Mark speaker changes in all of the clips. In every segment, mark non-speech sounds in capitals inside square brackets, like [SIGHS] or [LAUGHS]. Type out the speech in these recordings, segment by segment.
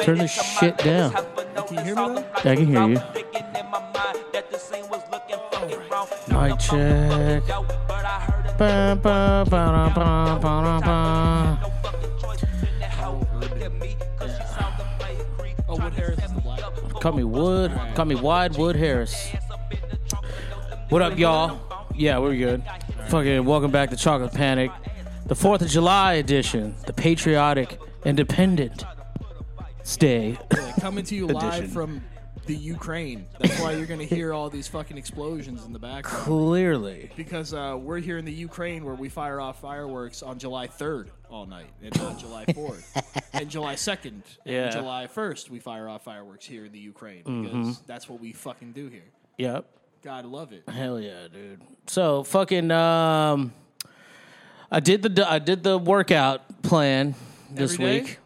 Speaker 1: Turn this shit down.
Speaker 2: Can you hear me
Speaker 1: I can hear you. Mic check. Ba, ba, ba, da, ba, ba, da, ba.
Speaker 2: Oh, what Harris is the black.
Speaker 1: Call me Wood. Call me Wide Wood Harris. What up, y'all? Yeah, we're good. Fucking welcome back to Chocolate Panic, the Fourth of July edition, the patriotic, independent day.
Speaker 2: Coming to you
Speaker 1: [LAUGHS]
Speaker 2: live
Speaker 1: Edition.
Speaker 2: from the Ukraine. That's why you're going to hear all these fucking explosions in the background.
Speaker 1: [COUGHS] Clearly,
Speaker 2: Because uh, we're here in the Ukraine where we fire off fireworks on July 3rd all night and on
Speaker 1: [LAUGHS]
Speaker 2: July 4th and July 2nd.
Speaker 1: Yeah.
Speaker 2: And July 1st, we fire off fireworks here in the Ukraine because
Speaker 1: Mm-hmm.
Speaker 2: that's what we fucking do here.
Speaker 1: yep.
Speaker 2: God love it.
Speaker 1: Hell yeah, dude. So fucking um I did the I did the workout plan this
Speaker 2: Every day?
Speaker 1: week.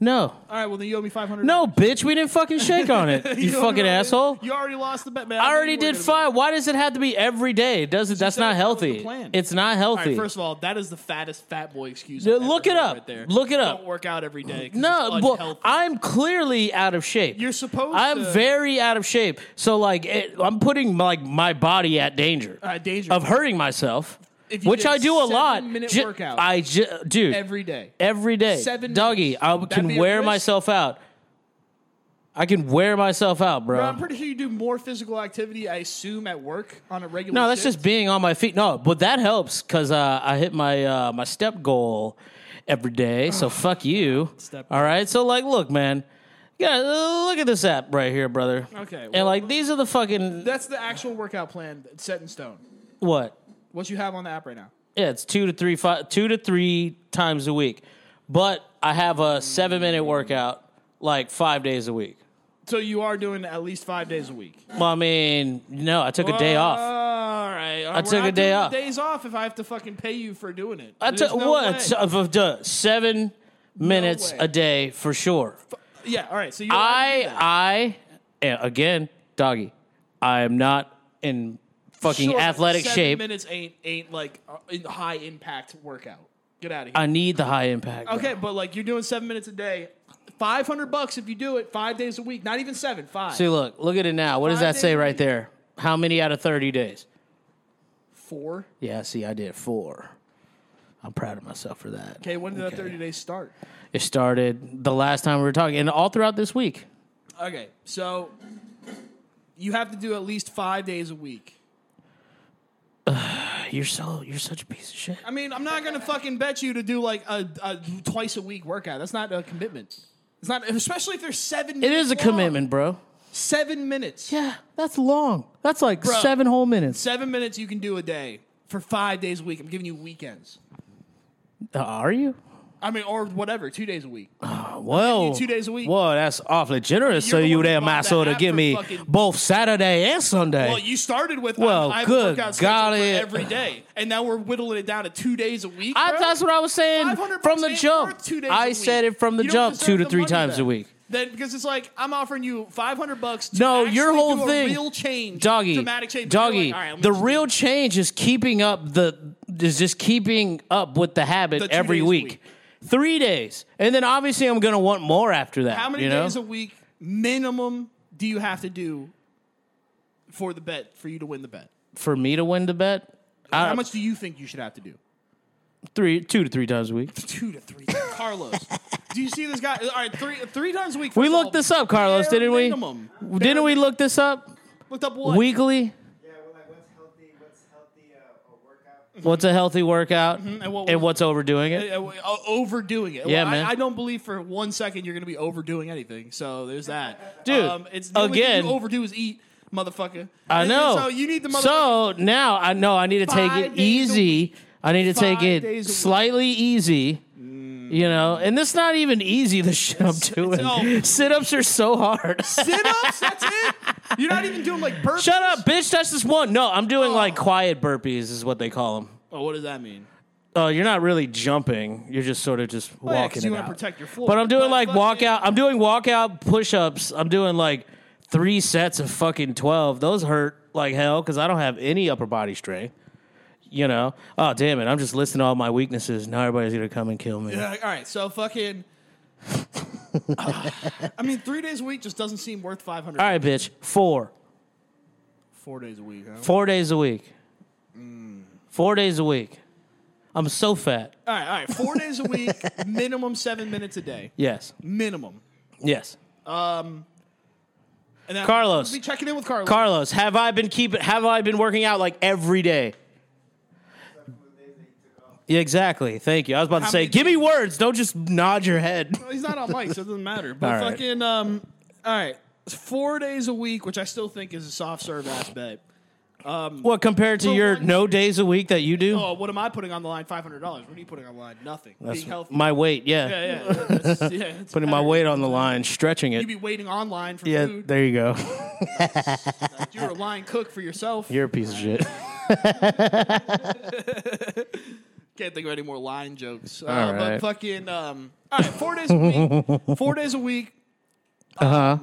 Speaker 1: No.
Speaker 2: All right, well, then you owe me 500
Speaker 1: No, bitch, we didn't fucking shake on [LAUGHS] it. You,
Speaker 2: owe me-
Speaker 1: fucking asshole.
Speaker 2: You already lost the bet, man.
Speaker 1: I
Speaker 2: knew
Speaker 1: already
Speaker 2: you were
Speaker 1: did
Speaker 2: gonna-
Speaker 1: fine. Why does it have to be every day? It doesn't that's
Speaker 2: said
Speaker 1: not
Speaker 2: that was the
Speaker 1: healthy.
Speaker 2: plan.
Speaker 1: It's not
Speaker 2: All
Speaker 1: healthy.
Speaker 2: right, first of all, that is the fattest fat boy excuse.
Speaker 1: Yeah,
Speaker 2: I've ever
Speaker 1: look it
Speaker 2: heard
Speaker 1: up.
Speaker 2: Right there.
Speaker 1: Look it up.
Speaker 2: Don't work out every day. 'cause
Speaker 1: No,
Speaker 2: it's
Speaker 1: well,
Speaker 2: unhealthy.
Speaker 1: I'm clearly out of shape.
Speaker 2: You're supposed
Speaker 1: I'm
Speaker 2: to-
Speaker 1: very out of shape. So like, it, I'm putting like my body at danger,
Speaker 2: Uh, danger.
Speaker 1: of hurting myself,
Speaker 2: If you
Speaker 1: which
Speaker 2: did
Speaker 1: I do a lot.
Speaker 2: seven-minute
Speaker 1: Ju-
Speaker 2: workout.
Speaker 1: I ju- dude
Speaker 2: every day.
Speaker 1: every day.
Speaker 2: Seven
Speaker 1: Doggy,
Speaker 2: minutes.
Speaker 1: I
Speaker 2: Would that
Speaker 1: can
Speaker 2: be a
Speaker 1: wear
Speaker 2: risk?
Speaker 1: myself out. I can wear myself out, bro.
Speaker 2: Bro, I'm pretty sure you do more physical activity, I assume, at work on a regular.
Speaker 1: no, that's
Speaker 2: shift.
Speaker 1: just being on my feet. No, but that helps because uh, I hit my uh, my step goal every day. So fuck you.
Speaker 2: Oh, Step
Speaker 1: All right. So like, look, man. Yeah, uh, look at this app right here, brother.
Speaker 2: Okay,
Speaker 1: and
Speaker 2: well-
Speaker 1: like these are the fucking
Speaker 2: that's the actual workout plan that's set in stone.
Speaker 1: what?
Speaker 2: What you have on the app right now?
Speaker 1: Yeah, it's two to three five two to three times a week. But I have a seven minute workout like five days a week.
Speaker 2: So you are doing at least five days a week.
Speaker 1: Well, I mean, no, I took a day off.
Speaker 2: All right. I
Speaker 1: took a day off.
Speaker 2: Days off if I have to fucking pay you for doing it.
Speaker 1: I
Speaker 2: There's
Speaker 1: took
Speaker 2: no
Speaker 1: what
Speaker 2: way.
Speaker 1: of of the seven minutes
Speaker 2: way.
Speaker 1: a day for sure.
Speaker 2: yeah. All right. So you.
Speaker 1: I I eh, again, doggy. I am not in fucking
Speaker 2: Sure,
Speaker 1: athletic
Speaker 2: seven
Speaker 1: shape.
Speaker 2: Minutes ain't ain't like uh, in high impact workout. Get out of here.
Speaker 1: I need the high impact. bro.
Speaker 2: okay, but like you're doing seven minutes a day, five hundred bucks if you do it five days a week. Not even seven, five,
Speaker 1: See, look, look at it now. What does
Speaker 2: Five
Speaker 1: that say
Speaker 2: days a
Speaker 1: right
Speaker 2: week.
Speaker 1: there? How many out of thirty days?
Speaker 2: four.
Speaker 1: Yeah, see, I did four. I'm proud of myself for that.
Speaker 2: Okay, when did that thirty days start?
Speaker 1: It started the last time we were talking, and all throughout this week.
Speaker 2: Okay, so you have to do at least five days a week.
Speaker 1: You're so you're such a piece of shit.
Speaker 2: I mean, I'm not gonna fucking bet you to do like a, a twice a week workout. That's not a commitment. It's not, especially if there's seven.
Speaker 1: It is a commitment, bro.
Speaker 2: Seven minutes.
Speaker 1: Yeah, that's long. That's like seven whole minutes.
Speaker 2: Seven minutes you can do a day for five days a week. I'm giving you weekends.
Speaker 1: Uh, Are you?
Speaker 2: I mean, or whatever, two days a week.
Speaker 1: Well,
Speaker 2: you two days a week.
Speaker 1: Well, that's awfully generous.
Speaker 2: You're
Speaker 1: so
Speaker 2: the
Speaker 1: you
Speaker 2: one who
Speaker 1: there,
Speaker 2: bought that
Speaker 1: Maso, to
Speaker 2: app
Speaker 1: give
Speaker 2: for
Speaker 1: me
Speaker 2: fucking-
Speaker 1: both Saturday and Sunday.
Speaker 2: Well, you started with
Speaker 1: Well,
Speaker 2: I, I have
Speaker 1: good
Speaker 2: a workout schedule
Speaker 1: golly.
Speaker 2: for every day, and now we're whittling it down to two days a week.
Speaker 1: I,
Speaker 2: bro.
Speaker 1: that's what I was saying from
Speaker 2: 500 bucks
Speaker 1: the
Speaker 2: ain't
Speaker 1: jump.
Speaker 2: worth two days
Speaker 1: I
Speaker 2: a
Speaker 1: said
Speaker 2: week.
Speaker 1: it from the
Speaker 2: You don't
Speaker 1: jump, two
Speaker 2: deserve
Speaker 1: to
Speaker 2: the
Speaker 1: three
Speaker 2: money
Speaker 1: times a
Speaker 2: then.
Speaker 1: week.
Speaker 2: Then because it's like I'm offering you 500 bucks. To
Speaker 1: No, your
Speaker 2: actually
Speaker 1: whole
Speaker 2: do a
Speaker 1: thing,
Speaker 2: real change,
Speaker 1: doggy,
Speaker 2: dramatic change. But you're
Speaker 1: doggy.
Speaker 2: like, all right, let me
Speaker 1: the
Speaker 2: just do
Speaker 1: real change is keeping up the is just keeping up with the habit
Speaker 2: The two
Speaker 1: every
Speaker 2: days a
Speaker 1: week.
Speaker 2: week.
Speaker 1: three days, and then obviously I'm gonna want more after that.
Speaker 2: How many
Speaker 1: you know?
Speaker 2: days a week minimum do you have to do for the bet for you to win the bet?
Speaker 1: for me to win the bet? I-
Speaker 2: How much do you think you should have to do?
Speaker 1: Three, two to three times a week.
Speaker 2: Two to three, [LAUGHS] Carlos. do you see this guy? All right, three three times a week.
Speaker 1: We
Speaker 2: first of
Speaker 1: looked
Speaker 2: all,
Speaker 1: this up, Carlos,
Speaker 2: bare
Speaker 1: didn't we?
Speaker 2: Minimum. Bare-
Speaker 1: Didn't we look this up
Speaker 2: Looked up what?
Speaker 1: weekly?
Speaker 3: Yeah, well, like what's healthy? What's healthy? Uh, a workout.
Speaker 1: What's a healthy workout
Speaker 2: Mm-hmm. and what
Speaker 1: and what's overdoing it?
Speaker 2: Uh, uh, overdoing it.
Speaker 1: Yeah,
Speaker 2: Well,
Speaker 1: man.
Speaker 2: I, I don't believe for one second you're going to be overdoing anything. So there's that, Um,
Speaker 1: Dude,
Speaker 2: it's the only thing
Speaker 1: again-
Speaker 2: you overdo is eat, motherfucker.
Speaker 1: I
Speaker 2: And-
Speaker 1: know.
Speaker 2: and So you need the motherfucker.
Speaker 1: So now I know I need to take
Speaker 2: Five
Speaker 1: it
Speaker 2: days a
Speaker 1: easy. I need to take
Speaker 2: Five
Speaker 1: it
Speaker 2: days a week. Mm.
Speaker 1: slightly easy. You know, and it's not even easy. The shit I'm doing.
Speaker 2: no.
Speaker 1: [LAUGHS] Sit ups are so hard. [LAUGHS]
Speaker 2: sit ups. That's it. You're not even doing like burpees.
Speaker 1: Shut up, bitch. That's just one. No, I'm doing like quiet burpees, is what they call them.
Speaker 2: Oh, what does that mean?
Speaker 1: Oh, you're not really jumping. You're just sort of just
Speaker 2: Oh, yeah, 'cause
Speaker 1: walking
Speaker 2: you
Speaker 1: it
Speaker 2: wanna
Speaker 1: out.
Speaker 2: protect your floor.
Speaker 1: But I'm doing
Speaker 2: But
Speaker 1: like
Speaker 2: fucking-
Speaker 1: walkout. I'm doing walkout push-ups. I'm doing like three sets of fucking twelve. Those hurt like hell because I don't have any upper body strength. You know. Oh damn it! I'm just listing all my weaknesses. Now everybody's gonna come and kill me.
Speaker 2: Uh, all right. So fucking. I mean, three days a week just doesn't seem worth 500.
Speaker 1: All right, bitch. Four.
Speaker 2: Four days a week. Huh?
Speaker 1: Four days a week.
Speaker 2: Mm.
Speaker 1: Four days a week. I'm so fat.
Speaker 2: All right, all right. Four days a week, minimum seven minutes a day.
Speaker 1: Yes.
Speaker 2: Minimum.
Speaker 1: Yes.
Speaker 2: And then
Speaker 1: Carlos.
Speaker 2: Be checking in with Carlos.
Speaker 1: Carlos, have I been keeping? Have I been working out like every day? Yeah, exactly. Thank you. I was about to
Speaker 2: How
Speaker 1: say,
Speaker 2: many
Speaker 1: give me
Speaker 2: days-
Speaker 1: words. Don't just nod your
Speaker 2: [LAUGHS]
Speaker 1: head.
Speaker 2: He's not on mic, so it
Speaker 1: [LAUGHS]
Speaker 2: doesn't matter. But
Speaker 1: All right.
Speaker 2: fucking, um, all right. It's four days a week, which I still think is a soft serve ass bet.
Speaker 1: What compared to your
Speaker 2: one-
Speaker 1: no days a week that you do?
Speaker 2: Oh, what am I putting on the line? Five hundred dollars. What are you putting on the line? Nothing. Being healthy.
Speaker 1: my weight. Yeah.
Speaker 2: yeah,
Speaker 1: [LAUGHS]
Speaker 2: yeah. That's, yeah it's
Speaker 1: Putting my
Speaker 2: better.
Speaker 1: weight on the line, stretching
Speaker 2: You'd
Speaker 1: it.
Speaker 2: be waiting online for
Speaker 1: Yeah,
Speaker 2: food.
Speaker 1: there you go. [LAUGHS]
Speaker 2: You're a line cook for yourself.
Speaker 1: You're a piece of shit. [LAUGHS]
Speaker 2: Can't think of any more line jokes. Uh,
Speaker 1: All
Speaker 2: But
Speaker 1: right.
Speaker 2: fucking, um, all right, four days
Speaker 1: [LAUGHS]
Speaker 2: a week. Four days a week. um,
Speaker 1: Uh huh.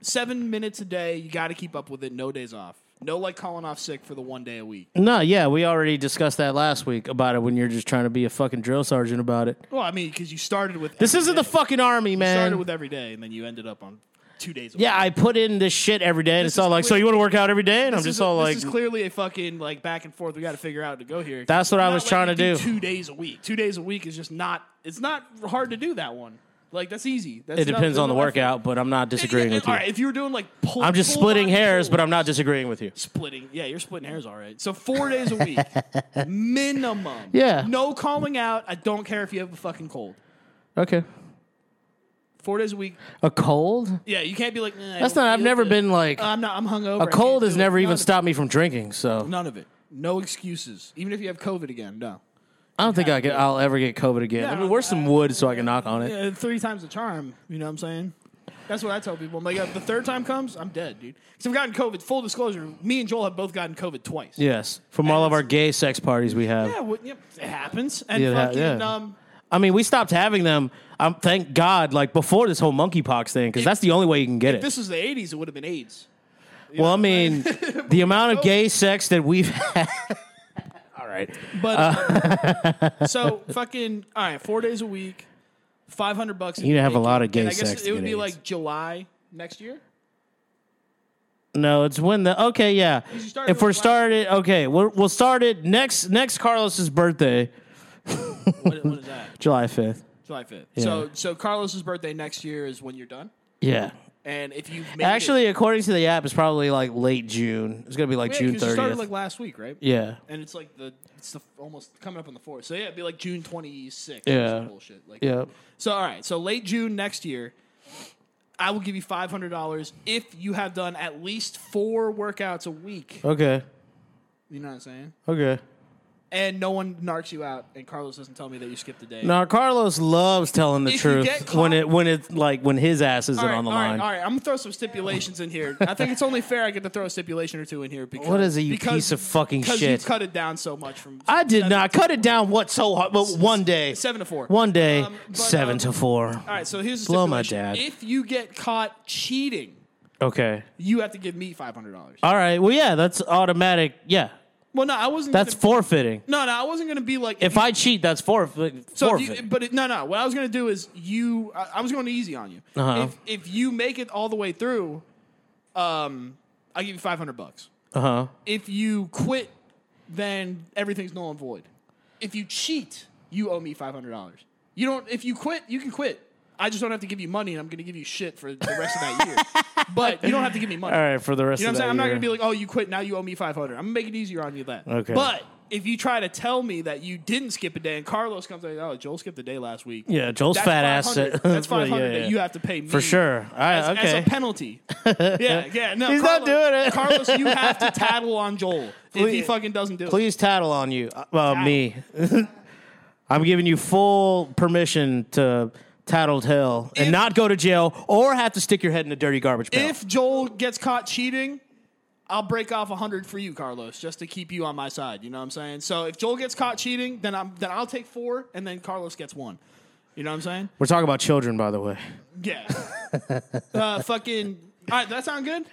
Speaker 2: Seven minutes a day. You got to keep up with it. No days off. No like calling off sick for the one day a week.
Speaker 1: No, yeah, we already discussed that last week about it when you're just trying to be a fucking drill sergeant about it.
Speaker 2: Well, I mean, because you started with
Speaker 1: This
Speaker 2: every
Speaker 1: isn't the
Speaker 2: day.
Speaker 1: fucking army,
Speaker 2: You started
Speaker 1: man.
Speaker 2: with every day, and then you ended up on two days. A
Speaker 1: Yeah,
Speaker 2: week.
Speaker 1: I put in this shit every day, and
Speaker 2: This
Speaker 1: it's all
Speaker 2: is
Speaker 1: like, so
Speaker 2: clear-
Speaker 1: you want to work out every day? And I'm
Speaker 2: This is
Speaker 1: just
Speaker 2: a-
Speaker 1: all like,
Speaker 2: this is clearly a fucking like back and forth. We got to figure out to go here.
Speaker 1: That's what I
Speaker 2: Not
Speaker 1: was
Speaker 2: letting
Speaker 1: trying to
Speaker 2: you
Speaker 1: do.
Speaker 2: Two days a week. Two days a week is just not. It's not hard to do that one. Like that's easy. That's
Speaker 1: it
Speaker 2: not-
Speaker 1: depends
Speaker 2: there's
Speaker 1: on the
Speaker 2: no effort.
Speaker 1: workout, but I'm not disagreeing
Speaker 2: Yeah,
Speaker 1: with
Speaker 2: All
Speaker 1: you.
Speaker 2: right, if you were doing like pull,
Speaker 1: I'm just
Speaker 2: full
Speaker 1: splitting
Speaker 2: body
Speaker 1: hairs,
Speaker 2: pulls-
Speaker 1: but I'm not disagreeing with you.
Speaker 2: splitting. Yeah, you're splitting hairs, all right. So four days a week,
Speaker 1: [LAUGHS]
Speaker 2: minimum.
Speaker 1: Yeah.
Speaker 2: No calling out. I don't care if you have a fucking cold.
Speaker 1: Okay.
Speaker 2: Four days a week.
Speaker 1: A cold?
Speaker 2: Yeah, you can't be like. Nah, I
Speaker 1: That's
Speaker 2: don't
Speaker 1: not, I've
Speaker 2: feel
Speaker 1: never
Speaker 2: good.
Speaker 1: been like,
Speaker 2: Uh, I'm not. I'm hungover.
Speaker 1: a
Speaker 2: I
Speaker 1: cold
Speaker 2: can't
Speaker 1: has
Speaker 2: do it.
Speaker 1: never
Speaker 2: None
Speaker 1: even
Speaker 2: of it.
Speaker 1: stopped me from drinking, so
Speaker 2: None of it. No excuses. Even if you have COVID again, no.
Speaker 1: I don't think I could, I'll ever get COVID again.
Speaker 2: Yeah,
Speaker 1: I mean, where's some wood so I can knock on it?
Speaker 2: Yeah, three times the charm. You know what I'm saying? That's what I tell people. I'm like, if the third time comes, I'm dead, dude. Because I've gotten COVID. Full disclosure, me and Joel have both gotten COVID twice.
Speaker 1: Yes, from all of our gay sex parties we have.
Speaker 2: Yeah, well, yep, it happens. And
Speaker 1: Yeah, it ha-
Speaker 2: fucking,
Speaker 1: yeah.
Speaker 2: um,
Speaker 1: I mean, we stopped having them. Um, thank God, like before this whole monkeypox thing, because that's the only way you can get it.
Speaker 2: this was the 80s, it would have been AIDS.
Speaker 1: well, I
Speaker 2: [LAUGHS]
Speaker 1: mean, the amount of gay sex that we've [LAUGHS] had. All right.
Speaker 2: But
Speaker 1: Uh.
Speaker 2: um, [LAUGHS] so fucking all right, four days a week, five hundred bucks.
Speaker 1: You have a lot of gay
Speaker 2: and I guess
Speaker 1: sex to
Speaker 2: It would
Speaker 1: get
Speaker 2: be
Speaker 1: AIDS.
Speaker 2: like July next year.
Speaker 1: No, it's when the okay, yeah.
Speaker 2: you started
Speaker 1: If we're
Speaker 2: with last-
Speaker 1: started, okay, we're, we'll start it next next Carlos's birthday,
Speaker 2: What, what is that?
Speaker 1: July fifth.
Speaker 2: July fifth. So so Carlos's birthday next year is when you're done.
Speaker 1: Yeah.
Speaker 2: And if you
Speaker 1: Actually, according to the app, it's probably like late June. It's gonna be like June
Speaker 2: You started
Speaker 1: thirtieth.
Speaker 2: like last week, right?
Speaker 1: yeah.
Speaker 2: And it's like the it's the almost coming up on the fourth. So yeah, it'd be like June twenty sixth.
Speaker 1: Yeah.
Speaker 2: Some bullshit. Like
Speaker 1: Yeah.
Speaker 2: So all right, so late June next year, I will give you five hundred dollars if you have done at least four workouts a week.
Speaker 1: Okay.
Speaker 2: You know what I'm saying?
Speaker 1: Okay.
Speaker 2: And no one narcs you out, and Carlos doesn't tell me that you skipped a day.
Speaker 1: Now Carlos loves telling the
Speaker 2: If you
Speaker 1: truth
Speaker 2: get
Speaker 1: when
Speaker 2: caught-
Speaker 1: it when it's like when his ass isn't
Speaker 2: All right,
Speaker 1: on the
Speaker 2: all right,
Speaker 1: line.
Speaker 2: all right, I'm gonna throw some stipulations in here. I think it's only fair I get to throw a stipulation or two in here because
Speaker 1: What is it, you
Speaker 2: because-
Speaker 1: piece of fucking
Speaker 2: because
Speaker 1: shit?
Speaker 2: you cut it down so much from
Speaker 1: I did not cut it down what so hard, but one day,
Speaker 2: seven to four.
Speaker 1: one day,
Speaker 2: Um, but,
Speaker 1: seven
Speaker 2: um,
Speaker 1: to four.
Speaker 2: All right, so here's the
Speaker 1: Blow my
Speaker 2: stipulation.
Speaker 1: dad.
Speaker 2: If you get caught cheating,
Speaker 1: Okay.
Speaker 2: you have to give me five hundred dollars.
Speaker 1: All right. Well, yeah, that's automatic. Yeah,
Speaker 2: Well, no, I wasn't.
Speaker 1: that's
Speaker 2: gonna,
Speaker 1: forfeiting.
Speaker 2: no, no, I wasn't gonna be like
Speaker 1: If I cheat, that's forfeit.
Speaker 2: So if
Speaker 1: forfeit.
Speaker 2: you, but it, no, no. What I was gonna do is you. I, I was going easy on you.
Speaker 1: Uh-huh.
Speaker 2: If if you make it all the way through, um, I give you five hundred bucks.
Speaker 1: uh huh.
Speaker 2: If you quit, then everything's null and void. If you cheat, you owe me five hundred dollars. You don't. If you quit, you can quit. I just don't have to give you money, and I'm gonna give you shit for the rest of that year.
Speaker 1: [LAUGHS]
Speaker 2: But you don't have to give me money.
Speaker 1: All right. For the rest
Speaker 2: You know what
Speaker 1: of
Speaker 2: I'm saying? I'm
Speaker 1: that
Speaker 2: not
Speaker 1: year.
Speaker 2: gonna be like, oh, you quit now, you owe me 500. I'm gonna make it easier on you than that.
Speaker 1: Okay.
Speaker 2: But if you try to tell me that you didn't skip a day, and Carlos comes like, oh, Joel skipped a day last week.
Speaker 1: Yeah, Joel's
Speaker 2: that's
Speaker 1: fat ass. [LAUGHS] said-
Speaker 2: 500. That's
Speaker 1: Well,
Speaker 2: 500 that you have to pay me
Speaker 1: for sure. All right.
Speaker 2: As, as
Speaker 1: okay.
Speaker 2: a
Speaker 1: [LAUGHS]
Speaker 2: penalty. yeah, yeah. No,
Speaker 1: He's not
Speaker 2: Carlos-
Speaker 1: doing it.
Speaker 2: Carlos,
Speaker 1: [LAUGHS]
Speaker 2: you have to tattle on Joel if he
Speaker 1: Please-
Speaker 2: fucking doesn't do it.
Speaker 1: Please tattle on you. Uh, Well, me. [LAUGHS] I'm giving you full permission to tattle hell and
Speaker 2: If-
Speaker 1: not go to jail or have to stick your head in a dirty garbage pail.
Speaker 2: If Joel gets caught cheating, I'll break off 100 for you, Carlos, just to keep you on my side. You know what I'm saying? So if Joel gets caught cheating, then I'm then I'll take four, and then Carlos gets one. You know what I'm saying?
Speaker 1: We're talking about children, by the way. [LAUGHS]
Speaker 2: Yeah. uh, fucking. All right, that sound good.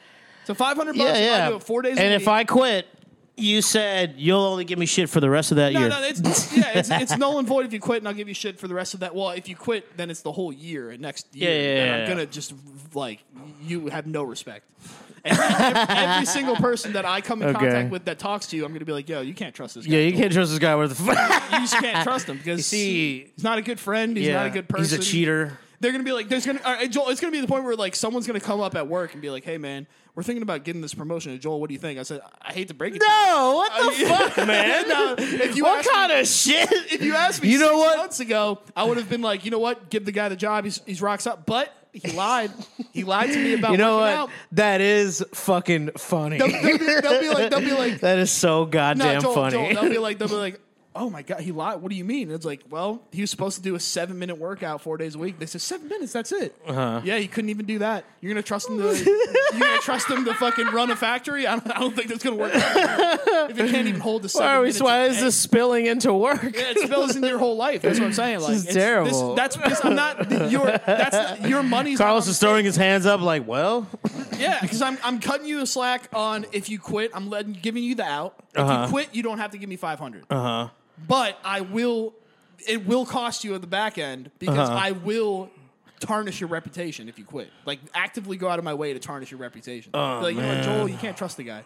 Speaker 2: So five hundred bucks. if I do it four days.
Speaker 1: And
Speaker 2: a
Speaker 1: if
Speaker 2: week,
Speaker 1: I quit, You said you'll only give me shit for the rest of that
Speaker 2: No,
Speaker 1: year.
Speaker 2: no, it's yeah, it's, it's null and void if you quit, and I'll give you shit for the rest of that. Well, if you quit, then it's the whole year and next year.
Speaker 1: Yeah, yeah,
Speaker 2: and
Speaker 1: yeah.
Speaker 2: I'm gonna just like you have no respect. And every, every single person that I come in
Speaker 1: Okay.
Speaker 2: contact with that talks to you, I'm gonna be like, yo, you can't trust this guy.
Speaker 1: yeah, you can't trust this guy. Where [LAUGHS] the fuck?
Speaker 2: You just can't trust
Speaker 1: [LAUGHS]
Speaker 2: him because
Speaker 1: see-
Speaker 2: he's not a good friend. He's
Speaker 1: yeah,
Speaker 2: not a good person.
Speaker 1: He's a cheater.
Speaker 2: They're gonna be like, there's gonna, all right, Joel. It's gonna be the point where like someone's gonna come up at work and be like, hey man, we're thinking about getting this promotion. And Joel, what do you think? I said, I hate to break it. to you."
Speaker 1: No,
Speaker 2: [LAUGHS]
Speaker 1: what the fuck, [LAUGHS] man?
Speaker 2: No, if you
Speaker 1: what
Speaker 2: ask me-
Speaker 1: kind of shit?
Speaker 2: if you asked me
Speaker 1: You know
Speaker 2: six
Speaker 1: what?
Speaker 2: months ago, I would have been like, you know what, give the guy the job. He's, he's rocks up, but he lied. He lied to me about
Speaker 1: You know
Speaker 2: working
Speaker 1: what? That is fucking funny.
Speaker 2: out. They'll, be, they'll be like, they'll be
Speaker 1: [LAUGHS]
Speaker 2: like,
Speaker 1: that is so
Speaker 2: no,
Speaker 1: goddamn
Speaker 2: Joel,
Speaker 1: funny. [LAUGHS]
Speaker 2: Joel. They'll be like, they'll be like, oh my god, he lied. What do you mean? It's like, well, he was supposed to do a seven minute workout four days a week. They said seven minutes. That's it. Uh-huh. Yeah, he couldn't even do that. You're gonna trust
Speaker 1: [LAUGHS]
Speaker 2: him to, you're gonna trust him to fucking run a factory. I don't, I don't think that's gonna work. out. if you can't even hold the seven
Speaker 1: Why, are we,
Speaker 2: minutes
Speaker 1: why
Speaker 2: a
Speaker 1: is
Speaker 2: day.
Speaker 1: this spilling into work?
Speaker 2: Yeah, it spills into your whole life. That's what I'm saying. Like,
Speaker 1: is terrible.
Speaker 2: that's this, I'm not your. That's not- your money's.
Speaker 1: [LAUGHS]
Speaker 2: not
Speaker 1: Carlos
Speaker 2: on-
Speaker 1: is throwing his hands up, like, well,
Speaker 2: yeah, because I'm I'm cutting you a slack on if you quit. I'm letting giving you the out. If
Speaker 1: Uh-huh.
Speaker 2: you quit, you don't have to give me 500. Uh huh. But I will. It will cost you at the back end because
Speaker 1: Uh-huh.
Speaker 2: I will tarnish your reputation if you quit. Like actively go out of my way to tarnish your reputation.
Speaker 1: Oh,
Speaker 2: like you know,
Speaker 1: man.
Speaker 2: what, Joel, you can't trust the guy.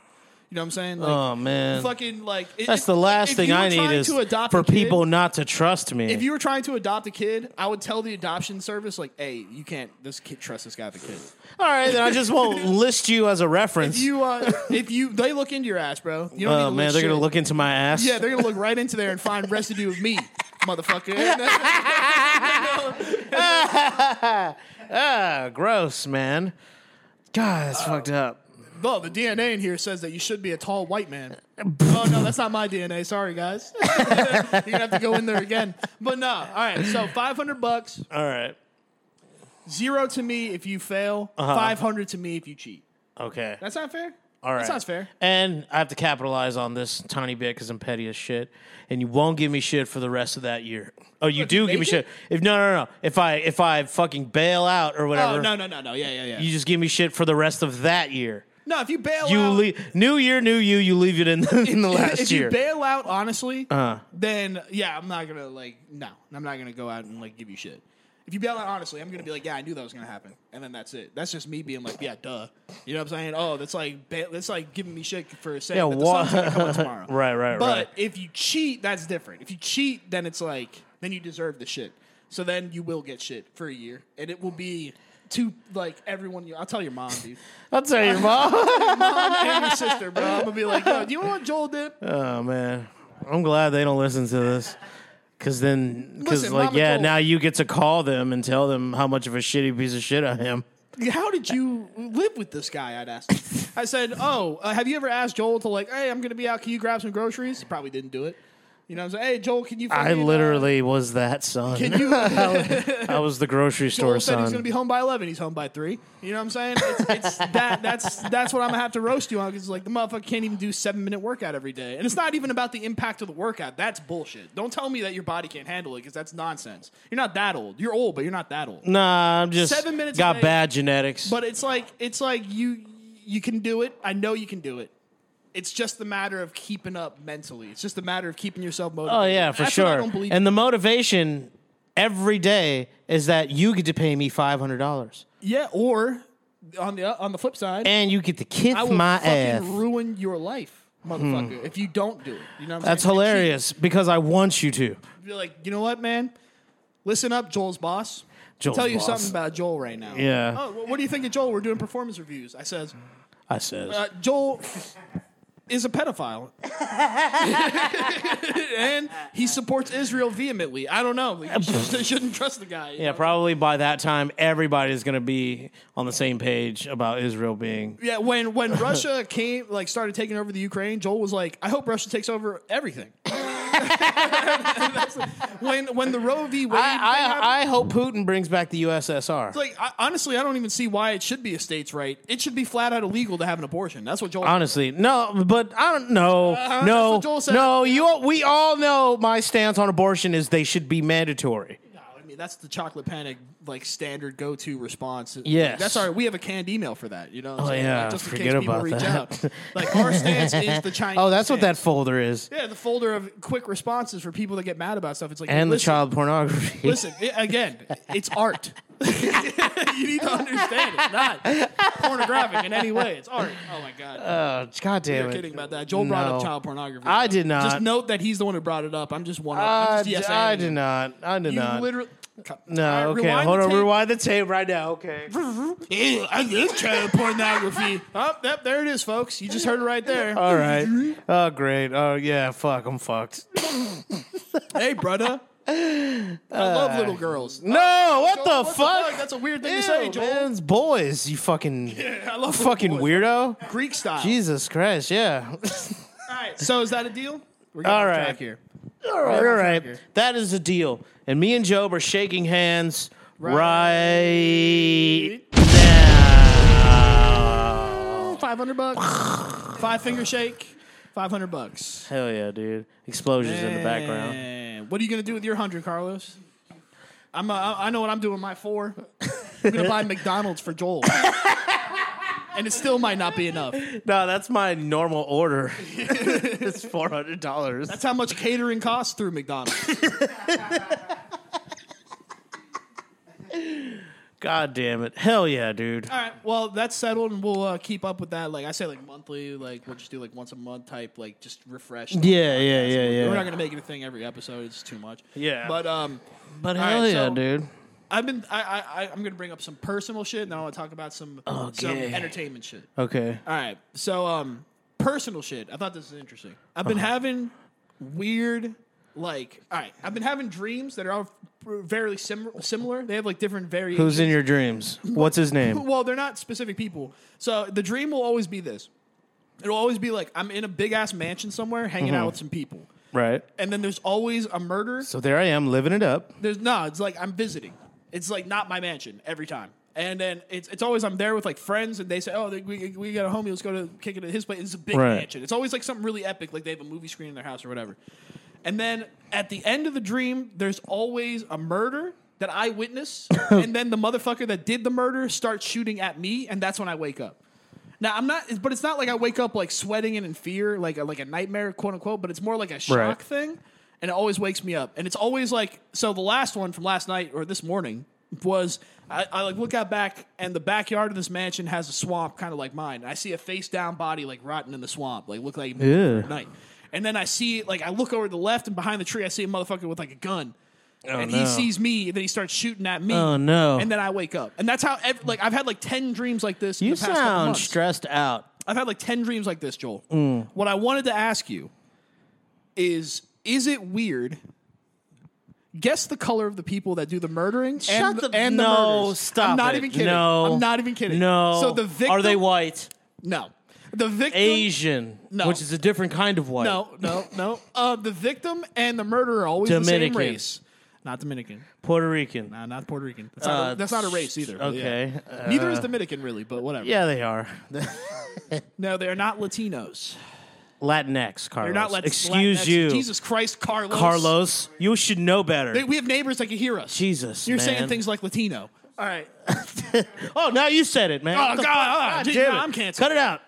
Speaker 2: You know what I'm saying? Like,
Speaker 1: oh man,
Speaker 2: Fucking like it-
Speaker 1: that's
Speaker 2: it-
Speaker 1: the last
Speaker 2: if
Speaker 1: thing
Speaker 2: you
Speaker 1: I
Speaker 2: were
Speaker 1: need
Speaker 2: trying
Speaker 1: is
Speaker 2: to adopt
Speaker 1: for
Speaker 2: a kid-
Speaker 1: people not to trust me.
Speaker 2: if you were trying to adopt a kid, I would tell the adoption service like, "Hey, you can't. This kid trust this guy with a kid.
Speaker 1: All right, then I
Speaker 2: [LAUGHS]
Speaker 1: just won't list you as a reference. [LAUGHS]
Speaker 2: You, uh, if you, they look into your ass, bro. You don't need
Speaker 1: oh
Speaker 2: to
Speaker 1: man, they're
Speaker 2: shit.
Speaker 1: gonna look into my ass.
Speaker 2: Yeah, they're gonna look right into there and find residue of me, motherfucker.
Speaker 1: [LAUGHS] ah, gross, man. God, that's fucked up.
Speaker 2: no, the DNA in here says that you should be a tall
Speaker 1: [LAUGHS]
Speaker 2: white man. oh no, that's not my DNA. Sorry, guys. [LAUGHS] You're gonna have to go in there again. But no, all right. So 500 bucks,
Speaker 1: All right,
Speaker 2: zero to me if you fail,
Speaker 1: Uh-huh.
Speaker 2: 500 to me if you cheat.
Speaker 1: okay,
Speaker 2: That's not fair.
Speaker 1: all right.
Speaker 2: That sounds fair.
Speaker 1: And I have to capitalize on this tiny bit because I'm petty as shit. And you won't give me shit for the rest of that year. Oh, you do give me
Speaker 2: make
Speaker 1: shit.
Speaker 2: it?
Speaker 1: If no, no, no. If I if I fucking bail out or whatever,
Speaker 2: Oh no, no, no, no. Yeah, yeah, yeah.
Speaker 1: you just give me shit for the rest of that year.
Speaker 2: no, [LAUGHS] if you bail
Speaker 1: You
Speaker 2: out,
Speaker 1: leave new year, new you. You leave it in, in the last
Speaker 2: [LAUGHS] if
Speaker 1: year. Uh-huh.
Speaker 2: you bail out honestly, then yeah, I'm not gonna like no, I'm not gonna go out and like give you shit. If you bail out honestly, I'm gonna be like, yeah, I knew that was gonna happen, and then that's it. That's just me being like, yeah, duh. You know what I'm saying? Oh, that's like ba- that's like giving me shit for saying
Speaker 1: Yeah,
Speaker 2: that the
Speaker 1: wha-
Speaker 2: sun's gonna come out tomorrow.
Speaker 1: [LAUGHS] Right, right,
Speaker 2: But
Speaker 1: right.
Speaker 2: if you cheat, that's different. If you cheat, then it's like then you deserve the shit. So then you will get shit for a year, and it will be to like everyone. You, I'll tell your mom, dude.
Speaker 1: I'll tell your
Speaker 2: [LAUGHS]
Speaker 1: mom.
Speaker 2: and your sister, bro. I'm gonna be like, yo, do you know what Joel did?
Speaker 1: oh man, I'm glad they don't listen to this. Cause then, cause
Speaker 2: Listen,
Speaker 1: like,
Speaker 2: Mama
Speaker 1: yeah,
Speaker 2: told-
Speaker 1: now you get to call them and tell them how much of a shitty piece of shit I am.
Speaker 2: how did you live with this guy? I'd asked. him. I said, oh, uh, have you ever asked Joel to like, hey, I'm going to be out. Can you grab some groceries? He probably didn't do it. You know, what I'm saying, hey, Joel, can you?
Speaker 1: I
Speaker 2: fucking, uh,
Speaker 1: literally was that son. [LAUGHS]
Speaker 2: Can you? [LAUGHS]
Speaker 1: I was the grocery store
Speaker 2: Joel said he's going to
Speaker 1: son.
Speaker 2: be home by eleven. He's home by three. You know what I'm saying?
Speaker 1: [LAUGHS]
Speaker 2: It's, it's that. That's that's what I'm gonna have to roast you on because like the motherfucker can't even do seven minute workout every day, and it's not even about the impact of the workout. That's bullshit. Don't tell me that your body can't handle it because that's nonsense. You're not that old. You're old, but you're not that old.
Speaker 1: nah, I'm just
Speaker 2: Seven minutes
Speaker 1: got
Speaker 2: a day.
Speaker 1: bad genetics.
Speaker 2: But it's like it's like you you can do it. I know you can do it. It's just a matter of keeping up mentally. It's just a matter of keeping yourself motivated.
Speaker 1: oh yeah, for
Speaker 2: That's what I
Speaker 1: sure.
Speaker 2: don't believe.
Speaker 1: And the motivation every day is that you get to pay me five hundred dollars,
Speaker 2: yeah, or on the on the flip side,
Speaker 1: and you get to kiss
Speaker 2: I will
Speaker 1: my
Speaker 2: fucking
Speaker 1: ass.
Speaker 2: ruin your life, motherfucker, if you don't do it. You know what I'm
Speaker 1: That's
Speaker 2: saying? If you
Speaker 1: hilarious because I want you to.
Speaker 2: Be like, you know what, man? Listen up, Joel's boss. I'll
Speaker 1: Joel's
Speaker 2: tell you
Speaker 1: boss.
Speaker 2: something about Joel right now.
Speaker 1: Yeah.
Speaker 2: Oh, well, what do you think of Joel? We're doing performance reviews. I says,
Speaker 1: I says.
Speaker 2: uh, Joel is a pedophile, [LAUGHS] and he supports Israel vehemently. I don't know. Like, you should- they shouldn't trust the guy. you
Speaker 1: Yeah,
Speaker 2: know?
Speaker 1: probably by that time everybody's going to be on the same page about Israel being.
Speaker 2: Yeah, when when Russia came, like started taking over the Ukraine, Joel was like, "I hope Russia takes over everything." [LAUGHS] That's- when when the Roe v. Wade, thing happened,
Speaker 1: I, I, I hope Putin brings back the USSR.
Speaker 2: like I, honestly, I don't even see why it should be a states' right. It should be flat out illegal to have an abortion. That's what Joel.
Speaker 1: Honestly, no, but I don't know.
Speaker 2: Uh-huh, that's
Speaker 1: no,
Speaker 2: what Joel said.
Speaker 1: no, you. all- We all know my stance on abortion is they should be mandatory.
Speaker 2: No, Oh, I mean, that's the chocolate panic like standard go to response.
Speaker 1: Yes.
Speaker 2: that's our we have a canned email for that. You know, what I'm
Speaker 1: Oh,
Speaker 2: saying?
Speaker 1: yeah,
Speaker 2: like, just in
Speaker 1: forget
Speaker 2: case people
Speaker 1: about
Speaker 2: reach
Speaker 1: that.
Speaker 2: out. Like our stance is
Speaker 1: [LAUGHS]
Speaker 2: the Chinese.
Speaker 1: Oh, that's what that
Speaker 2: stance.
Speaker 1: folder is,
Speaker 2: Yeah, the folder of quick responses for people that get mad about stuff. It's like
Speaker 1: and the
Speaker 2: listen,
Speaker 1: child pornography.
Speaker 2: Listen i- again, it's art. [LAUGHS] you need to understand it's not pornographic in any way. It's art. Oh my god.
Speaker 1: [LAUGHS] oh, God damn
Speaker 2: You're
Speaker 1: it!
Speaker 2: kidding about that. Joel brought up
Speaker 1: No.
Speaker 2: child pornography.
Speaker 1: I did not.
Speaker 2: Just note that he's the one who brought it up. I'm just one.
Speaker 1: I,
Speaker 2: I'm just yes,
Speaker 1: Uh, I
Speaker 2: and.
Speaker 1: did not. I did
Speaker 2: You
Speaker 1: not.
Speaker 2: literally.
Speaker 1: no,
Speaker 2: All right,
Speaker 1: okay.
Speaker 2: rewind
Speaker 1: Hold
Speaker 2: the
Speaker 1: on.
Speaker 2: tape.
Speaker 1: Rewind the tape right now.
Speaker 2: [LAUGHS]
Speaker 1: Okay.
Speaker 2: Ew, I love child pornography. oh, yep, there it is, folks. You just heard it right there.
Speaker 1: All right. Oh, great. Oh, yeah. Fuck. I'm
Speaker 2: [LAUGHS]
Speaker 1: fucked.
Speaker 2: hey, brother. I love little girls.
Speaker 1: No. Uh, What, the, fuck?
Speaker 2: That's a weird thing
Speaker 1: Ew,
Speaker 2: to say, Joel.
Speaker 1: man, it's boys. You fucking
Speaker 2: I love little
Speaker 1: fucking
Speaker 2: boys.
Speaker 1: weirdo.
Speaker 2: Greek style.
Speaker 1: Jesus Christ. Yeah. [LAUGHS]
Speaker 2: All right. So is that a deal? We're
Speaker 1: All
Speaker 2: off
Speaker 1: right.
Speaker 2: track here.
Speaker 1: All right. All right.
Speaker 2: Tracker.
Speaker 1: That is the deal. And me and Job are shaking hands
Speaker 2: Right.
Speaker 1: right, now.
Speaker 2: Five hundred bucks. Five finger shake. Five hundred bucks.
Speaker 1: Hell yeah, dude. Explosions in the background.
Speaker 2: Man, What are you gonna do with your hundred, Carlos? I'm. Uh, I I know what I'm doing. My four. I'm gonna buy [LAUGHS] McDonald's for Joel. And it still might not be enough.
Speaker 1: No, that's my normal
Speaker 2: [LAUGHS]
Speaker 1: order. it's four hundred dollars.
Speaker 2: That's how much catering costs through McDonald's. [LAUGHS]
Speaker 1: God damn it. Hell yeah, dude.
Speaker 2: All right. Well, that's settled, and we'll uh, keep up with that. Like I say, like monthly. Like we'll just do like once a month type. Like just refresh.
Speaker 1: Yeah, yeah, yeah,
Speaker 2: We're not
Speaker 1: yeah.
Speaker 2: gonna make it a thing every episode. It's too much.
Speaker 1: Yeah.
Speaker 2: But um,
Speaker 1: But
Speaker 2: All
Speaker 1: hell
Speaker 2: right,
Speaker 1: yeah,
Speaker 2: so-
Speaker 1: dude.
Speaker 2: I've been. I, I. I. I'm gonna bring up some personal shit, and then I want to talk about some
Speaker 1: Oh,
Speaker 2: some
Speaker 1: Okay.
Speaker 2: entertainment shit.
Speaker 1: Okay.
Speaker 2: All right. So, um, personal shit. I thought this was interesting. I've been
Speaker 1: Uh-huh.
Speaker 2: having weird, like, all right. I've been having dreams that are all very sim- similar. They have like different variations.
Speaker 1: Who's in your dreams? What's his
Speaker 2: [LAUGHS]
Speaker 1: name?
Speaker 2: Well, they're not specific people. So the dream will always be this. It'll always be like I'm in a big ass mansion somewhere, hanging out with some people,
Speaker 1: Right.
Speaker 2: and then there's always a murder.
Speaker 1: So there I am living it up.
Speaker 2: There's no, it's like I'm visiting. It's like not my mansion every time. And then it's, it's always I'm there with like friends and they say, oh, they- we, we got a homie, let's go to kick it at his place. It's a big
Speaker 1: Right.
Speaker 2: mansion. It's always like something really epic, like they have a movie screen in their house or whatever. And then at the end of the dream, there's always a murder that I witness, and then the motherfucker that did the murder starts shooting at me, and that's when I wake up. Now I'm not, but it's not like I wake up like sweating and in fear, like a, like a nightmare, quote unquote. But it's more like a shock
Speaker 1: Right.
Speaker 2: thing, and it always wakes me up. And it's always like so. The last one from last night or this morning was I, I like look out back, and the backyard of this mansion has a swamp, kind of like mine. And I see a face down body like rotting in the swamp, like look like he'd been there
Speaker 1: Ew.
Speaker 2: at night. And then I see like I look over to the left, and behind the tree I see a motherfucker with like a gun. and
Speaker 1: Oh, no.
Speaker 2: he sees me, and then he starts shooting at me.
Speaker 1: Oh, no.
Speaker 2: And then I wake up, and that's how. Ev- like I've had like ten dreams like this. in
Speaker 1: You
Speaker 2: the past couple
Speaker 1: sound
Speaker 2: months.
Speaker 1: stressed out.
Speaker 2: I've had like 10 dreams like this, Joel.
Speaker 1: Mm.
Speaker 2: What I wanted to ask you is is it weird? Guess the color of the people that do the murdering and,
Speaker 1: Shut the-
Speaker 2: and the
Speaker 1: no,
Speaker 2: murders.
Speaker 1: stop.
Speaker 2: I'm not
Speaker 1: it.
Speaker 2: even kidding.
Speaker 1: No,
Speaker 2: I'm not even kidding.
Speaker 1: No.
Speaker 2: So the victim
Speaker 1: are they white?
Speaker 2: No. The victim
Speaker 1: Asian,
Speaker 2: No.
Speaker 1: which is a different kind of white.
Speaker 2: No, no, no. Uh, the victim and the murderer are always the same
Speaker 1: Dominican.
Speaker 2: race. Not Dominican.
Speaker 1: Puerto Rican.
Speaker 2: Nah, not Puerto Rican. That's, not,
Speaker 1: Uh,
Speaker 2: a, that's not a race either.
Speaker 1: Okay.
Speaker 2: Yeah.
Speaker 1: Uh,
Speaker 2: Neither is Dominican really, but whatever.
Speaker 1: yeah, they
Speaker 2: [LAUGHS]
Speaker 1: are.
Speaker 2: No, they're not Latinos.
Speaker 1: Latinx, Carlos.
Speaker 2: They're not Lat-
Speaker 1: Excuse
Speaker 2: Latinx.
Speaker 1: you,
Speaker 2: Jesus Christ, Carlos.
Speaker 1: Carlos. You should know better.
Speaker 2: They- we have neighbors that can hear us.
Speaker 1: Jesus,
Speaker 2: You're
Speaker 1: man. [LAUGHS]
Speaker 2: saying things like Latino. All right.
Speaker 1: Oh, now you said it, man.
Speaker 2: Oh,
Speaker 1: What
Speaker 2: God.
Speaker 1: the
Speaker 2: ah,
Speaker 1: fuck?
Speaker 2: dude,
Speaker 1: Damn
Speaker 2: nah,
Speaker 1: it.
Speaker 2: I'm canceled.
Speaker 1: Cut it out.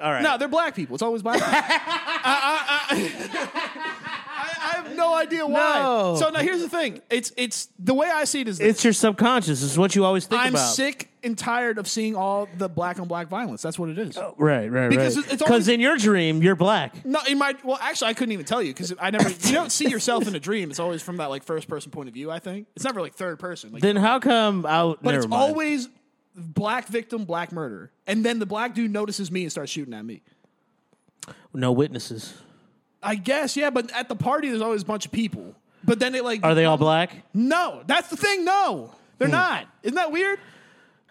Speaker 1: [COUGHS] All right.
Speaker 2: No, they're black people. It's always black
Speaker 1: [LAUGHS]
Speaker 2: people. I, I, I, I have no idea why.
Speaker 1: No.
Speaker 2: So now here's the thing. It's it's the way I see it is this.
Speaker 1: It's your subconscious. It's what you always think
Speaker 2: I'm
Speaker 1: about.
Speaker 2: sick and tired of seeing all the black on black violence. That's what it is.
Speaker 1: Oh, Right, right,
Speaker 2: Because
Speaker 1: right.
Speaker 2: it's- it's always-
Speaker 1: in your dream, you're black.
Speaker 2: No, in my well, actually, I couldn't even tell you because I never. you don't see yourself in a dream. It's always from that like first person point of view. I think it's never like third person. Like
Speaker 1: Then how come I?
Speaker 2: But it's always black victim, black murder. And then the black dude notices me and starts shooting at me.
Speaker 1: no witnesses.
Speaker 2: I guess, yeah, but at the party there's always a bunch of people. But then it like
Speaker 1: Are they all black?
Speaker 2: No. That's the thing, no. They're not. Isn't that weird? Hmm.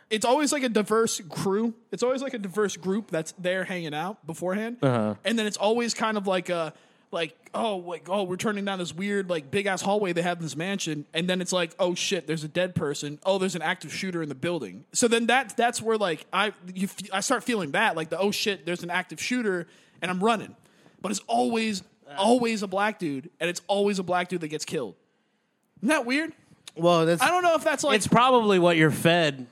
Speaker 2: It's always like a diverse crew. It's always like a diverse group that's there hanging out beforehand. Uh-huh. And then it's always kind of like a like oh like oh we're turning down this weird like big ass hallway they have in this mansion and then it's like oh shit there's a dead person oh there's an active shooter in the building so then that's that's where like I you f- I start feeling that like the oh shit there's an active shooter and I'm running but it's always always a black dude and it's always a black dude that gets killed isn't that weird
Speaker 1: Well, that's
Speaker 2: I don't know if that's like
Speaker 1: it's probably what you're fed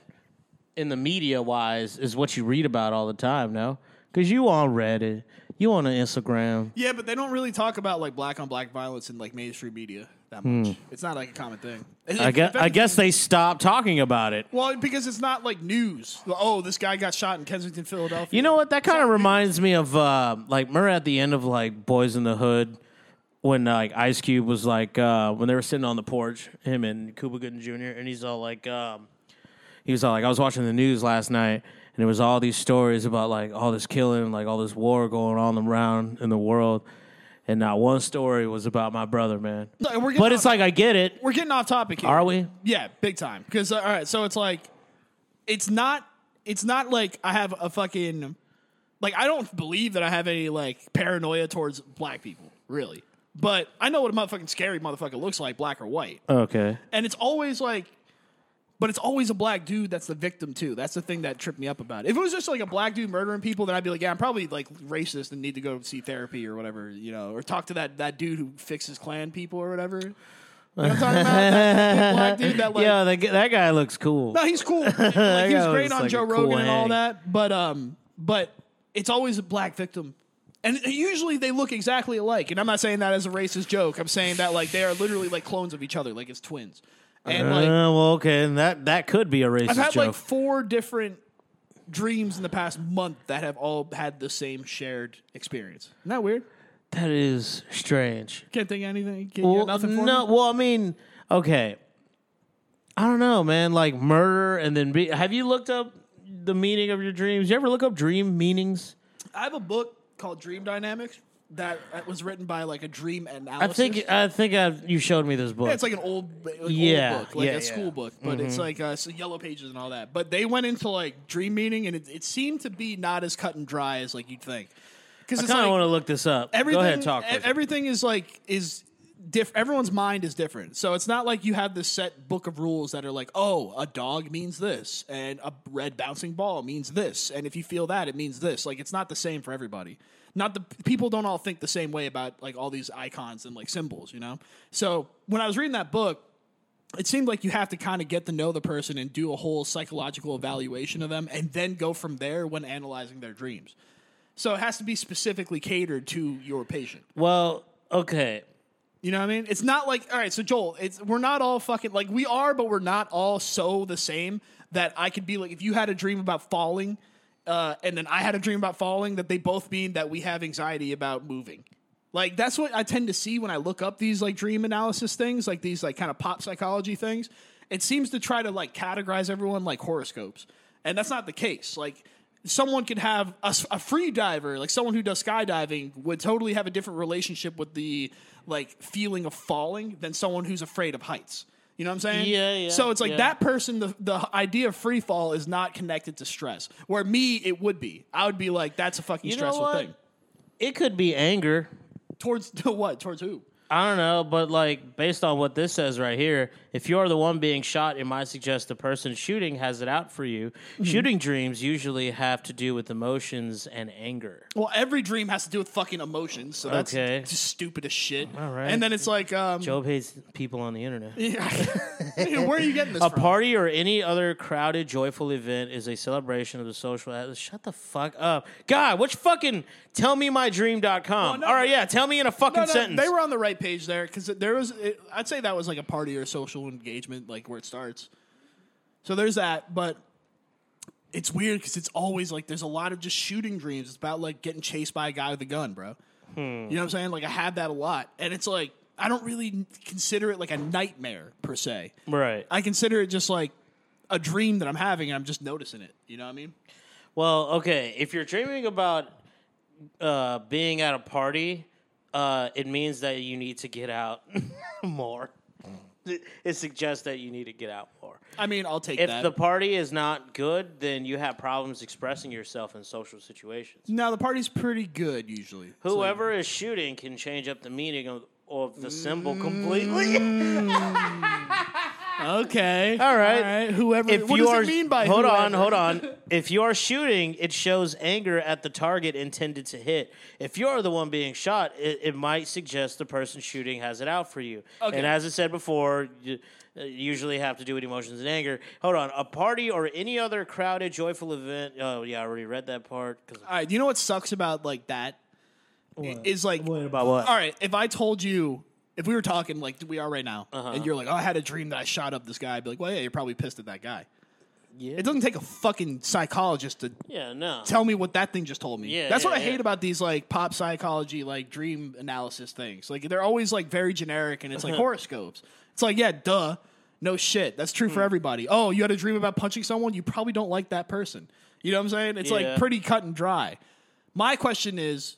Speaker 1: in the media wise is what you read about all the time now because you on reddit you on the instagram
Speaker 2: yeah, but they don't really talk about like black on black violence in like mainstream media that much. It's not like a common thing.
Speaker 1: Hmm. i guess i guess they stopped talking about it
Speaker 2: Well, because it's not like news. Oh, this guy got shot in Kensington, Philadelphia.
Speaker 1: you know what that kind of reminds me of uh like we're at the end of like boys in the hood when like ice cube was like uh when they were sitting on the porch him and cuba gooden jr and he's all like um he was all like, I was watching the news last night, and it was all these stories about like all this killing, and, like all this war going on around in the world, and not one story was about my brother, man.
Speaker 2: No, we're getting
Speaker 1: But it's
Speaker 2: off-
Speaker 1: like I get it.
Speaker 2: we're getting off topic here.
Speaker 1: Are we?
Speaker 2: Yeah, big time. Because all right, so it's like, it's not, it's not like I have a fucking, like I don't believe that I have any like paranoia towards black people, really. But I know what a motherfucking scary motherfucker looks like, black or white,
Speaker 1: Okay.
Speaker 2: and it's always like, but it's always a black dude that's the victim too. That's the thing that tripped me up about it. If it was just like a black dude murdering people, then I'd be like, yeah, I'm probably like racist and need to go see therapy or whatever, you know, or talk to that that dude who fixes Klan people or whatever. You know what I'm talking about that big black dude that
Speaker 1: [LAUGHS]
Speaker 2: like
Speaker 1: yeah, that, g- that guy looks cool.
Speaker 2: no,
Speaker 1: [LAUGHS]
Speaker 2: he's cool. Like, he was
Speaker 1: guy
Speaker 2: great
Speaker 1: was,
Speaker 2: on
Speaker 1: like,
Speaker 2: Joe
Speaker 1: a cool
Speaker 2: Rogan and all
Speaker 1: hang.
Speaker 2: that, but um, but it's always a black victim, and usually they look exactly alike. And I'm not saying that as a racist joke. I'm saying that like they are literally like clones of each other, like it's twins. And
Speaker 1: Uh,
Speaker 2: like
Speaker 1: well, okay, and that that could be a racist
Speaker 2: I've had
Speaker 1: joke.
Speaker 2: like four different dreams in the past month that have all had the same shared experience. Isn't that weird?
Speaker 1: that is strange.
Speaker 2: Can't think of anything. Can't
Speaker 1: Well,
Speaker 2: get nothing for
Speaker 1: no,
Speaker 2: me?
Speaker 1: well, I mean, okay. I don't know, man. Like murder and then be. Have you looked up the meaning of your dreams? You ever look up dream meanings?
Speaker 2: I have a book called Dream Dynamics that that was written by like a dream
Speaker 1: I
Speaker 2: analysis.
Speaker 1: think I think I, you showed me this book.
Speaker 2: Yeah, it's like an old, like old
Speaker 1: Yeah,
Speaker 2: book, like
Speaker 1: yeah, Mm-hmm.
Speaker 2: a
Speaker 1: yeah.
Speaker 2: school book, but it's like uh, so yellow pages and all that. But they went into like dream meaning, and it, it seemed to be not as cut and dry as like you'd think. Because
Speaker 1: I
Speaker 2: it's
Speaker 1: kind of
Speaker 2: like
Speaker 1: want to look this up.
Speaker 2: everything,
Speaker 1: Go ahead, talk.
Speaker 2: e-
Speaker 1: Chris.
Speaker 2: everything is like is diff. Everyone's mind is different, so it's not like you have this set book of rules that are like, oh, a dog means this, and a red bouncing ball means this, and if you feel that, it means this. Like it's not the same for everybody. Not the people don't all think the same way about like all these icons and like symbols, you know. So when I was reading that book, it seemed like you have to kind of get to know the person and do a whole psychological evaluation of them and then go from there when analyzing their dreams. So it has to be specifically catered to your patient.
Speaker 1: well, okay.
Speaker 2: You know what I mean? It's not like all right, so Joel, it's we're not all fucking like we are, but we're not all so the same that I could be like if you had a dream about falling, uh, and then I had a dream about falling, that they both mean that we have anxiety about moving. Like that's what I tend to see when I look up these like dream analysis things, like these like kind of pop psychology things. It seems to try to like categorize everyone like horoscopes. And that's not the case. Like someone could have a, s- a free diver, like someone who does skydiving, would totally have a different relationship with the like feeling of falling than someone who's afraid of heights. You know what I'm saying?
Speaker 1: Yeah, yeah,
Speaker 2: So it's like
Speaker 1: yeah.
Speaker 2: that person, the, the idea of free fall is not connected to stress. Where me, it would be. I would be like, that's a fucking
Speaker 1: You know
Speaker 2: stressful
Speaker 1: what?
Speaker 2: thing.
Speaker 1: It could be anger.
Speaker 2: Towards [LAUGHS] to what? Towards who?
Speaker 1: I don't know, but like based on what this says right here, if you're the one being shot, it might suggest the person shooting has it out for you.
Speaker 2: Mm-hmm.
Speaker 1: Shooting dreams usually have to do with emotions and anger.
Speaker 2: Well, every dream has to do with fucking emotions, so that's
Speaker 1: Okay.
Speaker 2: just stupid as shit. All
Speaker 1: right.
Speaker 2: And then it's like, um, [LAUGHS]
Speaker 1: Job hates people on the internet.
Speaker 2: where are you getting this
Speaker 1: A
Speaker 2: from?
Speaker 1: party or any other crowded, joyful event is a celebration of the social. atmosphere. Shut the fuck up. God, which fucking tell me my dream.com.
Speaker 2: no,
Speaker 1: All right, yeah, tell me in a fucking
Speaker 2: No, no,
Speaker 1: sentence.
Speaker 2: They were on the right page there because there was. It, I'd say that was like a party or social engagement, like where it starts. So there's that, but it's weird because it's always like there's a lot of just shooting dreams. It's about like getting chased by a guy with a gun, bro.
Speaker 1: Hmm.
Speaker 2: You know what I'm saying? Like I have that a lot, and it's like I don't really consider it like a nightmare per se.
Speaker 1: right.
Speaker 2: I consider it just like a dream that I'm having, and I'm just noticing it. You know what I mean?
Speaker 1: Well, okay, if you're dreaming about uh, being at a party, uh, it means that you need to get out [LAUGHS] more. It- It suggests that you need to get out more.
Speaker 2: I mean, I'll take
Speaker 1: If
Speaker 2: that.
Speaker 1: the party is not good, then you have problems expressing yourself in social situations.
Speaker 2: no, the party's pretty good usually. It's like-
Speaker 1: Whoever is shooting can change up the meaning of, of the symbol completely.
Speaker 2: Okay.
Speaker 1: [LAUGHS] All right.
Speaker 2: All right. Whoever.
Speaker 1: If
Speaker 2: what
Speaker 1: you
Speaker 2: does
Speaker 1: are,
Speaker 2: it mean by
Speaker 1: hold
Speaker 2: whoever?
Speaker 1: on,
Speaker 4: [LAUGHS]
Speaker 1: hold on. If you are shooting, it shows anger at the target intended to hit. If you are the one being shot, it, it might suggest the person shooting has it out for you.
Speaker 2: Okay.
Speaker 1: And as I said before, you, uh, usually have to do with emotions and anger. Hold on, a party or any other crowded, joyful event. Oh yeah, I already read that part. 'cause-
Speaker 2: All right, you know what sucks about like that is like
Speaker 1: What about what?
Speaker 2: All right, if I told you if we were talking like we are right now,
Speaker 1: Uh-huh.
Speaker 2: and you're like, "Oh, I had a dream that I shot up this guy," I'd be like, "Well, yeah, you're probably pissed at that guy."
Speaker 1: Yeah.
Speaker 2: It doesn't take a fucking psychologist to
Speaker 1: yeah, no.
Speaker 2: tell me what that thing just told me.
Speaker 1: Yeah,
Speaker 2: That's what
Speaker 1: yeah,
Speaker 2: I hate
Speaker 1: yeah.
Speaker 2: about these like pop psychology, like dream analysis things. Like they're always like very generic and it's
Speaker 1: [LAUGHS]
Speaker 2: like horoscopes. It's like, yeah, duh. No shit. That's true for
Speaker 1: Hmm.
Speaker 2: everybody. Oh, you had a dream about punching someone, you probably don't like that person. You know what I'm saying? It's
Speaker 1: Yeah.
Speaker 2: like pretty cut and dry. My question is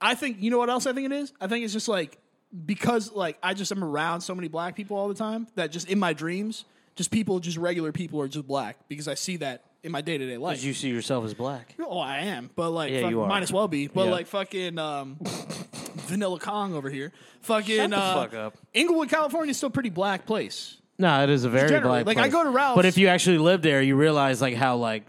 Speaker 2: I think you know what else I think it is? I think it's just like because like I just am around so many black people all the time that just in my dreams, just people, just regular people are just black because I see that in my day to day life.
Speaker 4: Did you see yourself as black?
Speaker 2: Oh, I am, but like,
Speaker 4: Yeah,
Speaker 2: fuck,
Speaker 4: you are.
Speaker 2: might as well be. But
Speaker 4: Yeah.
Speaker 2: like,
Speaker 4: [LAUGHS]
Speaker 2: fucking um, Vanilla Kong over here, fucking
Speaker 1: the
Speaker 2: uh,
Speaker 1: fuck up.
Speaker 2: Inglewood, California, is still a pretty black place.
Speaker 4: No, it is a very
Speaker 2: Generally,
Speaker 4: black.
Speaker 2: like, I
Speaker 4: place.
Speaker 2: go to Ralph's-
Speaker 4: but if you actually live there, you realize like how like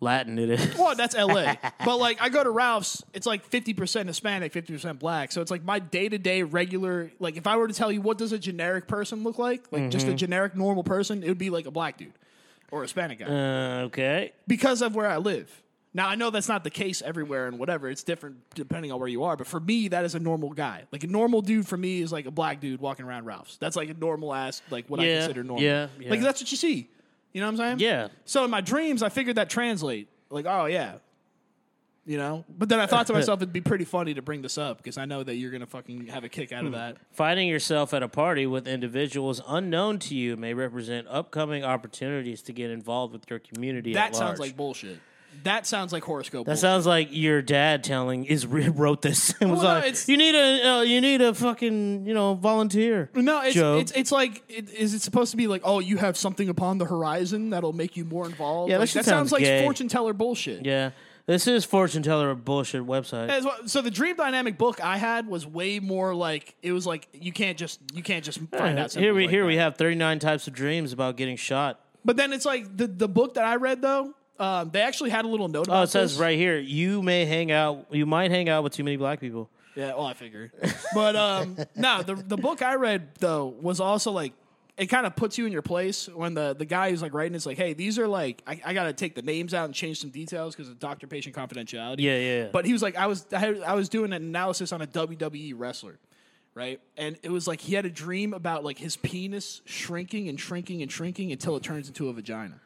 Speaker 4: Latin it is. [LAUGHS]
Speaker 2: Well, that's L.A. but like, I go to Ralph's, it's like fifty percent Hispanic, fifty percent black. So it's like my day to day regular. Like, if I were to tell you what does a generic person look like, like just
Speaker 4: Mm-hmm.
Speaker 2: a generic normal person, it would be like a black dude or a Hispanic guy.
Speaker 1: Uh, okay.
Speaker 2: because of where I live. Now I know that's not the case everywhere and whatever. It's different depending on where you are. But for me, that is a normal guy. Like a normal dude for me is like a black dude walking around Ralph's. That's like a normal ass, like what I
Speaker 1: Yeah,
Speaker 2: consider normal.
Speaker 4: yeah, yeah.
Speaker 2: Like that's what you see. You know what I'm saying?
Speaker 1: Yeah.
Speaker 2: So in my dreams, I figured that translate. Like, oh yeah. You know? But then I thought
Speaker 1: [LAUGHS]
Speaker 2: to myself it'd be pretty funny to bring this up because I know that you're gonna fucking have a kick
Speaker 1: Hmm.
Speaker 2: out of that.
Speaker 1: Finding yourself at a party with individuals unknown to you may represent upcoming opportunities to get involved with your community.
Speaker 2: That
Speaker 1: at
Speaker 2: sounds
Speaker 1: large.
Speaker 2: like bullshit. That sounds like horoscope.
Speaker 1: That
Speaker 2: bullshit.
Speaker 1: sounds like your dad telling is [LAUGHS] wrote this and was
Speaker 2: Well, no,
Speaker 1: like,
Speaker 2: it's-
Speaker 1: "You need a uh, you need a fucking you know volunteer."
Speaker 2: No, it's
Speaker 1: Joe.
Speaker 2: it's it's like it, is it supposed to be like oh you have something upon the horizon that'll make you more involved?
Speaker 1: Yeah, that
Speaker 2: like,
Speaker 1: shit
Speaker 2: that sounds,
Speaker 1: sounds
Speaker 2: like
Speaker 1: gay.
Speaker 2: fortune teller bullshit.
Speaker 1: yeah, this is fortune teller bullshit website.
Speaker 2: As well- so the dream dynamic book I had was way more like it was like you can't just you can't just find
Speaker 1: Yeah,
Speaker 2: out.
Speaker 1: here we
Speaker 2: like
Speaker 1: here
Speaker 2: that.
Speaker 1: we have thirty nine types of dreams about getting shot.
Speaker 2: But then it's like the the book that I read though, um, they actually had a little note.
Speaker 1: Oh,
Speaker 2: about
Speaker 1: it says
Speaker 2: this.
Speaker 1: right here you may hang out you might hang out with too many black people.
Speaker 2: Yeah, well, I figure. But um, no, the the book I read though was also like it kind of puts you in your place when the the guy who's like writing it's like, hey, these are like I, I got to take the names out and change some details because of doctor patient confidentiality.
Speaker 1: Yeah, yeah, yeah.
Speaker 2: But he was like, I was I, had- I was doing an analysis on a WWE wrestler. Right, and it was like he had a dream about like his penis shrinking and shrinking and shrinking until it turns into a vagina.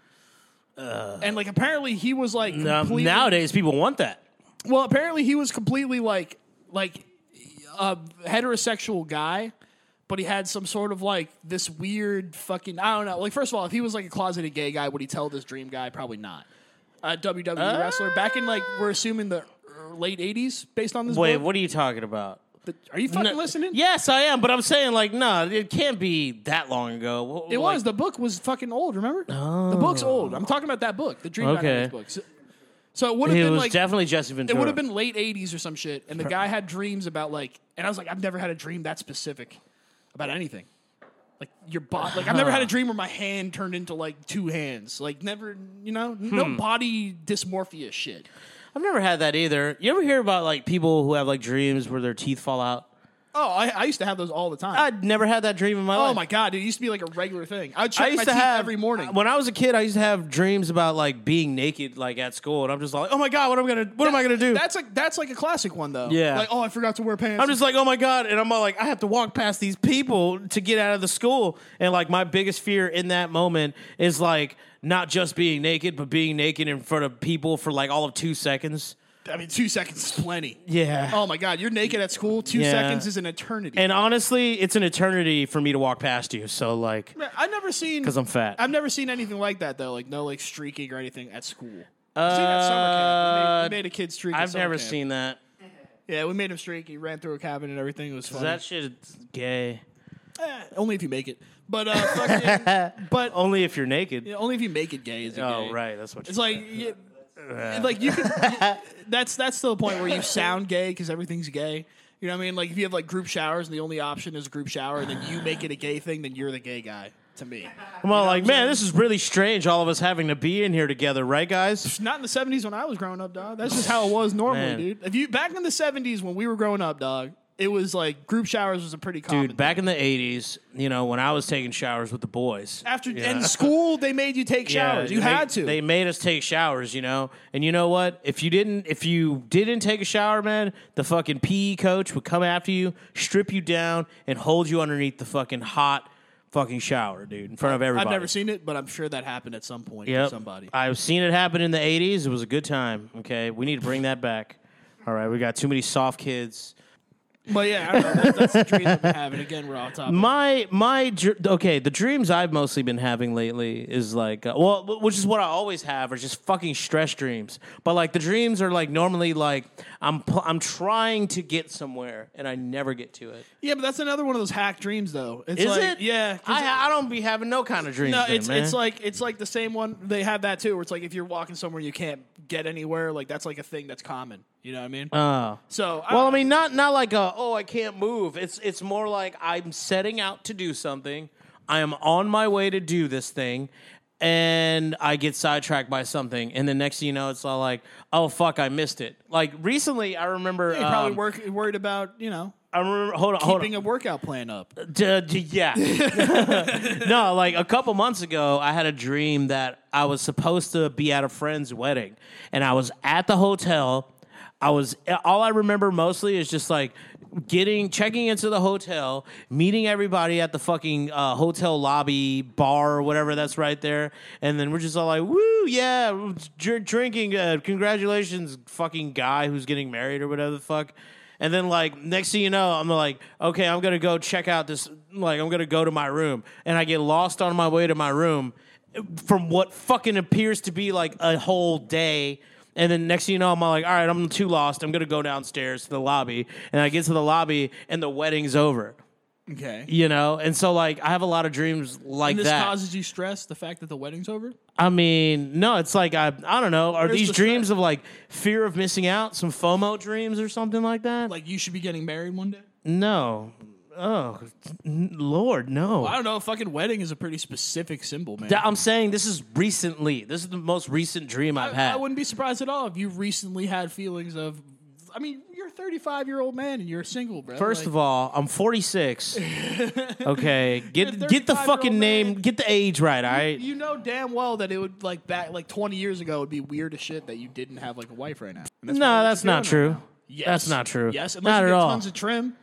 Speaker 2: and like apparently he was like
Speaker 1: Um,
Speaker 2: completely-
Speaker 1: nowadays, people want that.
Speaker 2: well, apparently he was completely like like a heterosexual guy, but he had some sort of like this weird fucking I don't know. Like first of all, if he was like a closeted gay guy, would he tell this dream guy? Probably not. A WWE
Speaker 1: Ah.
Speaker 2: wrestler back in like we're assuming the uh, late '80s, based on this.
Speaker 1: Wait,
Speaker 2: book.
Speaker 1: what are you talking about?
Speaker 2: The- are you fucking
Speaker 1: No-
Speaker 2: listening?
Speaker 1: Yes, I am, but I'm saying like, no, it can't be that long ago.
Speaker 2: It was the book was fucking old. Remember, the book's
Speaker 1: Oh.
Speaker 2: old. I'm talking about that book, the Dream
Speaker 4: Okay.
Speaker 2: Dynamics book. So, so it would
Speaker 1: It
Speaker 2: have
Speaker 1: was
Speaker 2: been like
Speaker 1: definitely Jesse
Speaker 2: It
Speaker 1: Ventura.
Speaker 2: would have been late '80s or some shit, and the guy had dreams about like, and I was like, I've never had a dream that specific about anything. Like your body, like I've never had a dream where my hand turned into like two hands. Like never, you know, no body dysmorphia shit.
Speaker 1: I've never had that either. You ever hear about like people who have like dreams where their teeth fall out?
Speaker 2: Oh, I, I used to have those all the time.
Speaker 1: I'd never had that dream in my life.
Speaker 2: oh my god, dude, it used to be like a regular thing. I would check
Speaker 1: I used
Speaker 2: my
Speaker 1: to
Speaker 2: teeth
Speaker 1: have
Speaker 2: every morning.
Speaker 1: When I was a kid, I used to have dreams about like being naked, like at school, and I'm just like, oh my god, what am I gonna, what am I gonna do?
Speaker 2: That's like that's like a classic one though.
Speaker 1: Yeah.
Speaker 2: like oh, I forgot to wear pants.
Speaker 1: I'm just like, oh my god, and I'm all like, I have to walk past these people to get out of the school, and like my biggest fear in that moment is like not just being naked, but being naked in front of people for like all of two seconds.
Speaker 2: I mean, two seconds is plenty.
Speaker 1: Yeah.
Speaker 2: Oh my god, you're naked at school. Two
Speaker 1: Yeah.
Speaker 2: seconds is an eternity.
Speaker 1: And honestly, it's an eternity for me to walk past you. So like,
Speaker 2: Man, I've never seen
Speaker 1: 'Cause I'm fat.
Speaker 2: I've never seen anything like that though. Like no like streaking or anything at school.
Speaker 1: uh,
Speaker 2: seen that summer camp. We made, we made a kid streak. at
Speaker 1: I've
Speaker 2: summer
Speaker 1: never
Speaker 2: camp.
Speaker 1: seen that.
Speaker 2: Yeah, we made him streak. He ran through a cabin and everything. It was funny.
Speaker 1: That shit is gay.
Speaker 2: Eh, only if you make it. But
Speaker 1: [LAUGHS]
Speaker 2: uh, fucking, but
Speaker 1: Only if you're naked.
Speaker 2: yeah, only if you make it gay is it
Speaker 1: Oh
Speaker 2: gay.
Speaker 1: right, Uh. that's what.
Speaker 2: It's like you, like you. Could,
Speaker 1: [LAUGHS]
Speaker 2: that's that's to the point where you sound gay because everything's gay. You know what I mean? Like if you have like group showers and the only option is group shower, and then you make it a gay thing, then you're the gay guy to me.
Speaker 1: I'm all like, man, this is really strange. All of us having to be in here together, right, guys?
Speaker 2: Not in the seventies when I was growing up, dog. That's just how it was normally,
Speaker 1: Man.
Speaker 2: dude. If you back in the seventies when we were growing up, dog, it was like group showers was a pretty common.
Speaker 1: Dude, back in the 80s, you know, when I was taking showers with the boys.
Speaker 2: after
Speaker 1: [LAUGHS]
Speaker 2: in school they made you take showers. you
Speaker 1: they-
Speaker 2: had to.
Speaker 1: They made us take showers, you know. And you know what? If you didn't, if you didn't take a shower, man, the fucking PE coach would come after you, strip you down, and hold you underneath the fucking hot fucking shower, dude, in front of everybody.
Speaker 2: I've never seen it, but I'm sure that happened at some point
Speaker 1: Yep.
Speaker 2: for somebody.
Speaker 1: I've seen it happen in the 80s. It was a good time. Okay. We need to bring that back. All right. We got too many soft kids.
Speaker 2: But yeah, I don't know. That's, that's the dream I've been having. Again, we're off topic.
Speaker 1: My, my, dr- okay. The dreams I've mostly been having lately is like, uh, well, wh- which is what I always have are just fucking stress dreams. But like the dreams are like normally like I'm, pl- I'm trying to get somewhere and I never get to it.
Speaker 2: yeah, but that's another one of those hack dreams, though. It's
Speaker 1: Is
Speaker 2: like,
Speaker 1: it?
Speaker 2: Yeah. 'cause
Speaker 1: I, I don't be having no kind of dreams.
Speaker 2: No,
Speaker 1: then,
Speaker 2: it's
Speaker 1: man.
Speaker 2: it's like it's like the same one they have that too. Where it's like if you're walking somewhere you can't get anywhere, like that's like a thing that's common. You know what I mean?
Speaker 1: Oh.
Speaker 2: so
Speaker 1: Well, I
Speaker 2: don't know.
Speaker 1: mean, not not like a oh I can't move. It's it's more like I'm setting out to do something. I am on my way to do this thing, and I get sidetracked by something, and the next thing you know, it's all like oh fuck, I missed it. Like recently, I remember
Speaker 2: They probably
Speaker 1: um,
Speaker 2: work, worried about you know
Speaker 1: I remember hold on, hold on.
Speaker 2: keeping a workout plan up.
Speaker 1: D- d- yeah. [LAUGHS] no, like a couple months ago, I had a dream that I was supposed to be at a friend's wedding, and I was at the hotel. I was all I remember mostly is just like getting checking into the hotel, meeting everybody at the fucking uh, hotel lobby bar or whatever that's right there, and then we're just all like, "Woo, yeah, dr- drinking, uh, congratulations, fucking guy who's getting married or whatever the fuck." And then like next thing you know, I'm like, okay, I'm gonna go check out this. Like I'm gonna go to my room, and I get lost on my way to my room from what fucking appears to be like a whole day. And then next thing you know, I'm all like, all right, I'm too lost. I'm gonna go downstairs to the lobby, and I get to the lobby, and the wedding's over.
Speaker 2: Okay.
Speaker 1: You know, and so like I have a lot of dreams like
Speaker 2: And this
Speaker 1: that.
Speaker 2: causes you stress, the fact that the wedding's over.
Speaker 1: I mean, no, it's like I, I don't know. Are
Speaker 2: Where's
Speaker 1: these
Speaker 2: the
Speaker 1: dreams of like fear of missing out, some FOMO dreams or something like that?
Speaker 2: Like you should be getting married one day.
Speaker 1: No. Oh, n- Lord, no.
Speaker 2: I don't know. Fucking wedding is a pretty specific symbol, man.
Speaker 1: Th- I'm saying this is recently. This is the most recent dream I've
Speaker 2: I,
Speaker 1: had.
Speaker 2: I wouldn't be surprised at all if you recently had feelings of. I mean, you're a 35 year old man and you're single, bro.
Speaker 1: First of all, I'm
Speaker 2: [LAUGHS]
Speaker 1: 46. okay, get
Speaker 2: You're a
Speaker 1: get the
Speaker 2: 35-year-old
Speaker 1: fucking name,
Speaker 2: man.
Speaker 1: get the age right. All right.
Speaker 2: you know damn well that it would like back like 20 years ago it would be weird as shit that you didn't have like a wife right now. And that's
Speaker 1: no,
Speaker 2: probably what
Speaker 1: that's
Speaker 2: you're
Speaker 1: not
Speaker 2: doing
Speaker 1: true.
Speaker 2: right now. Yes.
Speaker 1: That's not true.
Speaker 2: Yes, unless
Speaker 1: not
Speaker 2: you
Speaker 1: at
Speaker 2: get
Speaker 1: all.
Speaker 2: tons of trim,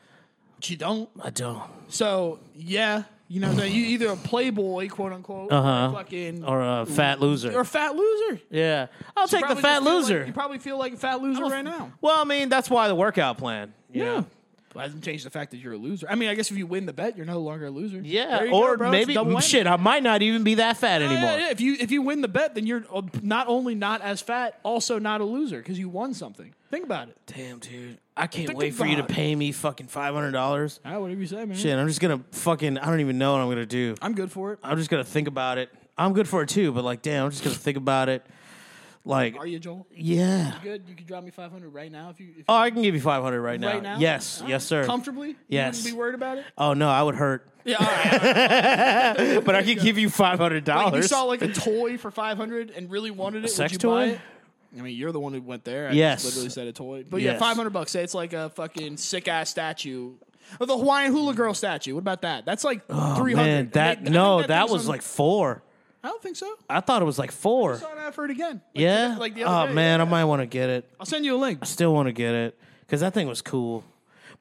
Speaker 2: which you don't.
Speaker 1: I don't.
Speaker 2: So yeah, you know what I'm saying? You either a playboy, quote unquote, or
Speaker 1: Uh-huh.
Speaker 2: a fucking
Speaker 1: Or a fat loser.
Speaker 2: or a fat loser.
Speaker 1: yeah, I'll take the
Speaker 2: Probably
Speaker 1: fat
Speaker 2: just feel like-
Speaker 1: loser.
Speaker 2: you probably feel like a fat loser right now.
Speaker 1: well, I mean, that's why the workout plan. you know?
Speaker 2: Well, it hasn't changed the fact that you're a loser. I mean, I guess if you win the bet, you're no longer a loser. There
Speaker 1: Yeah,
Speaker 2: you go,
Speaker 1: or
Speaker 2: bro. It's
Speaker 1: maybe
Speaker 2: double whammy.
Speaker 1: shit. I might not even be that fat
Speaker 2: Yeah,
Speaker 1: anymore.
Speaker 2: yeah, yeah. If you if you win the bet, then you're uh, not only not as fat, also not a loser because you won something. Think about it.
Speaker 1: Damn, dude. I can't
Speaker 2: Think
Speaker 1: wait for you to
Speaker 2: about it.
Speaker 1: pay me fucking $500.
Speaker 2: All right, whatever you say, man.
Speaker 1: Shit, I'm just gonna fucking, I don't even know what I'm gonna do.
Speaker 2: I'm good for it.
Speaker 1: I'm just gonna think about it. I'm good for it too, but like, damn, I'm just gonna think about it. Like,
Speaker 2: Are you Joel?
Speaker 1: yeah.
Speaker 2: Good. You can drop me 500 right now if you. If
Speaker 1: Oh, I can give you 500 right now.
Speaker 2: Right now?
Speaker 1: Yes,
Speaker 2: All
Speaker 1: yes,
Speaker 2: right.
Speaker 1: sir.
Speaker 2: Comfortably? You
Speaker 1: Yes.
Speaker 2: wouldn't be worried about it?
Speaker 1: oh, no, I would hurt.
Speaker 2: Yeah, all right.
Speaker 1: But I could give you $500.
Speaker 2: if you saw like a toy for 500 and really wanted it,
Speaker 1: sex
Speaker 2: would you buy
Speaker 1: toy?
Speaker 2: it? I mean, you're the one who went there. I
Speaker 1: Yes.
Speaker 2: just literally said a toy. But
Speaker 1: Yes.
Speaker 2: yeah, 500 bucks. Say it's like a fucking sick ass statue. Or the Hawaiian hula girl statue. What about that? That's like 300.
Speaker 1: Oh, Man,
Speaker 2: And they- I
Speaker 1: that,
Speaker 2: think
Speaker 1: no, that,
Speaker 2: thing's
Speaker 1: was
Speaker 2: on-
Speaker 1: like four.
Speaker 2: I don't think so.
Speaker 1: I thought it was like four.
Speaker 2: saw an ad for it again. Like,
Speaker 1: yeah?
Speaker 2: the- Like the
Speaker 1: oh,
Speaker 2: other day.
Speaker 1: man, I might wanna get it.
Speaker 2: I'll send you a link.
Speaker 1: Still wanna get it. Because that thing was cool.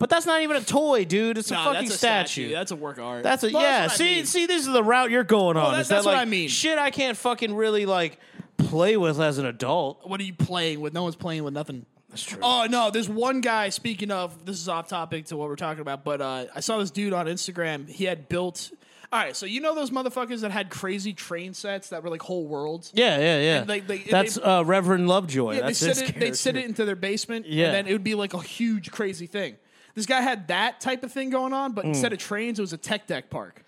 Speaker 1: But that's not even a toy, dude. It's a
Speaker 2: Nah,
Speaker 1: fucking
Speaker 2: that's a
Speaker 1: statue.
Speaker 2: That's a work of art.
Speaker 1: That's a
Speaker 2: Well,
Speaker 1: yeah.
Speaker 2: what I
Speaker 1: see,
Speaker 2: mean.
Speaker 1: see, this is the route you're going on.
Speaker 2: that-
Speaker 1: Is that,
Speaker 2: that's what
Speaker 1: like,
Speaker 2: I mean.
Speaker 1: Shit, I can't fucking really like play with as an adult.
Speaker 2: What are you playing with? No one's playing with nothing.
Speaker 1: That's true.
Speaker 2: Oh no, there's one guy. Speaking of, this is off topic to what we're talking about, but uh, I saw this dude on Instagram. He had built. All right, so you know those motherfuckers that had crazy train sets that were like whole worlds.
Speaker 1: yeah, yeah, yeah.
Speaker 2: they- they-
Speaker 1: that's
Speaker 2: they-
Speaker 1: uh, Reverend Lovejoy.
Speaker 2: Yeah, they
Speaker 1: that's
Speaker 2: sit
Speaker 1: his
Speaker 2: it, they'd sit
Speaker 1: character.
Speaker 2: it into their basement,
Speaker 1: Yeah.
Speaker 2: and then it would be like a huge crazy thing. This guy had that type of thing going on, but
Speaker 1: Mm.
Speaker 2: instead of trains, it was a tech deck park.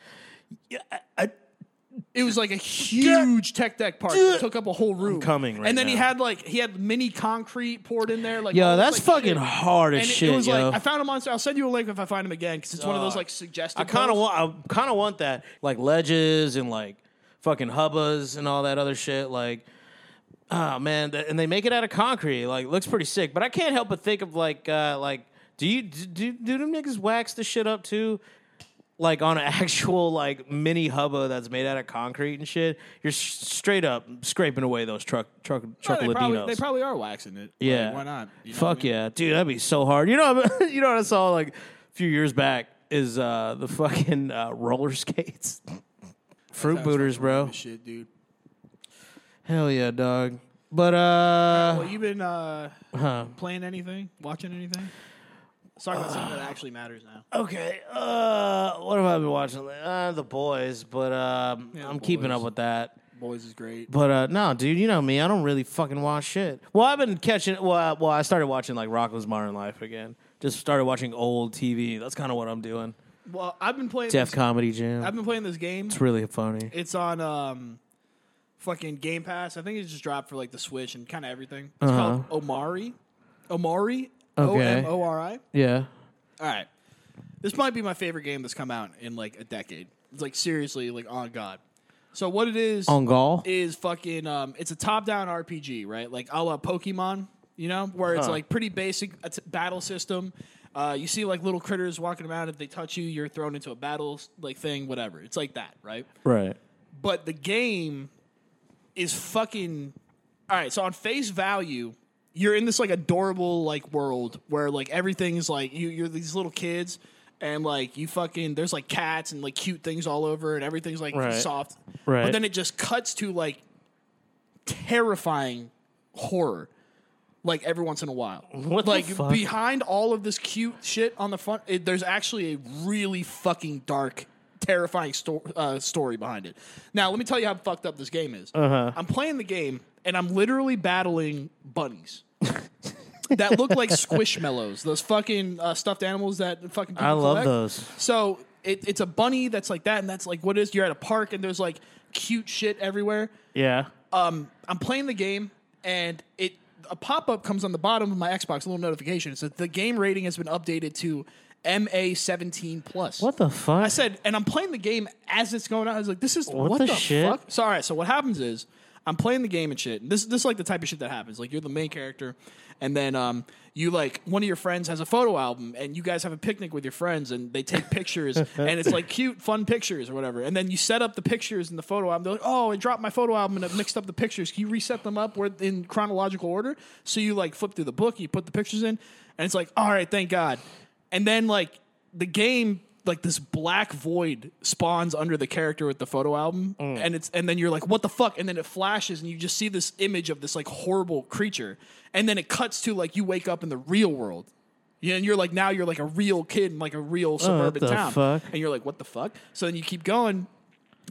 Speaker 2: It was like a huge tech deck park. that took up a whole room.
Speaker 1: coming right
Speaker 2: and then he
Speaker 1: now.
Speaker 2: had like he had mini concrete poured in there. Like
Speaker 1: Yo,
Speaker 2: all this,
Speaker 1: that's
Speaker 2: like,
Speaker 1: fucking
Speaker 2: shit.
Speaker 1: hard as
Speaker 2: And it-
Speaker 1: shit,
Speaker 2: it was
Speaker 1: yo.
Speaker 2: like I found him on. I'll send you a link if I find him again because it's one of those like suggested.
Speaker 1: I kind of
Speaker 2: posts.
Speaker 1: want, I kind of want that, like ledges and like fucking hubbas and all that other shit. Like, ah, oh man, th- and they make it out of concrete. Like, looks pretty sick. But I can't help but think of like, uh, like Do you do, do, do them niggas wax the shit up too? Like on an [LAUGHS] actual like mini hubba that's made out of concrete and shit. You're s- straight up scraping away those truck truck
Speaker 2: No,
Speaker 1: truck
Speaker 2: they, probably,
Speaker 1: Ladinos.
Speaker 2: they probably are waxing it.
Speaker 1: Yeah.
Speaker 2: Like, why not? You know
Speaker 1: Fuck
Speaker 2: what I mean?
Speaker 1: yeah, dude, that'd be so hard. You know, [LAUGHS] you know what I saw like a few years back is uh, the fucking uh, roller skates, [LAUGHS] fruit
Speaker 2: Sounds
Speaker 1: booters,
Speaker 2: fucking
Speaker 1: bro.
Speaker 2: random as Shit, dude.
Speaker 1: Hell yeah, dog. But uh,
Speaker 2: Well, you been uh,
Speaker 1: [LAUGHS] huh.
Speaker 2: playing anything? Watching anything? Let's talk about
Speaker 1: [SIGHS]
Speaker 2: something that actually matters now.
Speaker 1: okay. Uh, what have I been watching? Uh, the boys, but um,
Speaker 2: The
Speaker 1: I'm keeping
Speaker 2: Boys.
Speaker 1: up with that.
Speaker 2: Boys is great.
Speaker 1: But uh, no, dude, you know me. I don't really fucking watch shit. Well, I've been catching. Well, I, well, I started watching like Rocko's Modern Life again. Just started watching old TV. That's kind of what I'm doing.
Speaker 2: Well, I've been playing.
Speaker 1: Def
Speaker 2: this-
Speaker 1: Comedy Jam.
Speaker 2: I've been playing this game.
Speaker 1: it's really funny.
Speaker 2: It's on um, fucking Game Pass. I think it just dropped for like the Switch and kind of everything. It's called Omari. Omari. O
Speaker 1: Uh-huh. Okay.
Speaker 2: M O R I.
Speaker 1: Yeah.
Speaker 2: All right. This might be my favorite game that's come out in like a decade. It's like seriously, like on God. So what it is
Speaker 1: On Gaul.
Speaker 2: is fucking um it's a top-down RPG, right? Like a la Pokemon, you know, where it's
Speaker 1: Huh.
Speaker 2: like pretty basic uh, t- battle system. Uh, you see like little critters walking around. If they touch you, you're thrown into a battle like thing, whatever. It's like that, right?
Speaker 1: Right.
Speaker 2: but the game is fucking all right so on face value you're in this like adorable like world where like everything's like you, you're these little kids and like you fucking there's like cats and like cute things all over and everything's like
Speaker 1: Right.
Speaker 2: soft
Speaker 1: Right.
Speaker 2: but then it just cuts to like terrifying horror like every once in a while
Speaker 1: What the
Speaker 2: like
Speaker 1: fuck?
Speaker 2: behind all of this cute shit on the front it, there's actually a really fucking dark terrifying sto- uh, story behind it now let me tell you how fucked up this game is uh-huh. i'm playing the game and i'm literally battling bunnies [LAUGHS] that look like squishmallows those fucking uh, stuffed animals that fucking people
Speaker 1: I love
Speaker 2: collect.
Speaker 1: those.
Speaker 2: So it, it's a bunny that's like that, and that's like what it is. You're at a park, and there's like cute shit everywhere.
Speaker 1: Yeah.
Speaker 2: Um, I'm playing the game, and it a pop up comes on the bottom of my Xbox, a little notification. It says the game rating has been updated to MA17 plus.
Speaker 1: What the fuck?
Speaker 2: I said, and I'm playing the game as it's going on. I was like, this is what,
Speaker 1: the
Speaker 2: the,
Speaker 1: shit?
Speaker 2: fuck? So all right, so what happens is I'm playing the game and shit. And this this is like the type of shit that happens. Like you're the main character, and then um you like one of your friends has a photo album, and you guys have a picnic with your friends, and they
Speaker 1: [LAUGHS]
Speaker 2: take pictures, and it's like cute, fun pictures or whatever. And then you set up the pictures in the photo album. They're like, oh, I dropped my photo album and I mixed up the pictures. Can you reset them up where in chronological order? So you like flip through the book, you put the pictures in, and it's like, all right, thank God. And then like the game like this black void spawns under the character with the photo album
Speaker 1: Mm.
Speaker 2: and it's and then you're like what the fuck and then it flashes and you just see this image of this like horrible creature and then it cuts to like you wake up in the real world yeah, and you're like now you're like a real kid in like a real suburban
Speaker 1: the
Speaker 2: town
Speaker 1: fuck?
Speaker 2: and you're like what the fuck so then you keep going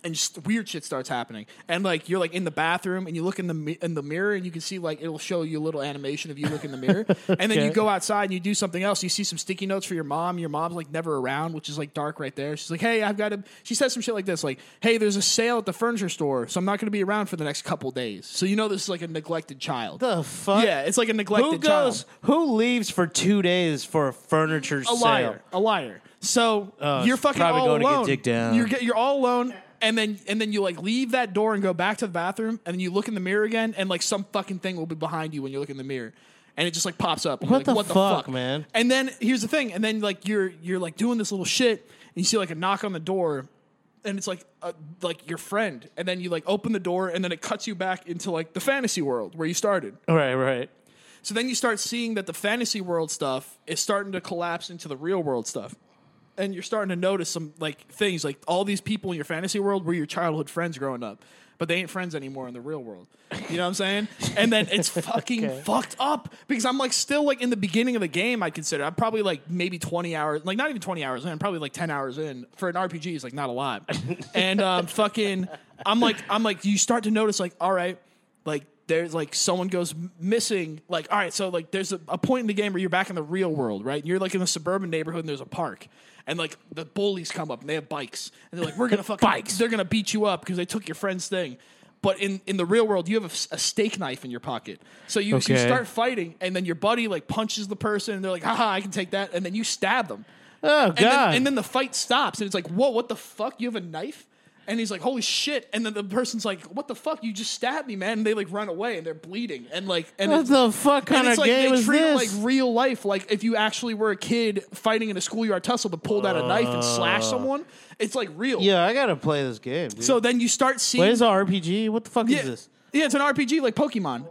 Speaker 2: and just weird shit starts happening. And like you're like in the bathroom and you look in the mi- in the mirror and you can see like it'll show you a little animation of you look in
Speaker 1: [LAUGHS]
Speaker 2: the mirror. And then you
Speaker 1: Okay.
Speaker 2: go outside and you do something else. You see some sticky notes for your mom. Your mom's like never around, which is like dark right there. She's like, "Hey, I've got to." She says some shit like this, like, "Hey, there's a sale at the furniture store, so I'm not going to be around for the next couple days." So you know this is like a neglected child.
Speaker 1: the fuck?
Speaker 2: yeah, it's like a neglected
Speaker 1: Who
Speaker 2: child.
Speaker 1: goes? Who leaves for two days for a furniture
Speaker 2: a
Speaker 1: sale? Uh,
Speaker 2: liar, a liar. So you're
Speaker 1: it's
Speaker 2: fucking
Speaker 1: probably
Speaker 2: all
Speaker 1: going to get
Speaker 2: alone.
Speaker 1: dick down.
Speaker 2: You're get, you're all alone, and then and then you like leave that door and go back to the bathroom, and then you look in the mirror again, and like some fucking thing will be behind you when you look in the mirror. And it just like pops up. and you're
Speaker 1: What
Speaker 2: like,
Speaker 1: the
Speaker 2: what the
Speaker 1: fuck,
Speaker 2: fuck,
Speaker 1: man?
Speaker 2: And then here's the thing. And then like you're you're like doing this little shit, and you see like a knock on the door, and it's like uh, like your friend. And then you like open the door, and then it cuts you back into like the fantasy world where you started.
Speaker 1: Right, right.
Speaker 2: So then you start seeing that the fantasy world stuff is starting to collapse into the real world stuff. And you're starting to notice some like things like all these people in your fantasy world were your childhood friends growing up, but they ain't friends anymore in the real world. You know what I'm saying? And then it's fucking fucked up because I'm like still like in the beginning of the game. I consider I'm probably like maybe 20 hours, like not even 20 hours in, I'm probably like 10 hours in for an RPG is like not a lot. and um, fucking, I'm like I'm like you start to notice like all right, like there's like someone goes m- missing like all right so like there's a, a point in the game where you're back in the real world right you're like in a suburban neighborhood and there's a park and like the bullies come up and they have bikes and they're like we're gonna fucking bikes they're gonna beat you up because they took your friend's thing but in, in the real world you have a s- a, steak knife in your pocket so you, so you
Speaker 1: Okay.
Speaker 2: start fighting and then your buddy like punches the person and they're like haha i can take that and then you stab them
Speaker 1: Oh god.
Speaker 2: and then, and then the fight stops, and it's like, whoa, what the fuck? You have a knife? And he's like, "Holy shit!" And then the person's like, "What the fuck? You just stabbed me, man!" And they like run away and they're bleeding and like and
Speaker 5: What
Speaker 2: it's-
Speaker 5: the fuck kind
Speaker 2: and
Speaker 5: of
Speaker 2: it's like
Speaker 5: game
Speaker 2: they
Speaker 5: is
Speaker 2: treat it
Speaker 5: this?
Speaker 2: like real life, like if you actually were a kid fighting in a schoolyard tussle but pulled out a knife and
Speaker 5: Uh.
Speaker 2: slashed someone. It's like real.
Speaker 1: Yeah, I gotta play this game. Dude.
Speaker 2: So then you start seeing.
Speaker 6: What is an RPG? What the fuck
Speaker 2: yeah,
Speaker 6: is this?
Speaker 2: yeah, it's an RPG like Pokemon.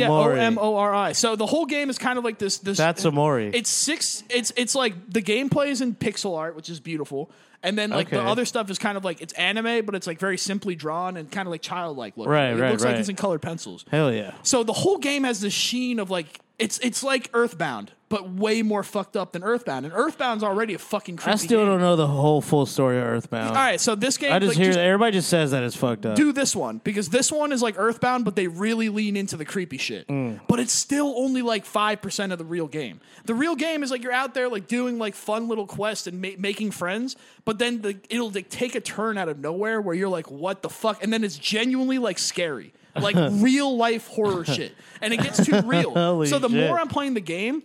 Speaker 1: Omori.
Speaker 3: O M O R I.
Speaker 2: Yeah, O M O R I. So the whole game is kind of like this. This
Speaker 1: That's Amori.
Speaker 2: It's six. It's it's like the gameplay is in pixel art, which is beautiful, and then like the
Speaker 1: Okay.
Speaker 2: other stuff is kind of like it's anime, but it's like very simply drawn and kind of like childlike looking.
Speaker 6: Right,
Speaker 2: it
Speaker 6: right,
Speaker 2: looks like
Speaker 6: right.
Speaker 2: it's in colored pencils.
Speaker 6: Hell yeah.
Speaker 2: So the whole game has this sheen of like it's it's like Earthbound, but way more fucked up than Earthbound. And Earthbound's already a fucking. Creepy
Speaker 6: I still
Speaker 2: game.
Speaker 6: don't know the whole full story of Earthbound.
Speaker 2: All right, so this game,
Speaker 6: I just
Speaker 2: like,
Speaker 6: hear
Speaker 2: just
Speaker 6: that everybody just says that it's fucked up.
Speaker 2: do this one because this one is like Earthbound, but they really lean into the creepy shit.
Speaker 6: Mm.
Speaker 2: But it's still only like five percent of the real game. The real game is like you're out there like doing like fun little quests and ma- making friends, but then the, it'll like take a turn out of nowhere where you're like, what the fuck, and then it's genuinely like scary,
Speaker 6: [LAUGHS]
Speaker 2: like real life horror shit, and it gets too real.
Speaker 6: Holy
Speaker 2: so the
Speaker 6: shit.
Speaker 2: more I'm playing the game.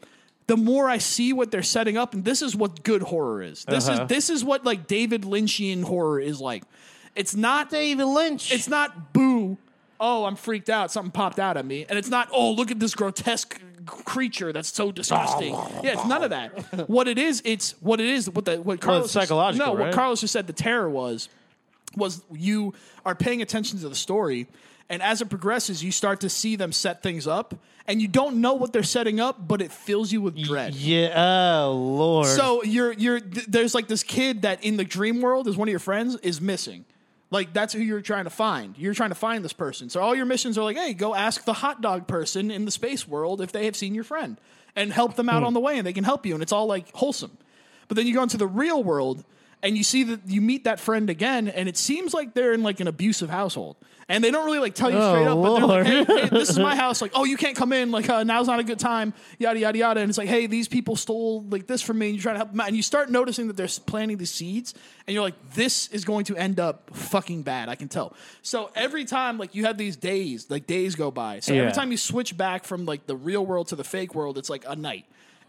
Speaker 2: The more I see what they're setting up, and this is what good horror is. This
Speaker 6: Uh-huh.
Speaker 2: is this is what like David Lynchian horror is like. It's not
Speaker 1: David Lynch.
Speaker 2: it's not boo. Oh, I'm freaked out. Something popped out at me, and it's not. Oh, look at this grotesque creature that's
Speaker 6: [LAUGHS]
Speaker 2: so disgusting. yeah, it's none of that. What it is, it's what it is. What the what Carlos just-
Speaker 6: psychological,
Speaker 2: No, what
Speaker 6: right?
Speaker 2: Carlos just said. The terror was was you are paying attention to the story, and as it progresses, you start to see them set things up, and you don't know what they're setting up, but it fills you with dread.
Speaker 1: yeah. Oh lord.
Speaker 2: So you're you're th- there's like this kid that in the dream world is one of your friends is missing. Like that's who you're trying to find. You're trying to find this person. So all your missions are like, hey, go ask the hot dog person in the space world if they have seen your friend and help them out on the way and they can help you and it's all like wholesome. But then you go into the real world and you see that you meet that friend again and it seems like they're in like an abusive household. And they don't really like tell you straight up, but they're like, hey,
Speaker 6: Lord.
Speaker 2: hey, this is my house. Like, oh, you can't come in. Like, uh, now's not a good time. Yada yada yada. And it's like, hey, these people stole like this from me, and you're trying to help them out. And you start noticing that they're s- planting the seeds, and you're like, this is going to end up fucking bad. I can tell. So every time, like, you have these days, like days go by. So
Speaker 6: Yeah.
Speaker 2: every time you switch back from like the real world to the fake world, it's like a night.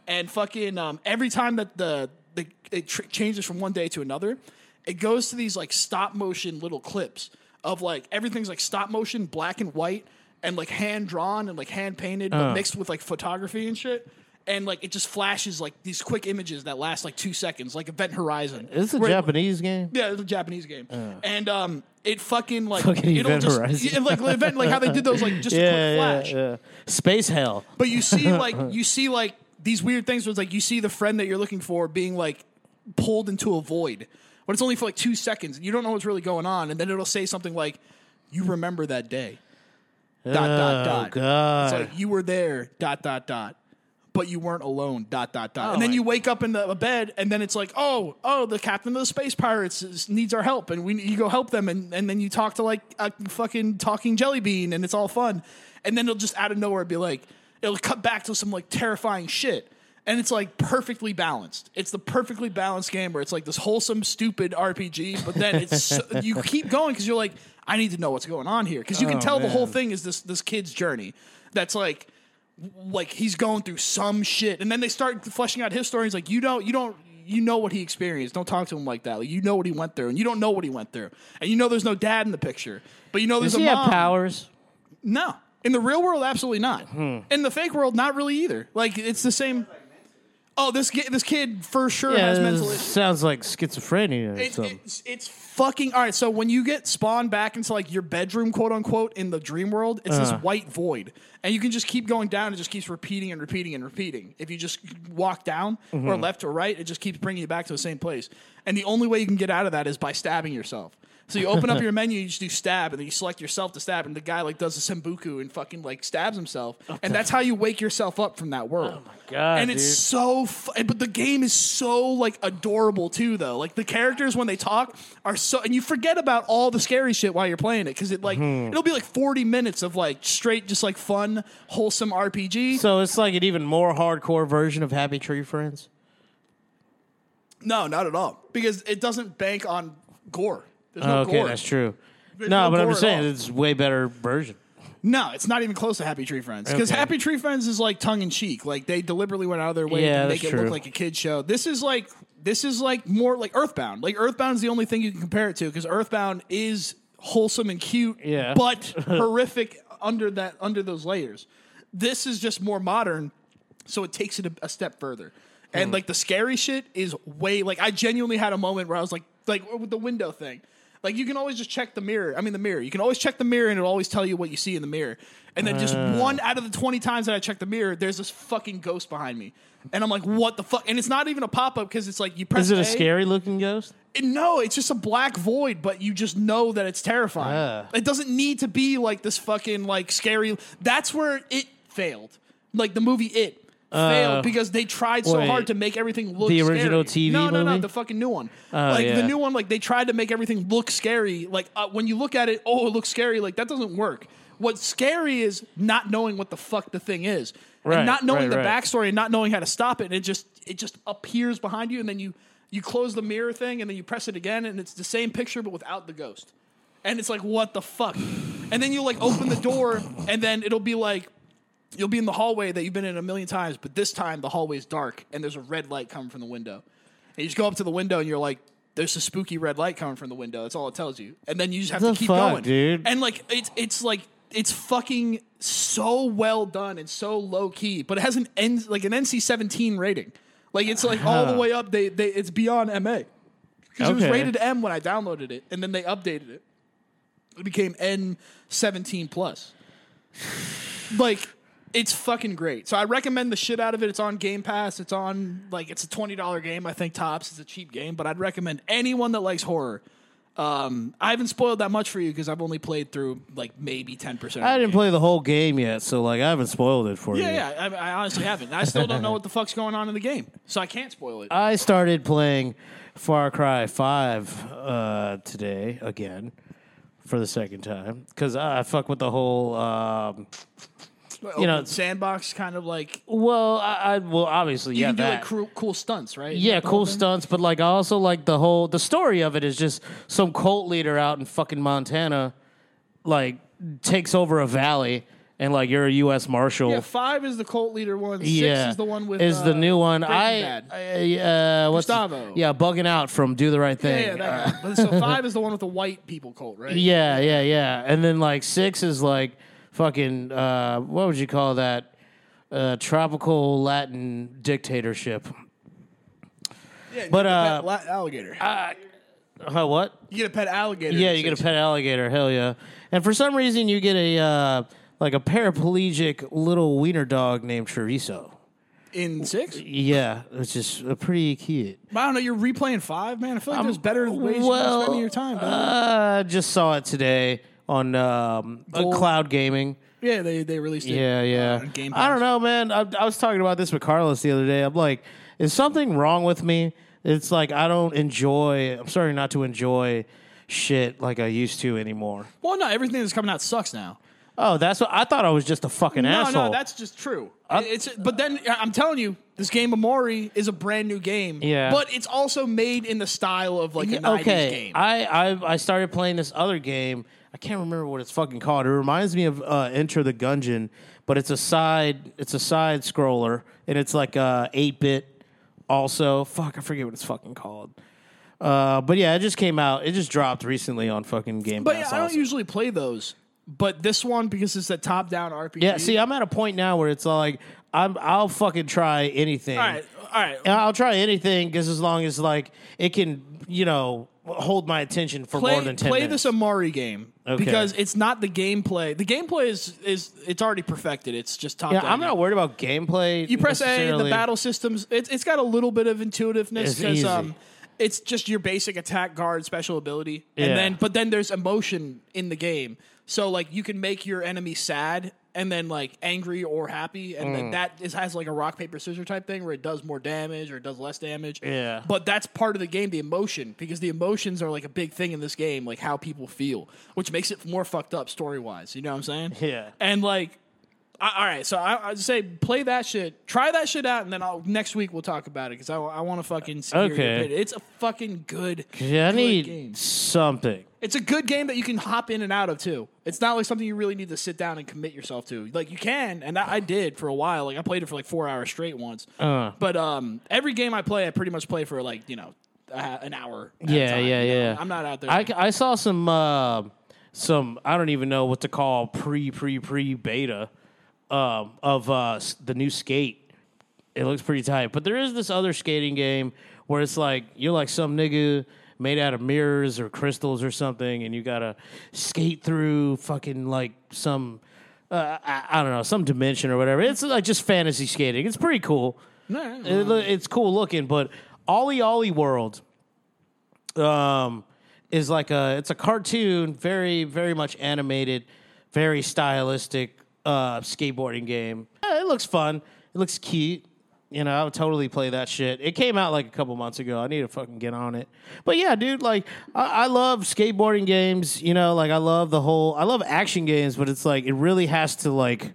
Speaker 2: And fucking um, every time that the, the it tr- changes from one day to another, it goes to these like stop motion little clips of like everything's like stop motion, black and white, and like hand drawn and like hand painted,
Speaker 6: Uh.
Speaker 2: but mixed with like photography and shit. And like it just flashes like these quick images that last like two seconds, like Event Horizon.
Speaker 1: it's a
Speaker 2: Where-
Speaker 1: Japanese game.
Speaker 2: yeah, it's a Japanese game, and um, it fucking like
Speaker 6: Uh. Fucking
Speaker 2: it'll
Speaker 6: Event
Speaker 2: just
Speaker 6: Horizon.
Speaker 2: [LAUGHS] yeah, like event like how they did those like just
Speaker 6: [LAUGHS]
Speaker 2: a
Speaker 6: yeah,
Speaker 2: quick
Speaker 6: yeah,
Speaker 2: flash
Speaker 6: yeah. Space hell.
Speaker 2: but you see like you see like these weird things where it's like you see the friend that you're looking for being like pulled into a void but it's only for like two seconds and you don't know what's really going on and then it'll say something like you remember that day dot dot dot
Speaker 6: God.
Speaker 2: it's like you were there dot dot dot but you weren't alone dot dot dot and then you wake up in the a bed and then it's like oh oh the captain of the space pirates is, needs our help and we you go help them and, and then you talk to like a fucking talking jelly bean and it's all fun and then it'll just out of nowhere be like it'll cut back to some like terrifying shit and it's like perfectly balanced. It's the perfectly balanced game where it's like this wholesome, stupid RPG, but then it's so, [LAUGHS] you keep going because you're like, I need to know what's going on here because you can tell the whole thing is this this kid's journey. That's like like he's going through some shit, and then they start fleshing out his story. He's like, you don't, you don't, you know what he experienced. Don't talk to him like that. Like, you know what he went through, and you don't know what he went throrough, and you know there's no dad in the picture, but you know there's
Speaker 6: Does he
Speaker 2: a
Speaker 6: have
Speaker 2: mom.
Speaker 6: powers?
Speaker 2: No, in the real world, absolutely not. In the fake world, not really either. Like it's the same. Oh, this ki- this kid for sure
Speaker 6: Yeah,
Speaker 2: has
Speaker 6: this
Speaker 2: mental issues.
Speaker 6: sounds like schizophrenia or
Speaker 2: It-
Speaker 6: something.
Speaker 2: it's, it's fucking all right. So when you get spawned back into like your bedroom, quote unquote, in the dream world, it's this white void, and you can just keep going down. It just keeps repeating and repeating and repeating. If you just walk down or left or right, it just keeps bringing you back to the same place. And the only way you can get out of that is by stabbing yourself. So you [LAUGHS] open up your menu, you just do stab, and then you select yourself to stab, and the guy like does a sembuku and fucking like stabs himself, and that's how you wake yourself up from that world. Oh my
Speaker 6: God,
Speaker 2: and it's
Speaker 6: dude.
Speaker 2: so f- but the game is so like adorable too though like the characters when they talk are so and you forget about all the scary shit while you're playing it because it like
Speaker 6: Mm-hmm.
Speaker 2: it'll be like 40 minutes of like straight just like fun wholesome rpg
Speaker 6: so it's like an even more hardcore version of Happy Tree Friends.
Speaker 2: no not at all because it doesn't bank on gore there's no
Speaker 6: Oh, okay,
Speaker 2: gore
Speaker 6: that's true.
Speaker 2: There's
Speaker 6: no,
Speaker 2: no
Speaker 6: but I'm
Speaker 2: gore
Speaker 6: just
Speaker 2: at
Speaker 6: saying
Speaker 2: all.
Speaker 6: it's way better version.
Speaker 2: no it's not even close to happy tree friends because
Speaker 6: Okay.
Speaker 2: happy tree friends is like tongue-in-cheek like they deliberately went out of their way
Speaker 6: Yeah,
Speaker 2: to make
Speaker 6: that's
Speaker 2: it
Speaker 6: true.
Speaker 2: look like a kid show this is like This is like more like Earthbound. Like Earthbound's the only thing you can compare it to because Earthbound is wholesome and cute,
Speaker 5: Yeah.
Speaker 6: [LAUGHS]
Speaker 2: but horrific under that under those layers. This is just more modern, so it takes it a, a step further. And
Speaker 6: Hmm.
Speaker 2: like the scary shit is way like I genuinely had a moment where I was like like with the window thing. Like you can always just check the mirror. I mean the mirror. You can always check the mirror and it'll always tell you what you see in the mirror. And then just
Speaker 6: Ah.
Speaker 2: one out of the 20 times that I check the mirror, there's this fucking ghost behind me. And I'm like, "What the fuck?" And it's not even a pop-up cuz it's like you press
Speaker 6: Is it
Speaker 2: a.
Speaker 6: a scary looking ghost?
Speaker 2: It- no, it's just a black void, but you just know that it's terrifying.
Speaker 1: Ah.
Speaker 2: It doesn't need to be like this fucking like scary. That's where it failed. Like the movie It failed because they tried so
Speaker 6: Uh, wait.
Speaker 2: hard to make everything look
Speaker 6: The original
Speaker 2: scary.
Speaker 6: TV
Speaker 2: no, no, no,
Speaker 6: movie? Oh,
Speaker 2: the fucking new one. like
Speaker 6: yeah.
Speaker 2: the new one, like they tried to make everything look scary. Like uh, when you look at it, oh, it looks scary. Like that doesn't work. What's scary is not knowing what the fuck the thing is,
Speaker 6: Right,
Speaker 2: and not knowing
Speaker 6: right,
Speaker 2: the
Speaker 6: right.
Speaker 2: back backstory and not knowing how to stop it, and it just it just appears behind you, and then you you close the mirror thing, and then you press it again, and it's the same picture but without the ghost, and it's like what the fuck, and then you like open the door, and then it'll be like you'll be in the hallway that you've been in a million times, but this time the hallway's dark and there's a red light coming from the window, and you just go up to the window and you're like. There's a spooky red light coming from the window. That's all it tells you, and then you just have
Speaker 1: The
Speaker 2: to keep
Speaker 1: fuck,
Speaker 2: going,
Speaker 1: dude?
Speaker 2: and like it's it's like it's fucking so well done and so low key, but it has an N, like an NC seventeen rating. Like it's like all the way up. They they it's beyond MA because it was
Speaker 6: Okay.
Speaker 2: rated M when I downloaded it, and then they updated it. It became N seventeen plus. like it's fucking great. So I recommend the shit out of it. It's on Game Pass. It's on like it's a twenty dollar game. I think tops. It's a cheap game, but I'd recommend anyone that likes horror. Um, I haven't spoiled that much for you because I've only played through like maybe ten percent.
Speaker 1: I didn't play the whole game yet, so like I haven't spoiled it for you.
Speaker 2: Yeah, yeah. I, I honestly haven't. I still don't know what the fuck's going on in the game, so I can't spoil it.
Speaker 1: I started playing Far Cry 5 uh, today again for the second time because I fuck with the whole. Um,
Speaker 2: you
Speaker 1: know,
Speaker 2: know, sandbox kind of like you
Speaker 1: well, I, I well obviously yeah
Speaker 2: can do
Speaker 1: that.
Speaker 2: like cool, cool stunts, right?
Speaker 1: yeah, cool stunts, but like I also like the whole the story of it is just some cult leader out in fucking Montana, like takes over a valley and like you're a U.S. marshal.
Speaker 2: Yeah, five is the cult leader one. Six
Speaker 1: yeah,
Speaker 2: is the one with
Speaker 1: is the
Speaker 2: uh,
Speaker 1: new one.
Speaker 2: Breaking
Speaker 1: I,
Speaker 2: Bad.
Speaker 1: [LAUGHS] I uh, what's
Speaker 2: Gustavo.
Speaker 1: yeah, bugging out from Do the Right
Speaker 2: yeah,
Speaker 1: Thing. Uh,
Speaker 2: yeah, that guy. But so five is the one with the white people cult, right?
Speaker 1: Yeah, yeah, yeah. And then like six is like fucking uh, what would you call that? Uh, tropical Latin dictatorship.
Speaker 2: yeah
Speaker 1: but,
Speaker 2: you get a
Speaker 1: uh,
Speaker 2: pet la- alligator.
Speaker 1: Uh, what?
Speaker 2: you get a pet alligator.
Speaker 1: Yeah,
Speaker 2: in
Speaker 1: you get a
Speaker 2: six.
Speaker 1: pet alligator. Hell yeah! And for some reason, you get a uh, like a paraplegic little wiener dog named Chorizo.
Speaker 2: in six.
Speaker 1: Yeah, which is uh, pretty cute.
Speaker 2: But I don't know. You're replaying five, man. I feel like there's better ways you
Speaker 1: well,
Speaker 2: can spend your time. dog.
Speaker 1: Uh, just saw it today on um, uh,
Speaker 2: Gold.
Speaker 1: Cloud Gaming.
Speaker 2: yeah, they they released it.
Speaker 1: Yeah, yeah.
Speaker 2: on uh, Game
Speaker 1: I
Speaker 2: Pass.
Speaker 1: don't know, man. I, I was talking about this with Carlos the other day. I'm like, is something wrong with me? It's like I don't enjoy. I'm starting not to enjoy shit like I used to anymore.
Speaker 2: Well, no, everything that's coming out sucks now.
Speaker 1: Oh, that's what I thought. I was just a fucking asshole.
Speaker 2: No, no, that's just true. it's but then I'm telling you, this game Amori is a brand new game.
Speaker 1: Yeah.
Speaker 2: but it's also made in the style of like a
Speaker 1: Yeah,
Speaker 2: 90s
Speaker 1: okay.
Speaker 2: game.
Speaker 1: I, I I started playing this other game. I can't remember what it's fucking called. It reminds me of uh, Enter the Gungeon, but it's a side it's a side scroller, and it's like a eight bit. Also, fuck, I forget what it's fucking called. Uh, but yeah, it just came out. It just dropped recently on fucking Game
Speaker 2: but yeah,
Speaker 1: Pass.
Speaker 2: I don't
Speaker 1: also.
Speaker 2: usually play those. But this one because it's a top-down RPG.
Speaker 1: yeah, see, I'm at a point now where it's like I'm I'll fucking try anything.
Speaker 2: all right, all right.
Speaker 1: And I'll try anything just as long as like it can, you know, hold my attention for
Speaker 2: Play,
Speaker 1: more than ten.
Speaker 2: play
Speaker 1: minutes.
Speaker 2: this Amari game because it's not the gameplay. The gameplay is is it's already perfected. It's just top.
Speaker 1: Yeah,
Speaker 2: down
Speaker 1: I'm not worried about gameplay.
Speaker 2: You press A and the
Speaker 1: necessarily.
Speaker 2: battle systems. It's it's got a little bit of intuitiveness
Speaker 1: It's
Speaker 2: because
Speaker 1: easy.
Speaker 2: um, it's just your basic attack, guard, special ability,
Speaker 1: Yeah.
Speaker 2: and then but then there's emotion in the game. So like you can make your enemy sad and then like angry or happy, and
Speaker 1: Mm.
Speaker 2: then that is, has like a rock paper scissors type thing where it does more damage or it does less damage.
Speaker 1: Yeah.
Speaker 2: But that's part of the game, the emotion, because the emotions are like a big thing in this game, like how people feel, which makes it more fucked up story wise. You know what I'm saying?
Speaker 1: Yeah.
Speaker 2: And like I, all right, so I, I say play that shit, try that shit out, and then I'll next week we'll talk about it because I, I want to fucking see your
Speaker 1: Okay.
Speaker 2: opinion. It's a fucking good,
Speaker 1: Yeah, I
Speaker 2: good
Speaker 1: need
Speaker 2: game.
Speaker 1: something.
Speaker 2: It's a good game that you can hop in and out of too. It's not like something you really need to sit down and commit yourself to. Like you can, and I, I did for a while. Like I played it for like four hours straight once.
Speaker 1: Uh-huh.
Speaker 2: But um, every game I play, I pretty much play for like you know a, ha- an hour. at a
Speaker 1: Yeah,
Speaker 2: time,
Speaker 1: yeah,
Speaker 2: you know?
Speaker 1: yeah.
Speaker 2: I'm not out there.
Speaker 1: I, I saw some uh, some I don't even know what to call pre pre pre beta um, of uh, s- the new skate. It looks pretty tight, but there is this other skating game where it's like you're like some nigga made out of mirrors or crystals or something, and you gotta skate through fucking like some uh, I, I don't know some dimension or whatever. It's like just fantasy skating. It's pretty cool.
Speaker 2: Nah,
Speaker 1: It loo- it's cool looking, but Ollie Ollie World um, is like a it's a cartoon, very very much animated, very stylistic uh, skateboarding game. Eh, It looks fun. It looks cute. You know, I would totally play that shit. It came out like a couple months ago. I need to fucking get on it. But yeah, dude, like I, I love skateboarding games. You know, like I love the whole. I love action games, but it's like it really has to like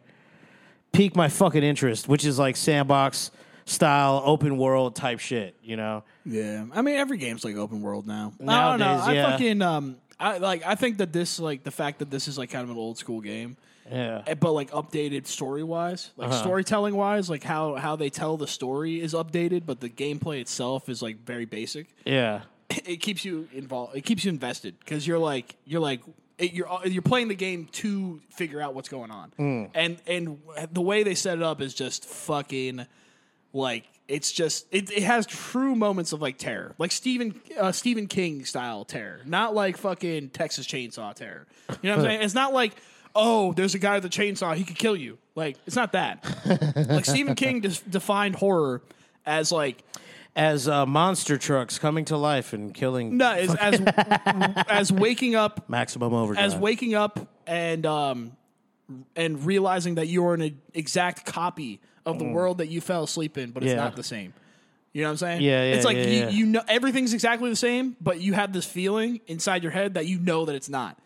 Speaker 1: pique my fucking interest, which is like sandbox style, open world type shit. You know.
Speaker 2: Yeah, I mean every game's like open world now. I
Speaker 1: Nowadays,
Speaker 2: don't know.
Speaker 1: yeah.
Speaker 2: I fucking um, I like. I think that this like the fact that this is like kind of an old school game,
Speaker 1: Yeah.
Speaker 2: eh, but like updated story wise, like
Speaker 1: Uh-huh.
Speaker 2: storytelling wise, like how how they tell the story is updated, but the gameplay itself is like very basic.
Speaker 1: Yeah.
Speaker 2: [COUGHS] It keeps you involved. It keeps you invested because you're like you're like. It, you're uh, you're playing the game to figure out what's going on, and and the way they set it up is just fucking like it's just it, it has true moments of like terror like stephen uh, stephen king style terror not like fucking texas chainsaw terror you know what i'm saying it's not like oh there's a guy with a chainsaw he could kill you like it's not that like stephen king des- defined horror as like
Speaker 1: As uh, monster trucks coming to life and killing
Speaker 2: no as as, as waking up
Speaker 1: maximum overdrive.
Speaker 2: as waking up and um and realizing that you are an exact copy of the world that you fell asleep in, but it's
Speaker 1: Mm. Yeah.
Speaker 2: not the same. You know what I'm saying?
Speaker 1: Yeah, yeah,
Speaker 2: It's like
Speaker 1: yeah,
Speaker 2: you,
Speaker 1: yeah.
Speaker 2: you know everything's exactly the same, but you have this feeling inside your head that you know that it's not.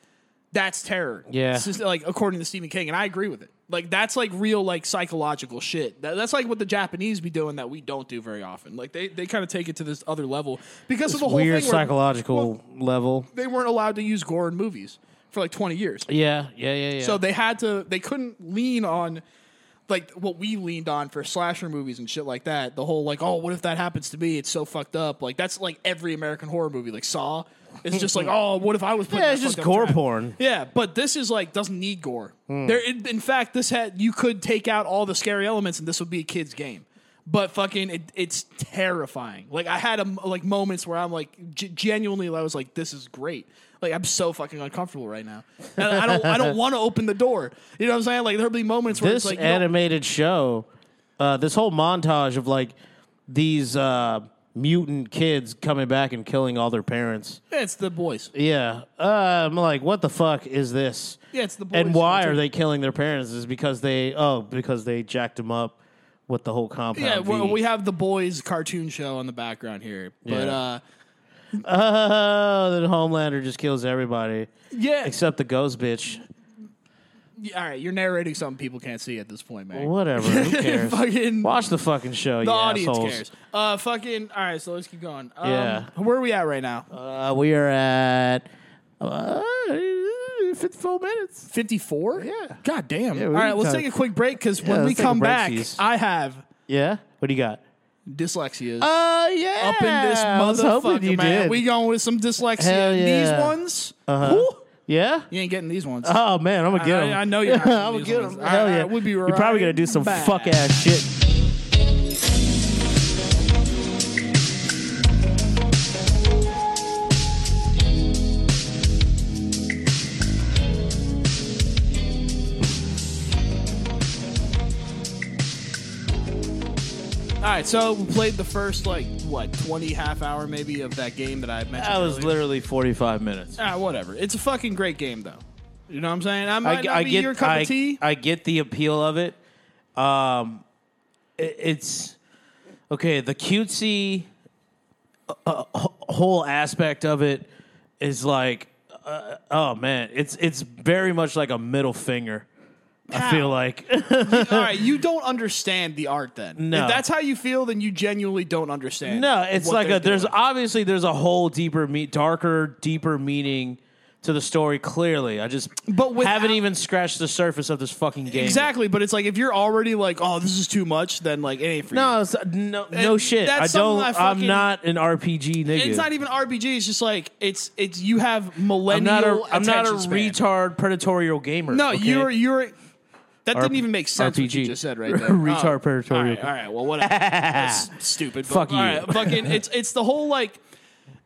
Speaker 2: That's terror.
Speaker 1: Yeah.
Speaker 2: It's just, like according to Stephen King, and I agree with it. Like that's like real like psychological shit. That, that's like what the Japanese be doing that we don't do very often. Like they, they kind of take it to this other level because of the whole
Speaker 1: Weird
Speaker 2: thing where-
Speaker 1: psychological
Speaker 2: well,
Speaker 1: level.
Speaker 2: they weren't allowed to use gore in movies for like 20 years.
Speaker 1: Yeah, yeah, yeah, yeah.
Speaker 2: So they had to they couldn't lean on like what we leaned on for slasher movies and shit like that. The whole like, oh, what if that happens to me? It's so fucked up. Like that's like every American horror movie. Like Saw, it's
Speaker 1: [LAUGHS]
Speaker 2: just like, oh, what if I was? put in
Speaker 1: yeah,
Speaker 2: that
Speaker 1: it's just
Speaker 2: fucked up
Speaker 1: gore
Speaker 2: trap?
Speaker 1: porn.
Speaker 2: Yeah, but this is like doesn't need gore. There, in, in fact, this had you could take out all the scary elements and this would be a kid's game. But fucking, it, it's terrifying. Like I had a m like moments where I'm like g- genuinely, I was like, this is great. Like I'm so fucking uncomfortable right now, and I don't,
Speaker 1: [LAUGHS]
Speaker 2: I don't want to open the door. You know what I'm saying? Like there'll be moments where
Speaker 1: This
Speaker 2: it's like, you know-
Speaker 1: animated show, uh, this whole montage of like these uh, mutant kids coming back and killing all their parents.
Speaker 2: yeah, it's the boys.
Speaker 1: Yeah, uh, I'm like, what the fuck is this?
Speaker 2: Yeah, it's the boys.
Speaker 1: and why
Speaker 2: It's-
Speaker 1: are they killing their parents? Is because they oh because they jacked them up with the whole compound.
Speaker 2: Yeah, well,
Speaker 1: V.
Speaker 2: we have the boys cartoon show on the background here, but
Speaker 1: Yeah.
Speaker 2: uh,
Speaker 1: Oh, then Homelander just kills everybody
Speaker 2: yeah,
Speaker 1: except the ghost bitch.
Speaker 2: yeah, all right, you're narrating something people can't see at this point, man.
Speaker 1: Whatever, who
Speaker 2: [LAUGHS]
Speaker 1: cares?
Speaker 2: fucking
Speaker 1: Watch the fucking show, you
Speaker 2: the audience
Speaker 1: assholes.
Speaker 2: cares. Uh, fucking. All right, so let's keep going. Um,
Speaker 1: Yeah.
Speaker 2: Where are we at right now?
Speaker 1: Uh, we are at uh, 54 minutes.
Speaker 2: Fifty-four. Yeah. God damn.
Speaker 1: Yeah,
Speaker 2: all
Speaker 1: we
Speaker 2: right,
Speaker 1: can
Speaker 2: let's
Speaker 1: kinda-
Speaker 2: take a quick break because when
Speaker 1: let's
Speaker 2: we
Speaker 1: take a
Speaker 2: come
Speaker 1: break,
Speaker 2: back,
Speaker 1: Cease.
Speaker 2: I have
Speaker 1: Yeah, what do you got?
Speaker 2: dyslexia
Speaker 1: Uh, yeah,
Speaker 2: up in this
Speaker 1: I was hoping
Speaker 2: motherfucker,
Speaker 1: you
Speaker 2: man.
Speaker 1: did.
Speaker 2: We going with some dyslexia.
Speaker 1: Hell yeah.
Speaker 2: These ones.
Speaker 1: Uh-huh.
Speaker 2: whew,
Speaker 1: yeah.
Speaker 2: you ain't getting these ones.
Speaker 1: Oh man, I'm gonna get
Speaker 2: I-
Speaker 1: him.
Speaker 2: I know you're
Speaker 1: [LAUGHS]
Speaker 2: not getting
Speaker 1: I'm gonna
Speaker 2: these
Speaker 1: get
Speaker 2: ones.
Speaker 1: him.
Speaker 2: All
Speaker 1: Hell
Speaker 2: right,
Speaker 1: yeah,
Speaker 2: we'll be
Speaker 1: You're probably gonna do
Speaker 2: right
Speaker 1: some
Speaker 2: back.
Speaker 1: fuck ass shit.
Speaker 2: All right, so we played the first like what twenty half hour maybe of that game that I mentioned.
Speaker 1: That was
Speaker 2: earlier.
Speaker 1: literally 45 minutes.
Speaker 2: Ah, whatever. It's a fucking great game though. You know what I'm saying? I might
Speaker 1: I,
Speaker 2: not
Speaker 1: I
Speaker 2: be
Speaker 1: get
Speaker 2: your cup
Speaker 1: I,
Speaker 2: of tea.
Speaker 1: I get the appeal of it. Um, it- it's okay. The cutesy uh, uh, wh- whole aspect of it is like, uh, oh man, it's it's very much like a middle finger I feel like
Speaker 2: All right, you don't understand the art then.
Speaker 1: No.
Speaker 2: If that's how you feel, then you genuinely don't understand.
Speaker 1: No, it's
Speaker 2: what
Speaker 1: like
Speaker 2: they're
Speaker 1: a there's
Speaker 2: doing.
Speaker 1: obviously there's a whole deeper me darker, deeper meaning to the story clearly. I just
Speaker 2: But without-
Speaker 1: haven't even scratched the surface of this fucking game.
Speaker 2: Exactly, but it's like if you're already like, oh, this is too much, then like it ain't for you.
Speaker 1: No, it's, no, no
Speaker 2: And
Speaker 1: shit. I
Speaker 2: that's something
Speaker 1: don't.
Speaker 2: I
Speaker 1: I'm
Speaker 2: fucking-
Speaker 1: not an RPG nigga.
Speaker 2: It's not even RPG. It's just like it's it's you
Speaker 1: I'm not
Speaker 2: have
Speaker 1: a.
Speaker 2: millennial.
Speaker 1: I'm not a
Speaker 2: attention span.
Speaker 1: retard predatorial gamer.
Speaker 2: No,
Speaker 1: okay?
Speaker 2: you're you're. That didn't even make sense. What you
Speaker 1: RPG.
Speaker 2: just
Speaker 1: [LAUGHS]
Speaker 2: said right there.
Speaker 1: Retard
Speaker 2: Oh.
Speaker 1: predatory.
Speaker 2: All right, all right.
Speaker 1: [LAUGHS]
Speaker 2: Well, whatever. That's stupid. but-
Speaker 1: Fuck you.
Speaker 2: All right, fucking. It's it's the whole like.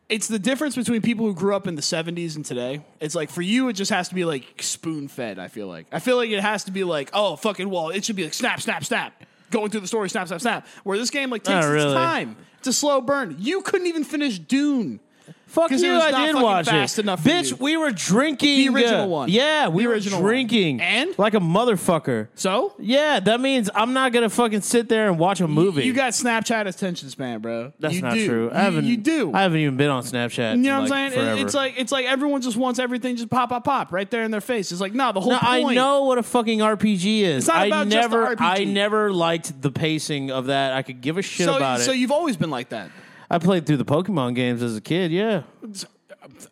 Speaker 2: It's the difference between people who grew up in the '70s and today. It's like for you, it just has to be like spoon fed. I feel like I feel like it has to be like oh fucking well, it should be like snap, snap, snap, going through the story, snap, snap, snap. Where this game like takes
Speaker 1: Not really.
Speaker 2: its time. It's a slow burn. You couldn't even finish Dune.
Speaker 1: Fuck
Speaker 2: 'Cause it
Speaker 1: you!
Speaker 2: was not
Speaker 1: I did
Speaker 2: fucking
Speaker 1: watch
Speaker 2: fast
Speaker 1: it.
Speaker 2: enough for
Speaker 1: Bitch,
Speaker 2: you.
Speaker 1: we were drinking
Speaker 2: The original
Speaker 1: uh,
Speaker 2: one.
Speaker 1: Yeah, we
Speaker 2: The
Speaker 1: were
Speaker 2: original one.
Speaker 1: drinking
Speaker 2: And?
Speaker 1: like a motherfucker.
Speaker 2: So
Speaker 1: Yeah, that means I'm not gonna fucking sit there and watch a movie.
Speaker 2: you got Snapchat attention span, bro.
Speaker 1: That's
Speaker 2: You
Speaker 1: not
Speaker 2: do.
Speaker 1: true.
Speaker 2: You-
Speaker 1: I haven't.
Speaker 2: You do.
Speaker 1: I haven't even been on Snapchat.
Speaker 2: You know what
Speaker 1: like,
Speaker 2: I'm saying? It-
Speaker 1: Forever.
Speaker 2: It's like it's like everyone just wants everything just pop pop pop right there in their face. It's like no, the whole
Speaker 1: No,
Speaker 2: point.
Speaker 1: I know what a fucking RPG is.
Speaker 2: not
Speaker 1: I
Speaker 2: about just
Speaker 1: never,
Speaker 2: the RPG.
Speaker 1: I never liked the pacing of that. I could give a shit
Speaker 2: So,
Speaker 1: about
Speaker 2: so
Speaker 1: it.
Speaker 2: you've always been like that.
Speaker 1: I played through the Pokemon games as a kid. Yeah,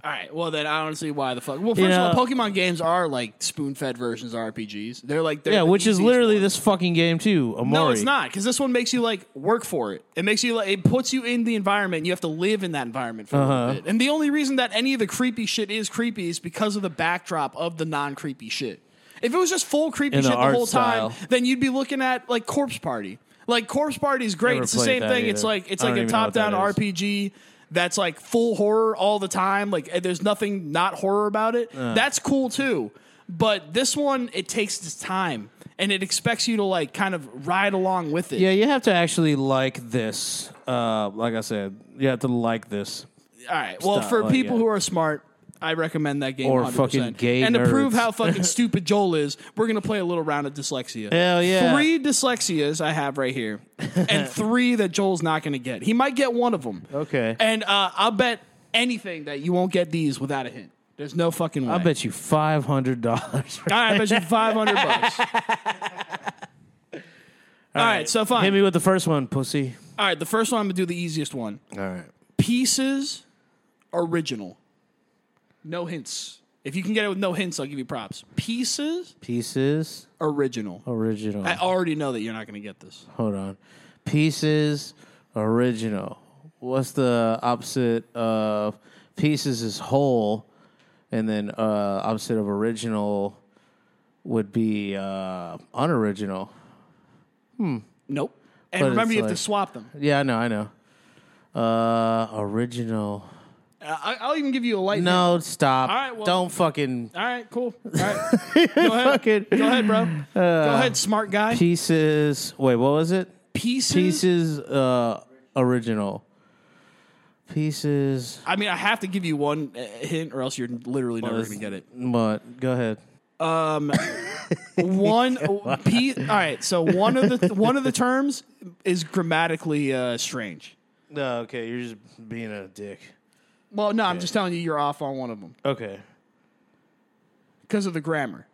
Speaker 2: All right. Well, then I don't see why the fuck. Well, first
Speaker 1: know-
Speaker 2: of all, Pokemon games are like spoon-fed versions of RPGs. They're like they're
Speaker 1: yeah,
Speaker 2: the
Speaker 1: which is
Speaker 2: easiest
Speaker 1: literally
Speaker 2: one.
Speaker 1: this fucking game too. Amori.
Speaker 2: No, it's not because this one makes you like work for it. It makes you like it puts you in the environment. You have to live in that environment for a
Speaker 1: Uh-huh.
Speaker 2: little bit. And the only reason that any of the creepy shit is creepy is because of the backdrop of the non creepy shit. If it was just full creepy
Speaker 1: And the
Speaker 2: shit the,
Speaker 1: art
Speaker 2: whole time,
Speaker 1: style.
Speaker 2: then you'd be looking at like Corpse Party. Like Corpse Party is great.
Speaker 1: Never
Speaker 2: it's the
Speaker 1: played
Speaker 2: same
Speaker 1: that
Speaker 2: thing. It's
Speaker 1: either.
Speaker 2: like it's
Speaker 1: I
Speaker 2: like
Speaker 1: don't
Speaker 2: a
Speaker 1: even know
Speaker 2: top
Speaker 1: what that
Speaker 2: down
Speaker 1: is.
Speaker 2: RPG that's like full horror all the time. Like eh, there's nothing not horror about it. That's cool too. But this one, it takes its time and it expects you to like kind of ride along with it.
Speaker 1: Yeah, you have to actually like this. Uh, like I said, you have to like this.
Speaker 2: All right. Well,
Speaker 1: Stop,
Speaker 2: for
Speaker 1: like,
Speaker 2: people
Speaker 1: yeah.
Speaker 2: who are smart, I recommend that game.
Speaker 1: Or
Speaker 2: 100%.
Speaker 1: fucking gay
Speaker 2: And to prove
Speaker 1: nerds. [LAUGHS]
Speaker 2: how fucking stupid Joel is, we're gonna play a little round of dyslexia.
Speaker 1: Hell yeah.
Speaker 2: Three dyslexias I have right here,
Speaker 1: [LAUGHS]
Speaker 2: and three that Joel's not gonna get. He might get one of them.
Speaker 1: Okay.
Speaker 2: And uh, I'll bet anything that you won't get these without a hint. There's no fucking way.
Speaker 1: I bet you five hundred
Speaker 2: [LAUGHS]
Speaker 1: dollars.
Speaker 2: All right,
Speaker 1: [LAUGHS]
Speaker 2: I bet you five hundred bucks. All right, so fine.
Speaker 1: Hit me with the first one, pussy.
Speaker 2: All right, the first one I'm gonna do the easiest one.
Speaker 1: All right.
Speaker 2: Pieces original. No hints. If you can get it with no hints, I'll give you props. Pieces
Speaker 1: Pieces
Speaker 2: original.
Speaker 1: Oh. original.
Speaker 2: I already know that you're not gonna get this.
Speaker 1: Hold on. Pieces original. What's the opposite of pieces is whole, and then uh, opposite of original would be uh, unoriginal.
Speaker 2: Nope. And
Speaker 1: But
Speaker 2: remember,
Speaker 1: it's
Speaker 2: you have
Speaker 1: like-
Speaker 2: to swap them.
Speaker 1: Yeah, I know, I know. Uh, original.
Speaker 2: Uh, I- I'll even give you a light. hint.
Speaker 1: No, stop.
Speaker 2: All right, well-
Speaker 1: Don't fucking
Speaker 2: All right, cool.
Speaker 1: [LAUGHS]
Speaker 2: All right, go ahead.
Speaker 1: fucking
Speaker 2: Go ahead,
Speaker 1: Uh.
Speaker 2: bro. go ahead, smart guy.
Speaker 1: pieces. Wait, what was it?
Speaker 2: pieces.
Speaker 1: Pieces uh, original. Pieces.
Speaker 2: I mean, I have to give you one uh, hint, or else you're literally never
Speaker 1: it's-
Speaker 2: gonna get it.
Speaker 1: But go ahead.
Speaker 2: One [LAUGHS] piece. All right, so one of the one of the terms is grammatically uh, strange.
Speaker 1: No, okay, you're just being a dick.
Speaker 2: Well, no, I'm just telling you, you're off on one of them
Speaker 1: Okay.
Speaker 2: because of the grammar.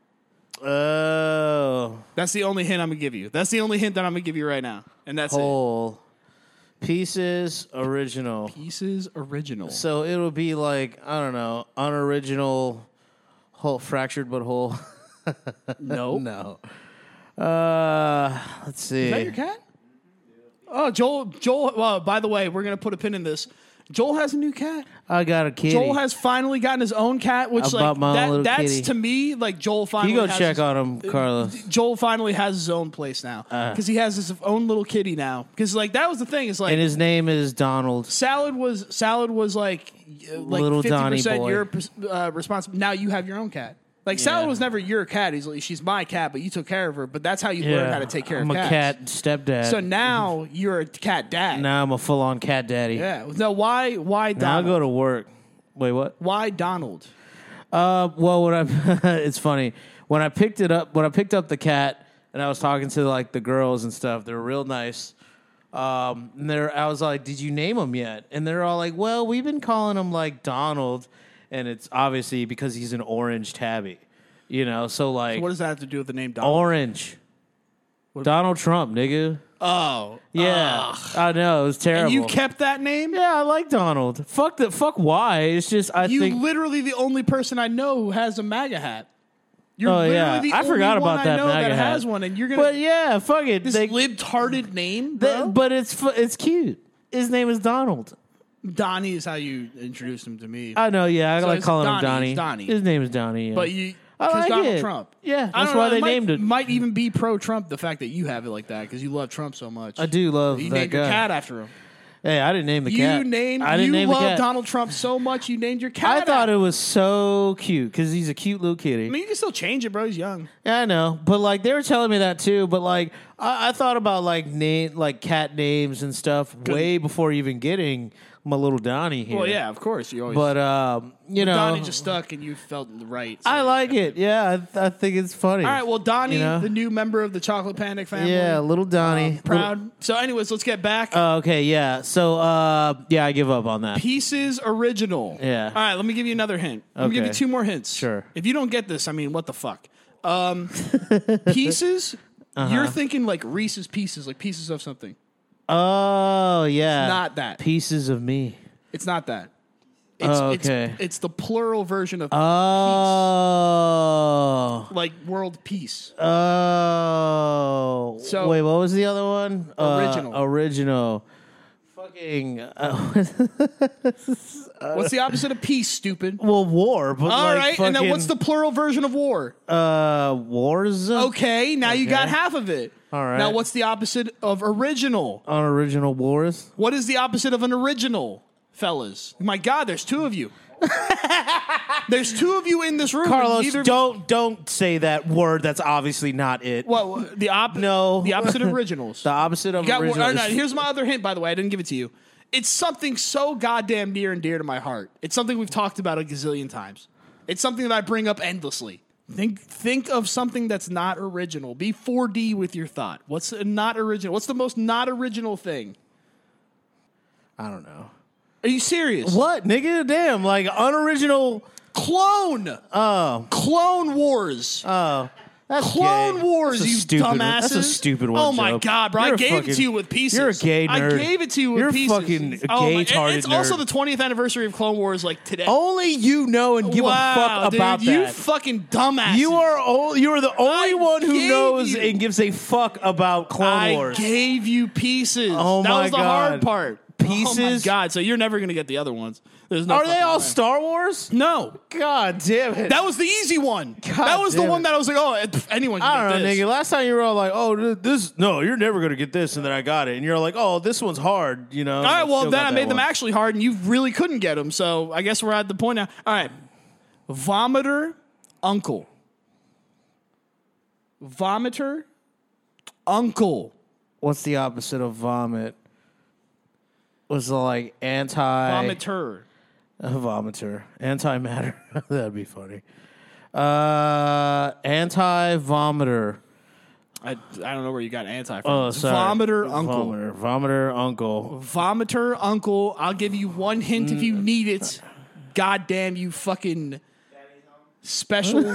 Speaker 1: Oh,
Speaker 2: That's the only hint I'm gonna give you. That's the only hint that I'm gonna give you right now, and that's
Speaker 1: whole pieces original.
Speaker 2: it. Pieces original.
Speaker 1: So it'll be like I don't know, unoriginal, whole fractured but whole. [LAUGHS]
Speaker 2: no, no.
Speaker 1: no. Uh, let's see.
Speaker 2: Is that your cat? Oh, Joel. Joel. Well, by the way, we're gonna put a pin in this. Joel has a new cat.
Speaker 1: I got a kitty.
Speaker 2: Joel has finally gotten his own cat, which
Speaker 1: I bought
Speaker 2: like
Speaker 1: my own little
Speaker 2: that, that's
Speaker 1: kitty.
Speaker 2: to me like Joel finally.
Speaker 1: you go
Speaker 2: has
Speaker 1: check
Speaker 2: his- uh,
Speaker 1: on him, Uh-huh. Carlos.
Speaker 2: Joel finally has his own place now because he has his own little kitty now. Because like that was the thing is like
Speaker 1: And his name is Donald.
Speaker 2: salad was salad was like uh, like
Speaker 1: Little
Speaker 2: fifty
Speaker 1: Donnie
Speaker 2: percent
Speaker 1: boy.
Speaker 2: your pers- uh, responsible. Now you have your own cat. Like salad was never your cat. He's like, she's my cat, but you took care of her. But that's how you learn how to take care
Speaker 1: I'm
Speaker 2: of
Speaker 1: a
Speaker 2: cats.
Speaker 1: cat stepdad.
Speaker 2: So now you're a cat dad.
Speaker 1: now I'm a full on cat daddy.
Speaker 2: Yeah. No. Why?
Speaker 1: Now I
Speaker 2: Why Donald?
Speaker 1: go to work. Wait, what?
Speaker 2: why Donald?
Speaker 1: Uh, well, when I [LAUGHS] it's funny when I picked it up when I picked up the cat and I was talking to like the girls and stuff. They were real nice. Um, and they're I was like, "Did you name him yet?" And they're all like, "Well, we've been calling him like Donald, and it's obviously because he's an orange tabby." You know, so like
Speaker 2: What does that have to do with the name Donald?
Speaker 1: orange. Donald Trump, nigga.
Speaker 2: Oh,
Speaker 1: Yeah, I know it was terrible.
Speaker 2: you kept that name.
Speaker 1: yeah, I like Donald. Fuck the fuck. Why? It's just I
Speaker 2: You
Speaker 1: think
Speaker 2: literally the only person I know who has a MAGA hat. You're
Speaker 1: Oh,
Speaker 2: literally
Speaker 1: yeah.
Speaker 2: the
Speaker 1: I
Speaker 2: only
Speaker 1: forgot
Speaker 2: one
Speaker 1: about
Speaker 2: I
Speaker 1: that
Speaker 2: know that
Speaker 1: MAGA hat.
Speaker 2: has one, and you're gonna
Speaker 1: But yeah, fuck it.
Speaker 2: this
Speaker 1: They-
Speaker 2: libtarded name,
Speaker 1: they-
Speaker 2: bro.
Speaker 1: but it's fu- it's cute. His name is Donald.
Speaker 2: Donnie is how you introduced him to me.
Speaker 1: I know. Yeah, I
Speaker 2: So
Speaker 1: like
Speaker 2: it's
Speaker 1: calling
Speaker 2: Donnie,
Speaker 1: him Donnie.
Speaker 2: it's Donnie.
Speaker 1: His name is Donnie. Yeah.
Speaker 2: but you,
Speaker 1: I
Speaker 2: because
Speaker 1: like
Speaker 2: Donald
Speaker 1: it.
Speaker 2: Trump.
Speaker 1: Yeah,
Speaker 2: I
Speaker 1: that's
Speaker 2: don't
Speaker 1: why
Speaker 2: know,
Speaker 1: they
Speaker 2: might,
Speaker 1: named it.
Speaker 2: Might even be pro Trump the fact that you have it like that because you love Trump so much.
Speaker 1: I do love
Speaker 2: You
Speaker 1: that
Speaker 2: named
Speaker 1: guy.
Speaker 2: your cat after him.
Speaker 1: Hey, I didn't name the cat.
Speaker 2: You named.
Speaker 1: I didn't
Speaker 2: you
Speaker 1: name the
Speaker 2: love
Speaker 1: cat.
Speaker 2: Donald Trump so much. You named your
Speaker 1: I
Speaker 2: cat.
Speaker 1: thought
Speaker 2: after
Speaker 1: it
Speaker 2: him.
Speaker 1: was so cute because he's a cute little kitty.
Speaker 2: I mean, you can still change it, bro. He's young.
Speaker 1: Yeah, I know, but like they were telling me that too. But like I, I thought about like name, like cat names and stuff way before even getting my little Donnie here.
Speaker 2: Well, yeah, of course. You always.
Speaker 1: but um, you know,
Speaker 2: Donnie just stuck, and you felt right. so-
Speaker 1: I like it. Yeah, I, I think it's funny.
Speaker 2: All right, well, uh, Donnie,
Speaker 1: You know?
Speaker 2: the new member of the Chocolate Panic family.
Speaker 1: yeah, little Donnie,
Speaker 2: proud. so, anyways, let's get back.
Speaker 1: Little- oh, okay, yeah. So uh, yeah, I give up on that.
Speaker 2: Pieces original.
Speaker 1: Yeah.
Speaker 2: All right, let me give you another hint. Let me give you
Speaker 1: Okay.
Speaker 2: two more hints.
Speaker 1: Sure.
Speaker 2: If you don't get this, I mean, what the fuck?
Speaker 1: [LAUGHS]
Speaker 2: Um, pieces.
Speaker 1: Uh-huh.
Speaker 2: You're thinking like Reese's pieces, like pieces of something.
Speaker 1: Oh yeah,
Speaker 2: Not that.
Speaker 1: pieces of me.
Speaker 2: It's not that. It's,
Speaker 1: Oh, okay. Uh,
Speaker 2: It's, it's the plural version of
Speaker 1: Oh.
Speaker 2: peace, like world peace.
Speaker 1: Oh.
Speaker 2: So-
Speaker 1: wait, what was the other one? Uh,
Speaker 2: Original.
Speaker 1: original. Fucking uh,
Speaker 2: What's the opposite of peace? Stupid.
Speaker 1: well, war. But
Speaker 2: All right,
Speaker 1: uh, [LAUGHS] like,
Speaker 2: and then what's the plural version of war?
Speaker 1: fucking, uh wars?
Speaker 2: Okay, now you got half of it.
Speaker 1: All right.
Speaker 2: Now what's the opposite of original?
Speaker 1: On original wars.
Speaker 2: What is the opposite of an original, fellas? My God, there's two of
Speaker 1: [LAUGHS]
Speaker 2: you. there's two of you in this room. and
Speaker 1: Carlos,
Speaker 2: neither of-
Speaker 1: don't don't say that word. That's obviously not it.
Speaker 2: Well, the op-
Speaker 1: No.
Speaker 2: the opposite of originals.
Speaker 1: The opposite of
Speaker 2: You got-
Speaker 1: original.
Speaker 2: all right,
Speaker 1: is-
Speaker 2: here's my other hint, by the way. I didn't give it to you. It's something so goddamn near and dear to my heart. It's something we've talked about a gazillion times. It's something that I bring up endlessly. Think think of something that's not original. Be 4D with your thought. What's a not original? What's the most not original thing?
Speaker 1: I don't know.
Speaker 2: Are you serious?
Speaker 1: What, nigga? Damn, like unoriginal.
Speaker 2: Clone.
Speaker 1: Oh,
Speaker 2: Clone Wars.
Speaker 1: that's
Speaker 2: Clone
Speaker 1: gay.
Speaker 2: Wars,
Speaker 1: That's a
Speaker 2: you
Speaker 1: stupid one.
Speaker 2: dumbasses.
Speaker 1: That's a stupid one.
Speaker 2: Oh my
Speaker 1: Joe.
Speaker 2: god, bro!
Speaker 1: You're
Speaker 2: I
Speaker 1: a
Speaker 2: gave it to
Speaker 1: fucking-
Speaker 2: you with pieces.
Speaker 1: You're a gay nerd.
Speaker 2: I gave it to you with
Speaker 1: You're
Speaker 2: pieces.
Speaker 1: fucking a
Speaker 2: Oh my-
Speaker 1: gay
Speaker 2: and It's
Speaker 1: tarted
Speaker 2: also
Speaker 1: nerd.
Speaker 2: the 20th anniversary of Clone Wars, like today.
Speaker 1: Only you know and give
Speaker 2: wow,
Speaker 1: a fuck
Speaker 2: dude,
Speaker 1: about
Speaker 2: you
Speaker 1: that.
Speaker 2: fucking dumbass.
Speaker 1: You are all, you are the only
Speaker 2: I
Speaker 1: one who
Speaker 2: gave
Speaker 1: knows
Speaker 2: you-
Speaker 1: and gives a fuck about Clone
Speaker 2: I
Speaker 1: Wars.
Speaker 2: gave you pieces.
Speaker 1: Oh
Speaker 2: that
Speaker 1: my
Speaker 2: was the hard
Speaker 1: God.
Speaker 2: part. Oh my
Speaker 1: Pieces?
Speaker 2: god! So you're never gonna get the other ones. There's no.
Speaker 1: Are they
Speaker 2: fucking
Speaker 1: all
Speaker 2: way.
Speaker 1: Star Wars?
Speaker 2: No,
Speaker 1: God damn it!
Speaker 2: that was the easy one.
Speaker 1: God
Speaker 2: that was the
Speaker 1: damn
Speaker 2: one
Speaker 1: it.
Speaker 2: that I was like, oh, pff, anyone. Can
Speaker 1: I
Speaker 2: get
Speaker 1: don't know,
Speaker 2: this.
Speaker 1: nigga. Last time you were all like, "Oh, th- this no, you're never gonna get this," and then I got it, and you're like, "Oh, this one's hard," you know.
Speaker 2: All right, well,
Speaker 1: still
Speaker 2: then
Speaker 1: got
Speaker 2: I
Speaker 1: that
Speaker 2: made them
Speaker 1: one.
Speaker 2: actually hard, and you really couldn't get them. So I guess we're at the point now. All right. Vomiter Uncle. Vomiter Uncle.
Speaker 1: What's the opposite of vomit? Was the like anti
Speaker 2: Vomiter.
Speaker 1: A [LAUGHS] vomiter. Antimatter. [LAUGHS] That'd be funny. Uh, anti vomiter.
Speaker 2: I, I don't know where you got anti from.
Speaker 1: Oh, sorry.
Speaker 2: Vomiter Uncle.
Speaker 1: Vomiter, vomiter uncle.
Speaker 2: Vomiter Uncle. I'll give you one hint if you
Speaker 1: Mm.
Speaker 2: need it. God damn you fucking special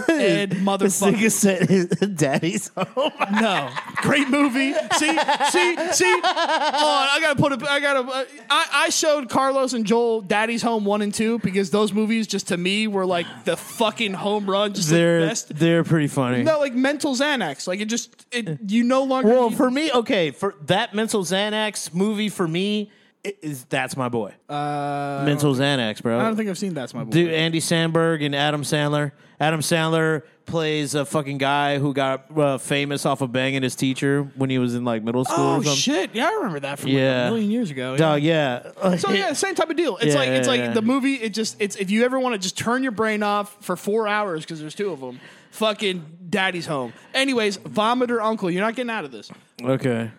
Speaker 1: [LAUGHS]
Speaker 2: ed motherfucker.
Speaker 1: said his [LAUGHS] daddy's home.
Speaker 2: No, great movie. See, see, see. Oh, I gotta put a. I gotta. Uh, I, I showed Carlos and Joel Daddy's Home one and two because those movies just to me were like the fucking home run. Just the
Speaker 1: They're
Speaker 2: best.
Speaker 1: they're pretty funny.
Speaker 2: No, like mental Xanax. Like it just. It you no longer.
Speaker 1: Well,
Speaker 2: need-
Speaker 1: for me, okay, for that mental Xanax movie for me i- is that's my boy.
Speaker 2: uh,
Speaker 1: mental Xanax, bro.
Speaker 2: I don't think I've seen that's my boy.
Speaker 1: Dude, Andy Sandberg and Adam Sandler. Adam Sandler plays a fucking guy who got uh, famous off of banging his teacher when he was in like middle school
Speaker 2: oh
Speaker 1: or something.
Speaker 2: shit! Yeah, I remember that from like
Speaker 1: Yeah.
Speaker 2: a million years ago.
Speaker 1: Dog, yeah.
Speaker 2: [LAUGHS] So yeah, same type of deal. It's
Speaker 1: Yeah,
Speaker 2: like it's
Speaker 1: yeah,
Speaker 2: like
Speaker 1: yeah.
Speaker 2: the movie. It just it's if you ever want to just turn your brain off for four hours because there's two of them. Fucking daddy's home. Anyways, vomiter uncle, you're not getting out
Speaker 1: [LAUGHS]
Speaker 2: of this.
Speaker 1: Okay.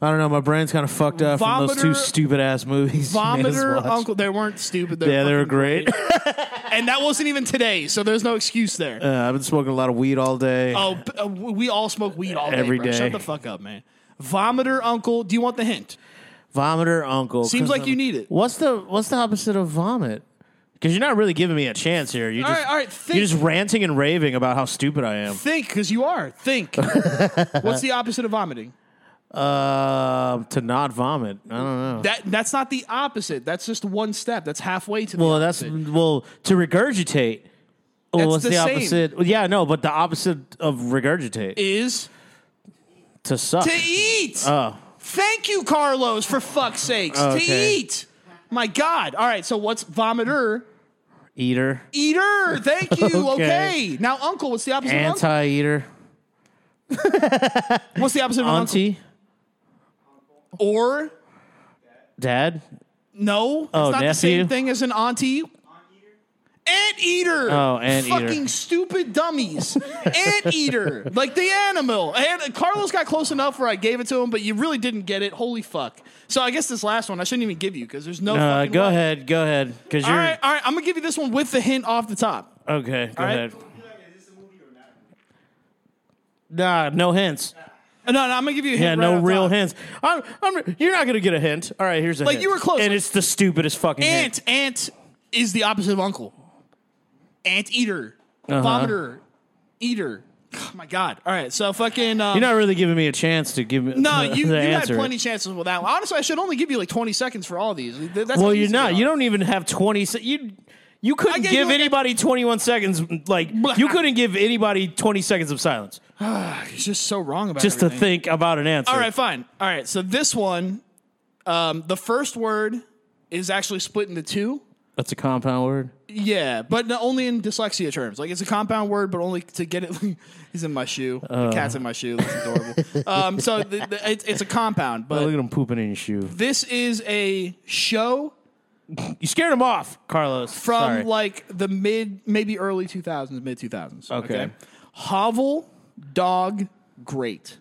Speaker 1: I don't know. My brain's kind of fucked up from those two
Speaker 2: Vomiter-
Speaker 1: stupid ass movies. [LAUGHS] you made us
Speaker 2: Vomiter
Speaker 1: watch.
Speaker 2: uncle, they weren't stupid. They
Speaker 1: Yeah, they were
Speaker 2: fucking-
Speaker 1: great. [LAUGHS]
Speaker 2: and that wasn't even today, so there's no excuse there.
Speaker 1: Uh, I've been smoking a lot of weed all day.
Speaker 2: oh, b- uh, w- we all smoke weed all day.
Speaker 1: Every
Speaker 2: bro.
Speaker 1: day.
Speaker 2: Shut the fuck up, man. Vomiter uncle, do you want the hint?
Speaker 1: Vomiter uncle.
Speaker 2: Seems
Speaker 1: 'Cause
Speaker 2: like
Speaker 1: I'm-
Speaker 2: you need it.
Speaker 1: What's the What's the opposite of vomit? Because you're not really giving me a chance here. You
Speaker 2: All
Speaker 1: just
Speaker 2: right, all right, think.
Speaker 1: you're just ranting and raving about how stupid I am.
Speaker 2: Think, because you
Speaker 1: [LAUGHS]
Speaker 2: are. Think. What's the opposite of vomiting?
Speaker 1: Uh, to not vomit. I don't know.
Speaker 2: That that's not the opposite. That's just one step. That's halfway to the
Speaker 1: Well, that's
Speaker 2: opposite.
Speaker 1: well to regurgitate.
Speaker 2: That's
Speaker 1: Well, what's
Speaker 2: the
Speaker 1: the,
Speaker 2: same.
Speaker 1: opposite? Well, yeah, no, but the opposite of regurgitate
Speaker 2: is
Speaker 1: to suck.
Speaker 2: to eat.
Speaker 1: [LAUGHS] Oh.
Speaker 2: Thank you, Carlos, for fuck's sakes.
Speaker 1: Okay.
Speaker 2: To eat. My God. All right. So what's vomiter?
Speaker 1: Eater,
Speaker 2: Eater. Thank you. okay.
Speaker 1: [LAUGHS] Okay.
Speaker 2: Now, uncle. What's the opposite of uncle?
Speaker 1: anti-eater,
Speaker 2: What's the opposite of uncle?
Speaker 1: auntie,
Speaker 2: Or
Speaker 1: dad.
Speaker 2: no? It's
Speaker 1: Oh,
Speaker 2: not the same
Speaker 1: nephew?
Speaker 2: thing as an auntie. Anteater.
Speaker 1: Oh, anteater.
Speaker 2: Fucking
Speaker 1: [LAUGHS]
Speaker 2: stupid dummies. anteater. Like the animal. And Carlos got close enough where I gave it to him, but you really didn't get it. Holy fuck. So I guess this last one I shouldn't even give you because there's
Speaker 1: Uh,
Speaker 2: no. fucking
Speaker 1: go
Speaker 2: way.
Speaker 1: ahead, go ahead, because
Speaker 2: All
Speaker 1: you're
Speaker 2: right, all right. I'm gonna give you this one with the hint off the top.
Speaker 1: okay. Go
Speaker 2: right.
Speaker 1: ahead.
Speaker 3: Is this a movie or not?
Speaker 1: Nah, no hints.
Speaker 2: No, no, I'm gonna give you a hint.
Speaker 1: Yeah,
Speaker 2: right
Speaker 1: no
Speaker 2: off
Speaker 1: real
Speaker 2: top.
Speaker 1: hints. I'm, I'm, you're not gonna get a hint. All right, here's a
Speaker 2: Like,
Speaker 1: hint.
Speaker 2: you were close.
Speaker 1: and it's the stupidest fucking hint.
Speaker 2: Ant, ant is the opposite of uncle. Ant eater,
Speaker 1: Uh-huh.
Speaker 2: vomiter, eater. Oh, my God. All right, so fucking. Um,
Speaker 1: You're not really giving me a chance to give me [LAUGHS]
Speaker 2: no,
Speaker 1: the,
Speaker 2: you, you
Speaker 1: the
Speaker 2: had
Speaker 1: answer.
Speaker 2: plenty chances with that one. Honestly, I should only give you like 20 seconds for all these. Th- That's how
Speaker 1: Well, you're
Speaker 2: easy
Speaker 1: not.
Speaker 2: they
Speaker 1: You
Speaker 2: are.
Speaker 1: don't even have 20 se- you you couldn't
Speaker 2: gave
Speaker 1: give
Speaker 2: you a-
Speaker 1: anybody 21 seconds like you couldn't give anybody 20 seconds of silence
Speaker 2: He's just so wrong about
Speaker 1: just to
Speaker 2: everything.
Speaker 1: think about an answer.
Speaker 2: All right, fine. All right, so this one, um, the first word is actually split into two.
Speaker 1: That's a compound word.
Speaker 2: Yeah, but no- only in dyslexia terms. Like it's a compound word, but only to get it. [LAUGHS] He's in my shoe.
Speaker 1: Uh.
Speaker 2: the cat's in my shoe.
Speaker 1: [LAUGHS]
Speaker 2: That's adorable. um, so the, the, it's it's a compound,
Speaker 1: Look
Speaker 2: but
Speaker 1: at him pooping in your shoe.
Speaker 2: this is a show
Speaker 1: You scared him off, Carlos.
Speaker 2: from
Speaker 1: Sorry.
Speaker 2: like the mid, maybe early two thousands, mid two thousands.
Speaker 1: Okay.
Speaker 2: Hovel, dog, great.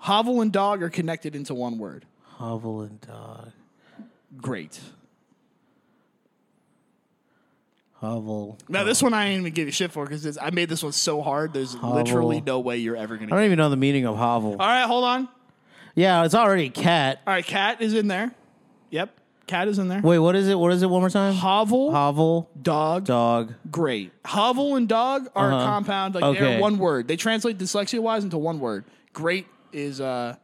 Speaker 2: Hovel and dog are connected into one word.
Speaker 1: hovel and dog.
Speaker 2: Great.
Speaker 1: Hovel.
Speaker 2: Now this one I didn't even give you shit for because I made this one so hard. There's literally no way you're ever gonna.
Speaker 1: I don't even know the meaning of hovel.
Speaker 2: All right, hold on.
Speaker 1: Yeah, it's already cat.
Speaker 2: All right, cat is in there. Yep, cat is in there.
Speaker 1: Wait, what is it? What is it one more time?
Speaker 2: Hovel,
Speaker 1: Hovel,
Speaker 2: dog,
Speaker 1: dog. Uh-huh.
Speaker 2: great. Hovel and dog are a compound. Like they're
Speaker 1: Okay.
Speaker 2: one word. They translate dyslexia wise into one word. Great is uh,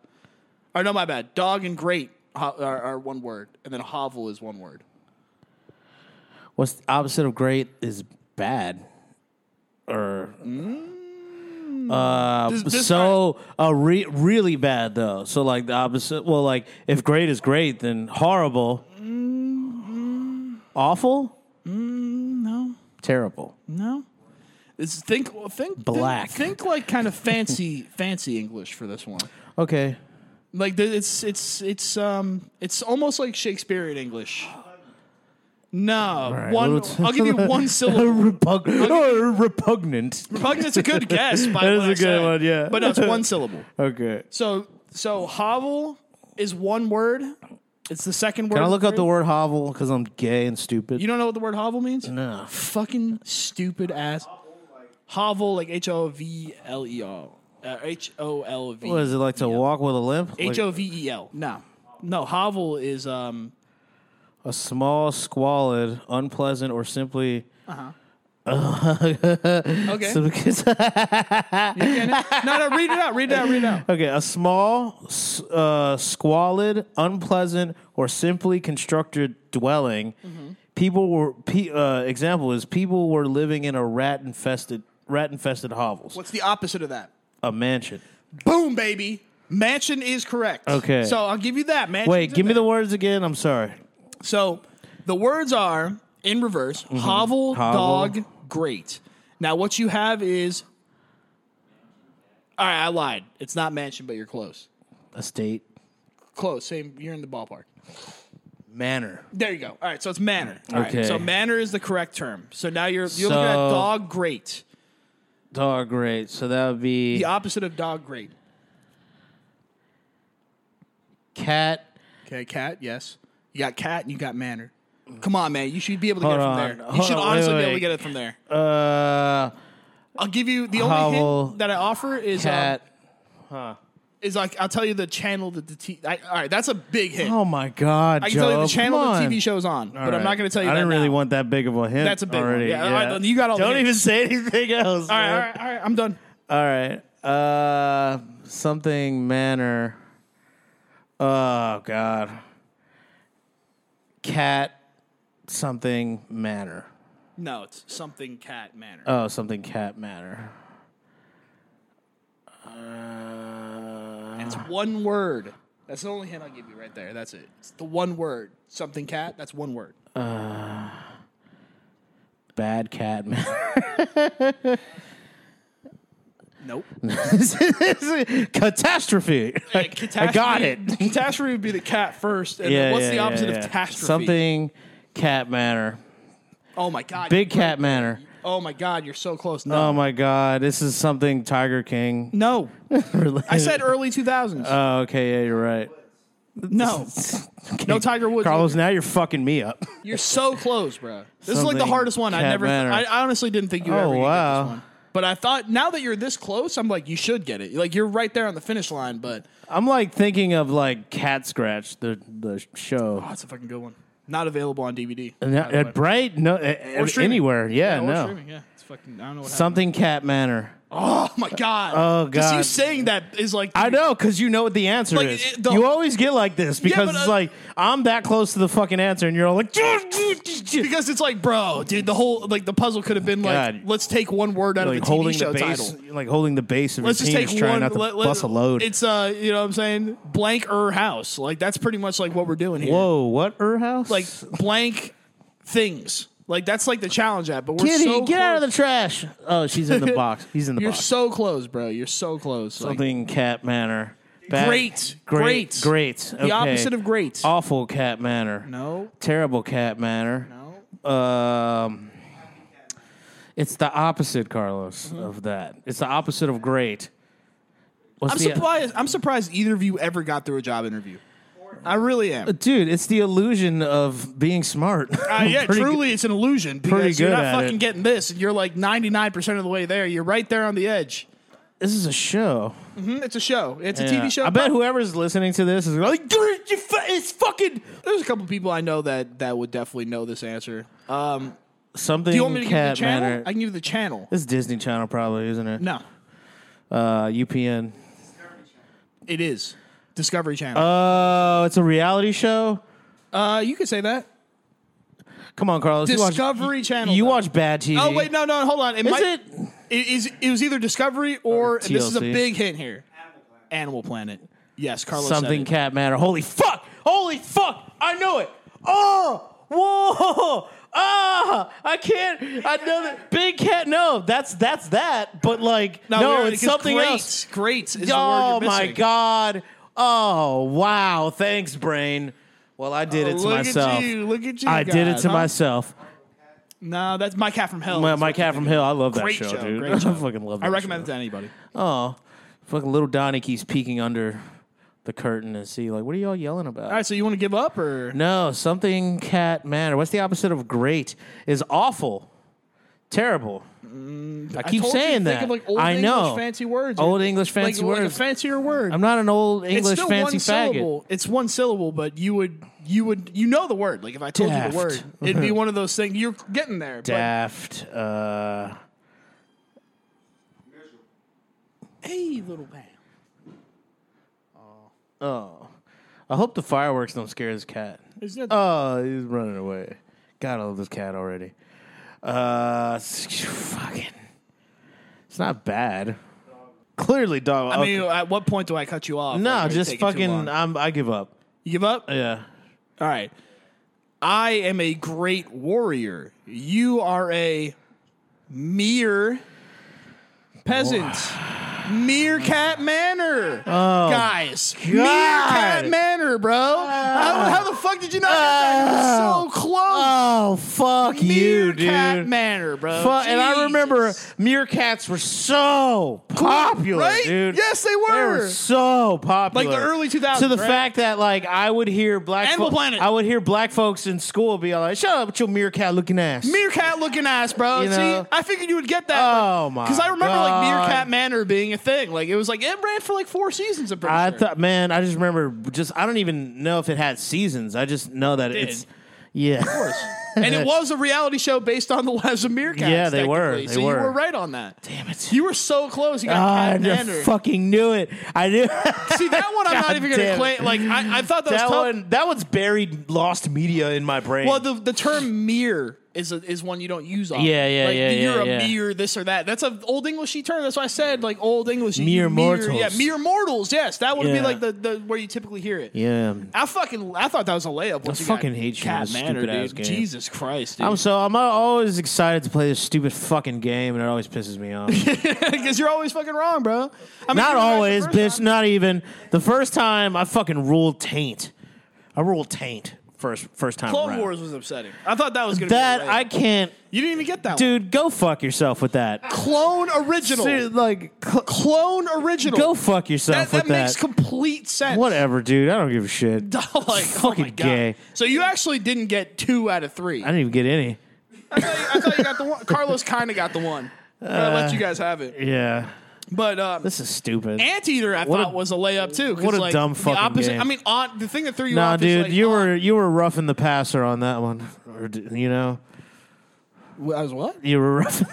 Speaker 2: or no, my bad. Dog and great ho- are, are one word, and then hovel is one word.
Speaker 1: What's the opposite of great is bad. Or uh,
Speaker 2: This- this
Speaker 1: so uh, re- really bad though. So like the opposite. Well, like if great is great, then horrible, awful,
Speaker 2: Mm-hmm. Mm, No,
Speaker 1: terrible.
Speaker 2: no. It's think well, think
Speaker 1: Black.
Speaker 2: Think, think like kind of fancy [LAUGHS] fancy English for this one.
Speaker 1: Okay,
Speaker 2: Like th- it's it's it's um it's almost like Shakespearean English. No, one.
Speaker 1: let's-
Speaker 2: I'll give
Speaker 1: [LAUGHS]
Speaker 2: you one syllable.
Speaker 1: Repug- [LAUGHS] or repugnant.
Speaker 2: Repugnant's a good guess. By
Speaker 1: That is
Speaker 2: what
Speaker 1: a
Speaker 2: I
Speaker 1: good
Speaker 2: said.
Speaker 1: one, yeah.
Speaker 2: but
Speaker 1: [LAUGHS]
Speaker 2: no, it's one syllable.
Speaker 1: Okay,
Speaker 2: So so hovel is one word. It's the second word.
Speaker 1: can I look up the
Speaker 2: word?
Speaker 1: word hovel because I'm gay and stupid?
Speaker 2: You don't know what the word hovel means?
Speaker 1: No.
Speaker 2: Fucking stupid ass. Hovel like H O V L E R. H O L V. E
Speaker 1: what is it like to walk with a limp? Like
Speaker 2: H O V E L. No, no. Hovel
Speaker 1: [LAUGHS]
Speaker 2: is um.
Speaker 1: a small, squalid, unpleasant, or simply
Speaker 2: Okay.
Speaker 1: [LAUGHS] So because-
Speaker 2: No, no, read it out. Read it out. Read it out.
Speaker 1: okay, a small, s- uh, squalid, unpleasant, or simply constructed dwelling.
Speaker 2: Mm-hmm.
Speaker 1: People were pe- uh, example is people were living in a rat infested rat infested hovels,
Speaker 2: What's the opposite of that?
Speaker 1: a mansion.
Speaker 2: Boom, baby. Mansion is correct.
Speaker 1: Okay.
Speaker 2: So I'll give you that. Mansion.
Speaker 1: Wait, give me the words again. I'm sorry.
Speaker 2: So the words are in reverse hovel,
Speaker 1: Mm-hmm. Hovel.
Speaker 2: dog, great. Now, what you have is. All right, I lied. It's not mansion, but you're close.
Speaker 1: Estate,
Speaker 2: Close. Same. You're in the ballpark.
Speaker 1: manor.
Speaker 2: There you go. All right. So it's manor. All right.
Speaker 1: Okay.
Speaker 2: So manor is the correct term. So now you're, you're looking at
Speaker 1: So-
Speaker 2: dog, great.
Speaker 1: Dog, great. So that would be
Speaker 2: The opposite of dog, great.
Speaker 1: cat.
Speaker 2: Okay, cat, yes. You got cat and you got manner. Come on, man. You should be able to
Speaker 1: Hold
Speaker 2: get it from
Speaker 1: on.
Speaker 2: there. You
Speaker 1: Hold
Speaker 2: should
Speaker 1: on, wait,
Speaker 2: honestly be
Speaker 1: wait,
Speaker 2: able to
Speaker 1: wait.
Speaker 2: get it from there.
Speaker 1: Uh,
Speaker 2: I'll give you the only
Speaker 1: Hovel,
Speaker 2: hint that I offer is um,
Speaker 1: cat.
Speaker 2: is like I'll tell you the channel that the t- I, all right. That's a big hit.
Speaker 1: Oh my God,
Speaker 2: I can tell you the
Speaker 1: Joe,
Speaker 2: channel
Speaker 1: come
Speaker 2: the
Speaker 1: on.
Speaker 2: TV show's on, but I'm
Speaker 1: All
Speaker 2: not
Speaker 1: right.
Speaker 2: going to tell you.
Speaker 1: I
Speaker 2: that
Speaker 1: didn't really
Speaker 2: now.
Speaker 1: want that big of a hint.
Speaker 2: That's a big
Speaker 1: already.
Speaker 2: one. Yeah, all right, you got all.
Speaker 1: Don't
Speaker 2: the
Speaker 1: even
Speaker 2: hits.
Speaker 1: say anything else.
Speaker 2: All right,
Speaker 1: man.
Speaker 2: all right, all right. I'm done.
Speaker 1: All right. Uh, something manner. Oh God. Cat, something manner.
Speaker 2: No, it's something cat manner.
Speaker 1: Oh, something cat manner. Uh,
Speaker 2: it's one word. That's the only hint I'll give you right there. That's it. It's the one word. Something cat. That's one word.
Speaker 1: bad cat manner.
Speaker 2: Nope.
Speaker 1: [LAUGHS] [LAUGHS] Catastrophe. I got
Speaker 2: [LAUGHS]
Speaker 1: it. [LAUGHS]
Speaker 2: Catastrophe would be the cat first. And
Speaker 1: Yeah,
Speaker 2: then what's
Speaker 1: yeah,
Speaker 2: the opposite
Speaker 1: yeah,
Speaker 2: of
Speaker 1: yeah.
Speaker 2: catastrophe?
Speaker 1: Something cat manner.
Speaker 2: Oh my god.
Speaker 1: Big cat manner.
Speaker 2: Oh my god. You're so close. No.
Speaker 1: Oh my God. This is something Tiger King [LAUGHS]
Speaker 2: no.
Speaker 1: related.
Speaker 2: I
Speaker 1: [LAUGHS]
Speaker 2: said early 2000s.
Speaker 1: Oh, okay. Yeah, you're right.
Speaker 2: no.
Speaker 1: [LAUGHS]
Speaker 2: No Tiger Woods.
Speaker 1: Carlos, now you're fucking me up.
Speaker 2: You're so close, bro. This is like the
Speaker 1: Something
Speaker 2: hardest one. I
Speaker 1: cat
Speaker 2: never.
Speaker 1: manner.
Speaker 2: I I honestly didn't think you were
Speaker 1: Oh,
Speaker 2: ever gonna
Speaker 1: wow.
Speaker 2: get this one. But I thought now that you're this close, I'm like you should get it. Like you're right there on the finish line. But
Speaker 1: I'm like thinking of like Cat Scratch, the the
Speaker 2: oh,
Speaker 1: show.
Speaker 2: that's a fucking good one. Not available on DVD.
Speaker 1: And that-
Speaker 2: by the way.
Speaker 1: right? No, uh,
Speaker 2: streaming.
Speaker 1: anywhere. Yeah,
Speaker 2: or
Speaker 1: no.
Speaker 2: streaming, Yeah, it's fucking. I don't know what
Speaker 1: Something Cat Manor.
Speaker 2: happened. Oh my god.
Speaker 1: Oh,
Speaker 2: Just you
Speaker 1: God.
Speaker 2: saying that is like.
Speaker 1: I know, because you know what the answer
Speaker 2: Like,
Speaker 1: is.
Speaker 2: it- the-
Speaker 1: you always get like this because
Speaker 2: but,
Speaker 1: it's
Speaker 2: uh,
Speaker 1: like I'm that close to the fucking answer, and you're all like,
Speaker 2: Because it's like, bro, dude, the whole like the puzzle could have been like,
Speaker 1: God.
Speaker 2: let's take one word out
Speaker 1: like
Speaker 2: of the TV
Speaker 1: holding
Speaker 2: show
Speaker 1: the base,
Speaker 2: title.
Speaker 1: like holding the base of
Speaker 2: Let's
Speaker 1: your
Speaker 2: just
Speaker 1: team,
Speaker 2: take
Speaker 1: is trying
Speaker 2: one.
Speaker 1: not to
Speaker 2: let- let-
Speaker 1: bust a load.
Speaker 2: It's uh, you know what I'm saying? Blank or house. Like that's pretty much like what we're doing here.
Speaker 1: Whoa, what er house?
Speaker 2: like blank things. Like that's like the challenge app, but we're
Speaker 1: Kitty,
Speaker 2: so
Speaker 1: get out of
Speaker 2: close.
Speaker 1: the trash. Oh, she's [LAUGHS] in the box. He's in the
Speaker 2: You're
Speaker 1: box.
Speaker 2: so close, bro. You're so close. Like,
Speaker 1: Something Cat Manor. Bad-
Speaker 2: great,
Speaker 1: Great.
Speaker 2: great,
Speaker 1: Great.
Speaker 2: The opposite of great.
Speaker 1: Awful cat manner.
Speaker 2: no,
Speaker 1: Terrible cat manner.
Speaker 2: no.
Speaker 1: Um, it's the opposite, Carlos,
Speaker 2: Mm-hmm.
Speaker 1: of that. It's the opposite of great. What's
Speaker 2: I'm
Speaker 1: the-
Speaker 2: surprised. I'm surprised either of you ever got through a job interview. I really am.
Speaker 1: Dude, it's the illusion of being smart. [LAUGHS]
Speaker 2: Uh, yeah,
Speaker 1: Pretty
Speaker 2: truly, it's an illusion
Speaker 1: pretty
Speaker 2: because you're
Speaker 1: good
Speaker 2: not
Speaker 1: at
Speaker 2: fucking
Speaker 1: it.
Speaker 2: getting this, and you're like 99 percent of the way there. You're right there on the edge.
Speaker 1: good. This is a show.
Speaker 2: Mhm, It's a show. It's a
Speaker 1: Hmm? Yeah.
Speaker 2: TV show.
Speaker 1: I bet whoever's listening to this is like, dude, you fu- it's fucking
Speaker 2: There's a couple people I know that that would definitely know this answer. Um,
Speaker 1: something.
Speaker 2: do you want me to give you the
Speaker 1: cat
Speaker 2: channel?
Speaker 1: manner.
Speaker 2: I can give you the channel.
Speaker 1: It's Disney Channel, probably, isn't it?
Speaker 2: No,
Speaker 1: Uh, UPN.
Speaker 2: it is Discovery Channel.
Speaker 1: Oh, it's a reality show.
Speaker 2: Uh, you could say that.
Speaker 1: Come on, Carlos. you watch-
Speaker 2: Discovery Channel,
Speaker 1: You
Speaker 2: though.
Speaker 1: watch bad TV.
Speaker 2: Oh wait, no, no, hold on. It
Speaker 1: Is
Speaker 2: might,
Speaker 1: it? Oh,
Speaker 2: It is. It was either Discovery or and this is a
Speaker 1: TLC.
Speaker 2: big hint here. Animal Planet. Yes, Carlos.
Speaker 1: Something
Speaker 2: Said it.
Speaker 1: cat matter. Holy fuck! Holy fuck! I know it. Oh, whoa! [LAUGHS] Ah, I can't. I know that big cat. No, that's that's that. But like, no,
Speaker 2: we already-
Speaker 1: it's
Speaker 2: 'cause
Speaker 1: something
Speaker 2: great,
Speaker 1: else.
Speaker 2: Great is the word
Speaker 1: Oh
Speaker 2: you're
Speaker 1: my
Speaker 2: missing.
Speaker 1: god! Oh wow! Thanks, brain. Well, I did
Speaker 2: Oh,
Speaker 1: it to
Speaker 2: look
Speaker 1: myself.
Speaker 2: At you, look at you.
Speaker 1: I did it
Speaker 2: guys,
Speaker 1: to
Speaker 2: huh?
Speaker 1: myself.
Speaker 2: No, that's my cat from hell.
Speaker 1: My,
Speaker 2: That's
Speaker 1: my
Speaker 2: what
Speaker 1: cat from Hill. I love that
Speaker 2: Great
Speaker 1: show,
Speaker 2: show,
Speaker 1: dude.
Speaker 2: great
Speaker 1: [LAUGHS] I
Speaker 2: show.
Speaker 1: fucking love. That
Speaker 2: I recommend
Speaker 1: show.
Speaker 2: it to anybody.
Speaker 1: Oh, fucking little Donnie keeps peeking under the curtain and see like, what are y'all yelling about?
Speaker 2: All right, so you want to give up or
Speaker 1: No, something cat matter. What's the opposite of great? Is awful, terrible. I keep
Speaker 2: Mm, told you,
Speaker 1: saying
Speaker 2: think
Speaker 1: that.
Speaker 2: of, like, old
Speaker 1: I
Speaker 2: English
Speaker 1: know
Speaker 2: fancy words.
Speaker 1: Old English
Speaker 2: like,
Speaker 1: fancy
Speaker 2: like a
Speaker 1: words.
Speaker 2: fancier word?
Speaker 1: I'm not an old
Speaker 2: it's
Speaker 1: English
Speaker 2: still
Speaker 1: fancy
Speaker 2: one
Speaker 1: faggot.
Speaker 2: syllable. It's one syllable, but you would you would you know the word. Like if I told you
Speaker 1: Daft.
Speaker 2: the word,
Speaker 1: [LAUGHS]
Speaker 2: it'd be one of those things. You're getting there. but-
Speaker 1: Daft. Uh,
Speaker 2: Hey, little man.
Speaker 1: oh, I hope the fireworks don't scare this cat.
Speaker 2: Is that
Speaker 1: Oh, he's running away. God, I love this cat already. Uh, s- fucking. It's not bad. Clearly, dog.
Speaker 2: I mean, at what point do I cut you off?
Speaker 1: no,
Speaker 2: Like, are you
Speaker 1: just
Speaker 2: taking too
Speaker 1: fucking. uh,
Speaker 2: long?
Speaker 1: I'm, I give up.
Speaker 2: You give up?
Speaker 1: Yeah.
Speaker 2: All right. I am a great warrior. You are a mere peasant. Meerkat Manor,
Speaker 1: Oh,
Speaker 2: guys. Meerkat Manor, bro. how, how the fuck did you not get that? You were so close.
Speaker 1: Oh Ah. fuck you, dude.
Speaker 2: Meerkat Manor, bro.
Speaker 1: Fu- and I remember
Speaker 2: Jesus.
Speaker 1: meerkats were so popular,
Speaker 2: right?
Speaker 1: dude.
Speaker 2: Yes, they
Speaker 1: They
Speaker 2: were.
Speaker 1: were so popular,
Speaker 2: Like the early 2000s,
Speaker 1: To the
Speaker 2: right?
Speaker 1: fact that, like, I would hear black,
Speaker 2: Animal Planet.
Speaker 1: I would hear black folks in school be like, "Shut up with your meerkat looking ass."
Speaker 2: meerkat looking ass, bro.
Speaker 1: You know?
Speaker 2: See, I figured you would get that.
Speaker 1: Oh, my
Speaker 2: Because I remember like
Speaker 1: God.
Speaker 2: meerkat manor being a a thing. Like it was like it ran for like four seasons. I'm pretty
Speaker 1: I
Speaker 2: sure.
Speaker 1: thought, man, I just remember. Just I don't even know if it had seasons. I just know that
Speaker 2: did.
Speaker 1: it's yeah.
Speaker 2: and it was a reality show based on the lives of meerkats.
Speaker 1: Yeah, they were.
Speaker 2: technically.
Speaker 1: They
Speaker 2: so
Speaker 1: were.
Speaker 2: you were right on that.
Speaker 1: Damn it!
Speaker 2: You were so close. You got
Speaker 1: Ah, I
Speaker 2: Cat
Speaker 1: just
Speaker 2: Nander.
Speaker 1: fucking knew it. I knew [LAUGHS]
Speaker 2: See that one? I'm
Speaker 1: God
Speaker 2: not even gonna
Speaker 1: damn it.
Speaker 2: claim. Like I, I thought that,
Speaker 1: that
Speaker 2: was tough.
Speaker 1: one. That one's buried lost media in my brain.
Speaker 2: Well, the the term "mere" is a, is one you don't use. Often.
Speaker 5: Yeah, yeah,
Speaker 2: like,
Speaker 5: yeah,
Speaker 2: You're
Speaker 5: yeah,
Speaker 2: a
Speaker 5: yeah.
Speaker 2: mere this or that. That's an old Englishy term. That's why I said like old English. you-
Speaker 1: Mere
Speaker 2: you
Speaker 1: mortals.
Speaker 2: Yeah, mere mortals. Yes, that would be
Speaker 1: Yeah.
Speaker 2: like the, the where you typically hear it.
Speaker 1: yeah.
Speaker 2: I fucking I thought that was a layup. Once
Speaker 1: I
Speaker 2: you got
Speaker 1: fucking hate you in
Speaker 2: Cat
Speaker 1: this
Speaker 2: Manor,
Speaker 1: stupid-ass
Speaker 2: dude.
Speaker 1: game.
Speaker 2: Jesus Christ, [LAUGHS]
Speaker 1: I'm so I'm always excited to play this stupid fucking game, and it always pisses me
Speaker 2: [LAUGHS]
Speaker 1: off.
Speaker 2: because you're always fucking wrong, bro. I mean,
Speaker 1: not
Speaker 2: you were right
Speaker 1: always,
Speaker 2: the first
Speaker 1: bitch.
Speaker 2: time.
Speaker 1: Not even the first time. I fucking ruled taint. I ruled taint first first time.
Speaker 2: Clone
Speaker 1: around.
Speaker 2: Wars was upsetting. I thought that was gonna
Speaker 1: That
Speaker 2: be a layup.
Speaker 1: I can't,
Speaker 2: you didn't even get that one.
Speaker 1: dude. Go fuck yourself with that.
Speaker 2: Clone original,
Speaker 1: Ser- like, cl-
Speaker 2: clone original.
Speaker 1: go fuck
Speaker 2: that,
Speaker 1: yourself
Speaker 2: that
Speaker 1: with that.
Speaker 2: makes complete sense.
Speaker 1: Whatever, dude. I don't give a shit.
Speaker 2: [LAUGHS] like, [LAUGHS] oh
Speaker 1: Fucking
Speaker 2: my God.
Speaker 1: gay.
Speaker 2: So you actually didn't get two out of three.
Speaker 1: I
Speaker 2: I,
Speaker 1: didn't even get any.
Speaker 2: thought, you, I thought you got the one. Carlos kind of got
Speaker 1: [LAUGHS]
Speaker 2: the one. But I let you guys have it.
Speaker 1: Yeah,
Speaker 2: But um,
Speaker 1: Uh, this is stupid.
Speaker 2: Anteater, I
Speaker 1: what a-
Speaker 2: thought was a layup too. 'cause,
Speaker 1: what a
Speaker 2: like,
Speaker 1: dumb
Speaker 2: the
Speaker 1: fucking
Speaker 2: opposite,
Speaker 1: game.
Speaker 2: I mean, on the thing that threw you
Speaker 1: nah,
Speaker 2: off.
Speaker 1: dude,
Speaker 2: is like, [LAUGHS]
Speaker 1: you were you were roughing the passer on that one, or d- you know,
Speaker 2: I was what?
Speaker 1: you were roughing.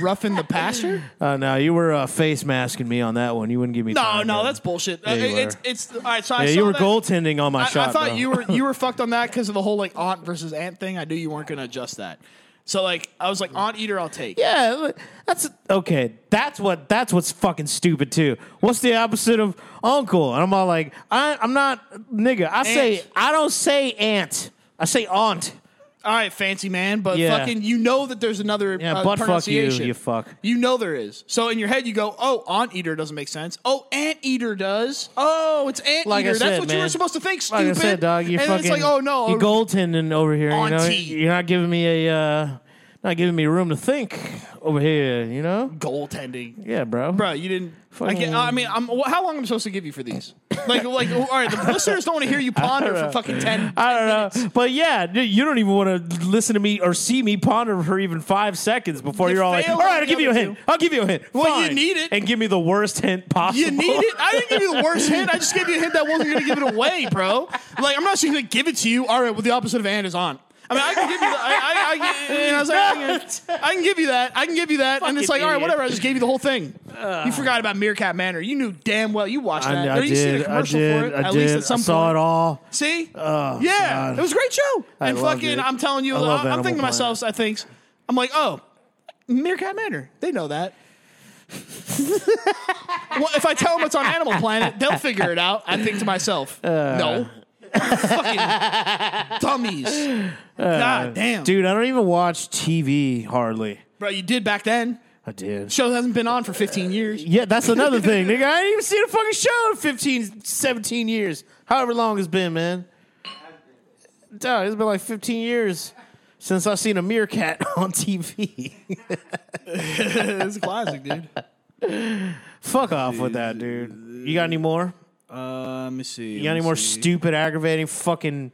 Speaker 2: Roughing the passer?
Speaker 1: [LAUGHS] Uh, no, you were uh, face masking me on that one. You wouldn't give me.
Speaker 2: no,
Speaker 1: time,
Speaker 2: no,
Speaker 1: bro.
Speaker 2: that's bullshit.
Speaker 1: Yeah,
Speaker 2: Uh,
Speaker 1: you
Speaker 2: it- it's
Speaker 1: were.
Speaker 2: it's all right. So I
Speaker 1: Yeah,
Speaker 2: saw
Speaker 1: you were
Speaker 2: that.
Speaker 1: goaltending on my
Speaker 2: I,
Speaker 1: shot.
Speaker 2: I thought
Speaker 1: bro.
Speaker 2: you were
Speaker 1: [LAUGHS]
Speaker 2: you were fucked on that because of the whole like aunt versus aunt thing. I knew you weren't going to adjust that. So like I was like aunt eater, I'll take.
Speaker 1: Yeah, li- that's okay. That's what that's what's fucking stupid too. What's the opposite of uncle? And I'm all like, I, I'm not nigga. I say
Speaker 2: Aunt.
Speaker 1: I don't say aunt. I say aunt.
Speaker 2: All right, fancy man, but
Speaker 1: Yeah.
Speaker 2: fucking, you know that there's another
Speaker 1: Yeah, butt
Speaker 2: uh,
Speaker 1: fuck you,
Speaker 2: pronunciation.
Speaker 1: you fuck.
Speaker 2: You know there is. So in your head, you go, "Oh, aunt eater doesn't make sense. Oh, ant eater does. Oh, it's ant
Speaker 1: Like I
Speaker 2: eater. That's
Speaker 1: said,
Speaker 2: what you
Speaker 1: man.
Speaker 2: were supposed to think, stupid."
Speaker 1: Like I said, dog, you're
Speaker 2: and then
Speaker 1: fucking.
Speaker 2: it's like, "Oh no,
Speaker 1: you goaltending over here. You know,
Speaker 2: Auntie.
Speaker 1: you're not giving me a, uh, not giving me room to think over here. You know,
Speaker 2: goaltending,
Speaker 1: yeah, bro.
Speaker 2: bro. You didn't." I, get,
Speaker 1: Fucking-
Speaker 2: I mean, I'm, wh- how long am I supposed to give you for these? Like, like, all right, the [LAUGHS] listeners don't want to hear you
Speaker 1: [LAUGHS]
Speaker 2: ponder for fucking ten.
Speaker 1: I don't know, but yeah, dude, you don't even want to listen to me or see me ponder for even five seconds before
Speaker 2: You
Speaker 1: you're all like,
Speaker 2: fail
Speaker 1: "All right,
Speaker 2: on
Speaker 1: I'll
Speaker 2: the
Speaker 1: give you a
Speaker 2: other
Speaker 1: hint.
Speaker 2: two.
Speaker 1: I'll give you a hint."
Speaker 2: Well, you
Speaker 1: Fine.
Speaker 2: need it.
Speaker 1: and give me the worst hint possible.
Speaker 2: You need it. I didn't give you the worst hint. I just gave you a hint that wasn't going to give it away, bro. Like I'm not saying to give it to you. All right, well the opposite of and is on. I mean, I can give you. The, I, I, I, and I was like, I can give you that. I can give you that. And it's like,
Speaker 1: Fucking
Speaker 2: all right,
Speaker 1: idiot.
Speaker 2: whatever. I just gave you the whole thing. You forgot about Meerkat Manor. You knew damn well. You watched
Speaker 1: [LAUGHS] I,
Speaker 2: that.
Speaker 1: I
Speaker 2: or you seen a
Speaker 1: did. I
Speaker 2: commercial
Speaker 1: did.
Speaker 2: for it.
Speaker 1: I
Speaker 2: at
Speaker 1: did.
Speaker 2: least at some
Speaker 1: I saw
Speaker 2: point.
Speaker 1: it all.
Speaker 2: See?
Speaker 1: Oh,
Speaker 2: yeah,
Speaker 1: God.
Speaker 2: it was a great show.
Speaker 1: I
Speaker 2: and
Speaker 1: loved it.
Speaker 2: fucking, I'm telling you,
Speaker 1: I love
Speaker 2: I am
Speaker 1: Animal
Speaker 2: thinking to myself, I think, I'm like, oh, Meerkat Manor. They
Speaker 1: [LAUGHS]
Speaker 2: know that. well, if I tell them it's on Animal Planet, they'll figure it out. I think to
Speaker 1: Uh.
Speaker 2: myself, no. fucking dummies. God damn.
Speaker 1: Uh. Dude, I don't even watch TV hardly.
Speaker 2: Bro, you did back then.
Speaker 1: I did.
Speaker 2: Show hasn't been on for 15 years.
Speaker 1: Yeah, that's
Speaker 2: [LAUGHS]
Speaker 1: another thing, nigga. I ain't even seen a fucking show in 15, 17 years. However long it's been, man. Dog, it's been like 15 years since I've seen a meerkat [LAUGHS] on TV.
Speaker 2: it's a classic, dude.
Speaker 1: Fuck off with that, dude. You got any more?
Speaker 2: Uh, let me see.
Speaker 1: You got any more stupid, aggravating fucking.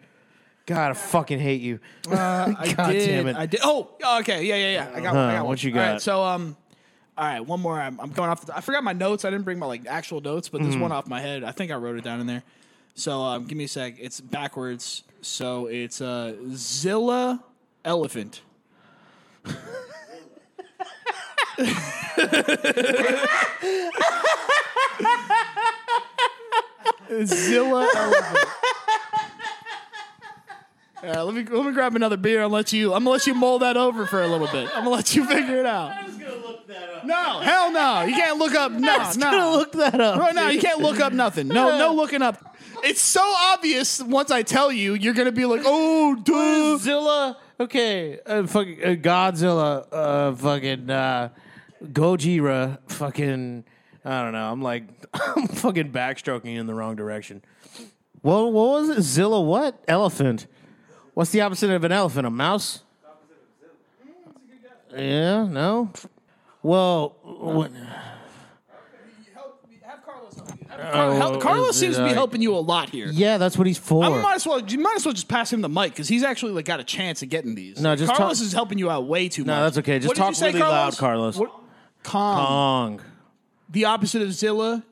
Speaker 1: God, I fucking hate [LAUGHS] you.
Speaker 2: I
Speaker 1: God
Speaker 2: did.
Speaker 1: damn it.
Speaker 2: I did. Oh, okay. Yeah, yeah, yeah. I got one. I
Speaker 1: Huh,
Speaker 2: got one.
Speaker 1: what you
Speaker 2: All
Speaker 1: got?
Speaker 2: right, so um, all right, one more. I'm, I'm going off. The, I forgot my notes. I didn't bring my like actual notes, but this
Speaker 1: Hmm.
Speaker 2: one off my head. I think I wrote it down in there. So um, give me a sec. It's backwards. So it's uh, Zilla elephant. Zilla elephant. All right, let me let me grab another beer and let you. I'm gonna let you mull that over for a little bit. I'm gonna let you figure it out. I was gonna look that up. No, hell no. You can't look up. No, no.
Speaker 1: gonna look that up.
Speaker 2: Right now, you can't look up nothing. No, no looking up. It's so obvious. Once I tell you, you're gonna be like, "Oh, dude."
Speaker 1: Godzilla. Okay, uh, fucking uh, Godzilla. Uh, fucking uh, Gojira. Fucking. I don't know. I'm like [LAUGHS] I'm fucking backstroking in the wrong direction. Well, what was it? Zilla? What elephant? What's the opposite of an elephant? A mouse? Yeah. No. Well, what,
Speaker 2: Car-
Speaker 1: Oh,
Speaker 2: Hel- Carlos
Speaker 1: is it
Speaker 2: seems to be
Speaker 1: like-
Speaker 2: helping you a lot here.
Speaker 1: yeah, that's what he's for.
Speaker 2: I might as well. You might as well just pass him the mic because he's actually like got a chance at getting these.
Speaker 1: No, just
Speaker 2: Carlos
Speaker 1: talk-
Speaker 2: is helping you out way too much.
Speaker 1: that's okay. Just
Speaker 2: What did you
Speaker 1: talk
Speaker 2: say,
Speaker 1: really loud, Carlos.
Speaker 2: What- Calm.
Speaker 1: Kong.
Speaker 2: The opposite of Zilla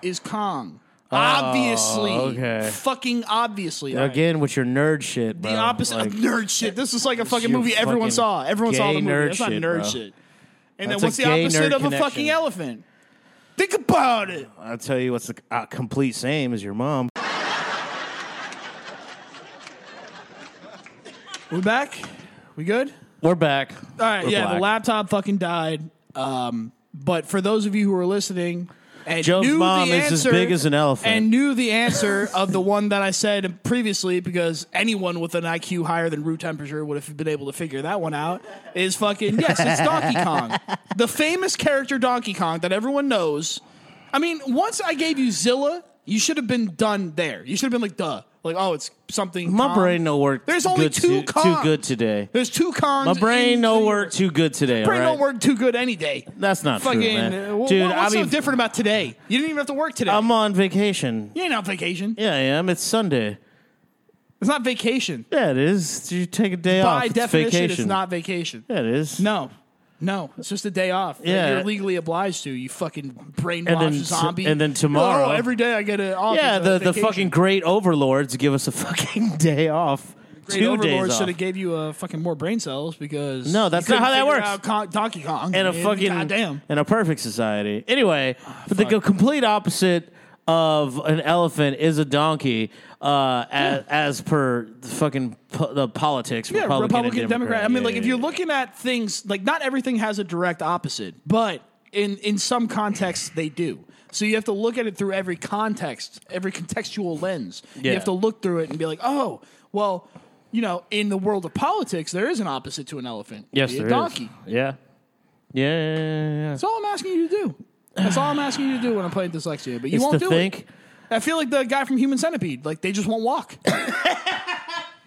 Speaker 2: is Kong.
Speaker 1: Oh,
Speaker 2: obviously.
Speaker 5: okay.
Speaker 2: Fucking obviously. All right.
Speaker 1: Again with your nerd shit, bro.
Speaker 2: The opposite
Speaker 1: Like,
Speaker 2: of nerd shit. This is like a fucking
Speaker 1: your
Speaker 2: movie everyone
Speaker 1: fucking
Speaker 2: saw. Everyone saw
Speaker 1: gay
Speaker 2: the movie.
Speaker 1: nerd
Speaker 2: That's not
Speaker 1: shit,
Speaker 2: nerd
Speaker 1: bro.
Speaker 2: shit. And
Speaker 1: That's
Speaker 2: then
Speaker 1: a
Speaker 2: what's the
Speaker 1: gay
Speaker 2: opposite
Speaker 1: nerd
Speaker 2: of a
Speaker 1: connection.
Speaker 2: fucking elephant? Think about it.
Speaker 1: I'll tell you what's the uh, complete same as your mom.
Speaker 2: We back? We good?
Speaker 1: We're back.
Speaker 2: All right,
Speaker 1: We're
Speaker 2: yeah, the
Speaker 1: black.
Speaker 2: laptop fucking died. Um, but for those of you who are listening and
Speaker 1: Joe's
Speaker 2: knew
Speaker 1: mom
Speaker 2: the
Speaker 1: is as
Speaker 2: answer,
Speaker 1: big as an elephant.
Speaker 2: and knew the answer of the one that I said previously because anyone with an IQ higher than root temperature would have been able to figure that one out is fucking yes,
Speaker 1: [LAUGHS]
Speaker 2: it's Donkey Kong. The famous character Donkey Kong that everyone knows. I mean, once I gave you Zilla, you should have been done there. You should have been like, duh. Like, oh, it's something.
Speaker 1: My
Speaker 2: Kong.
Speaker 1: brain no work.
Speaker 2: There's only
Speaker 1: good
Speaker 2: two
Speaker 1: to-
Speaker 2: Kongs.
Speaker 1: Too good today.
Speaker 2: There's two cons.
Speaker 1: My brain no
Speaker 2: work.
Speaker 1: work too good today.
Speaker 2: Brain
Speaker 1: all right?
Speaker 2: don't work too good any day.
Speaker 1: That's not
Speaker 2: Fucking
Speaker 1: true, man.
Speaker 2: uh, wh-
Speaker 1: Dude,
Speaker 2: what- what's
Speaker 1: I
Speaker 2: so
Speaker 1: mean,
Speaker 2: different about today? You didn't even have to work today.
Speaker 1: I'm on vacation.
Speaker 2: you ain't on vacation.
Speaker 1: Yeah, I am. It's Sunday.
Speaker 2: It's not vacation.
Speaker 1: Yeah, it is. You take a day off.
Speaker 2: By
Speaker 1: It's
Speaker 2: definition,
Speaker 1: vacation.
Speaker 2: it's not vacation.
Speaker 1: Yeah, it is.
Speaker 2: No, no, it's just a day off. that
Speaker 1: Yeah.
Speaker 2: you're legally obliged to. You fucking brainwashed
Speaker 1: And then t-
Speaker 2: zombie.
Speaker 1: and then
Speaker 2: You're like,
Speaker 1: tomorrow-
Speaker 2: oh, every day I get it off.
Speaker 1: Yeah,
Speaker 2: as a
Speaker 1: the, the
Speaker 2: vacation."
Speaker 1: fucking great overlords give us a fucking [LAUGHS] day off.
Speaker 2: Great
Speaker 1: two
Speaker 2: Overlord
Speaker 1: days
Speaker 2: should have
Speaker 1: off.
Speaker 2: gave you uh, fucking more brain cells because
Speaker 1: No, that's
Speaker 2: you
Speaker 1: not how
Speaker 2: couldn't
Speaker 1: that
Speaker 2: figure
Speaker 1: works.
Speaker 2: out Con- Donkey Kong
Speaker 1: In a
Speaker 2: man.
Speaker 1: fucking
Speaker 2: goddamn. Ah,
Speaker 1: in a perfect society. Anyway, but the
Speaker 2: fuck.
Speaker 1: complete opposite of an elephant is a donkey. Uh, as, as per the fucking po- the politics,
Speaker 2: Yeah,
Speaker 1: Republican,
Speaker 2: Republican,
Speaker 1: and
Speaker 2: Democrat. I mean, like
Speaker 1: Yeah,
Speaker 2: if
Speaker 1: yeah,
Speaker 2: you're
Speaker 1: yeah.
Speaker 2: looking at things, like not everything has a direct opposite, but in in some contexts they do. So you have to look at it through every context, every contextual lens. You
Speaker 1: Yeah.
Speaker 2: have to look through it and be like, oh, well, you know, in the world of politics, there is an opposite to an elephant.
Speaker 1: yes,
Speaker 2: Be a
Speaker 1: there is.
Speaker 2: donkey.
Speaker 1: Yeah. Yeah, yeah, yeah, yeah.
Speaker 2: That's all I'm asking you to do. That's all I'm asking you to do when I'm playing dyslexia, but you
Speaker 1: It's
Speaker 2: won't
Speaker 1: to
Speaker 2: do
Speaker 1: think.
Speaker 2: it. I feel like the guy from Human Centipede. Like they just won't walk.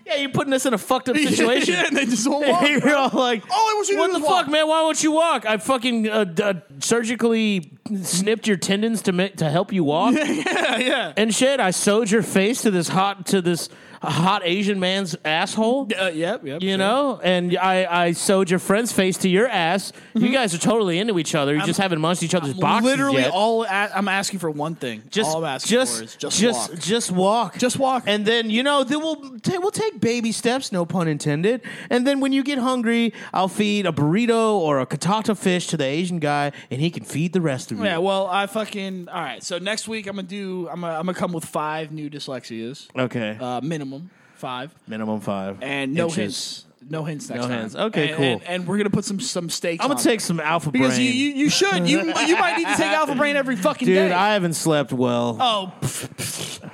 Speaker 1: Yeah, you're putting us in a fucked up [LAUGHS] situation.
Speaker 2: [LAUGHS] yeah, they just won't walk.
Speaker 1: [LAUGHS]
Speaker 2: [LAUGHS]
Speaker 1: you're all like,
Speaker 2: All I wish you
Speaker 1: what
Speaker 2: did
Speaker 1: the
Speaker 2: was walk."
Speaker 1: fuck, man? Why won't you walk? I fucking uh, d- uh, surgically snipped your tendons to ma- to help you walk
Speaker 2: yeah, yeah.
Speaker 1: and shit. I sewed your face to this hot to this hot Asian man's asshole.
Speaker 2: Uh, yep, yep.
Speaker 1: You
Speaker 2: sure.
Speaker 1: know, and I, I sewed your friend's face to your ass. You guys are totally into each other. You just haven't munched each other's boxes
Speaker 2: Mm-hmm. Literally,
Speaker 1: yet.
Speaker 2: all a- I'm asking for one thing.
Speaker 1: just,
Speaker 2: all I'm asking
Speaker 1: just,
Speaker 2: for is just,
Speaker 1: just,
Speaker 2: walk.
Speaker 1: just walk.
Speaker 2: Just walk.
Speaker 1: And then you know, then we'll ta- we'll take baby steps, no pun intended. And then when you get hungry, I'll feed a burrito or a katata fish to the Asian guy, and he can feed the rest of you.
Speaker 2: yeah. Well, I fucking all right. So next week I'm gonna do. I'm gonna, I'm gonna come with five new dyslexias,
Speaker 1: Okay.
Speaker 2: uh, minimum five,
Speaker 1: Minimum five.
Speaker 2: and no
Speaker 1: Inches.
Speaker 2: hints. No hints next
Speaker 1: No
Speaker 2: time.
Speaker 1: hints. Okay,
Speaker 2: And-
Speaker 1: cool.
Speaker 2: And, and we're gonna put some some stakes.
Speaker 1: I'm gonna
Speaker 2: on
Speaker 1: take
Speaker 2: it.
Speaker 1: some alpha
Speaker 2: because
Speaker 1: brain.
Speaker 2: you, you you should you you might need to take Alpha Brain every fucking
Speaker 1: Dude,
Speaker 2: day.
Speaker 1: I haven't slept well.
Speaker 2: oh. pff, pff,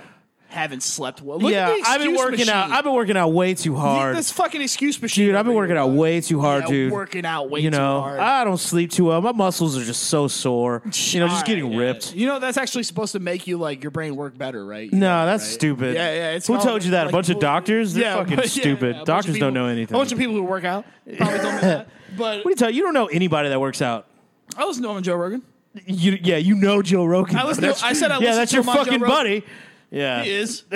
Speaker 2: Haven't slept well. Look at
Speaker 1: yeah,
Speaker 2: the
Speaker 1: I've been
Speaker 2: excuse
Speaker 1: working out.
Speaker 2: machine.
Speaker 1: I've been working out way too hard.
Speaker 2: this fucking excuse machine.
Speaker 1: Dude, I've been
Speaker 2: over
Speaker 1: working
Speaker 2: here.
Speaker 1: out way too hard,
Speaker 2: Yeah,
Speaker 1: dude.
Speaker 2: Working out way
Speaker 1: you
Speaker 2: too
Speaker 1: know,
Speaker 2: hard.
Speaker 1: I don't sleep too well. My muscles are just so sore. You know, just
Speaker 2: All
Speaker 1: getting
Speaker 2: right.
Speaker 1: ripped.
Speaker 2: You know that's actually supposed to make you like your brain work better, right?
Speaker 1: No, that's
Speaker 2: Right?
Speaker 1: stupid.
Speaker 2: Yeah, yeah. It's
Speaker 1: Who
Speaker 2: all-
Speaker 1: told you that?
Speaker 2: like,
Speaker 1: a bunch of
Speaker 2: well,
Speaker 1: doctors? They're
Speaker 2: yeah,
Speaker 1: fucking
Speaker 2: but- yeah,
Speaker 1: stupid.
Speaker 2: yeah, a bunch of
Speaker 1: doctors
Speaker 2: people-
Speaker 1: don't know anything.
Speaker 2: A
Speaker 1: What
Speaker 2: bunch of people who work out probably don't
Speaker 1: [LAUGHS]
Speaker 2: know that. But
Speaker 1: do you tell? You don't know anybody that works out.
Speaker 2: I listen to him on Joe Rogan.
Speaker 1: You, yeah, you know Joe Rogan.
Speaker 2: I listen to-
Speaker 1: That's-
Speaker 2: I said I
Speaker 1: yeah,
Speaker 2: listened
Speaker 1: that's
Speaker 2: to
Speaker 1: your
Speaker 2: him on Joe
Speaker 1: fucking
Speaker 2: Rogan.
Speaker 1: buddy. Yeah,
Speaker 2: He is
Speaker 1: [LAUGHS]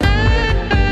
Speaker 7: Thank you.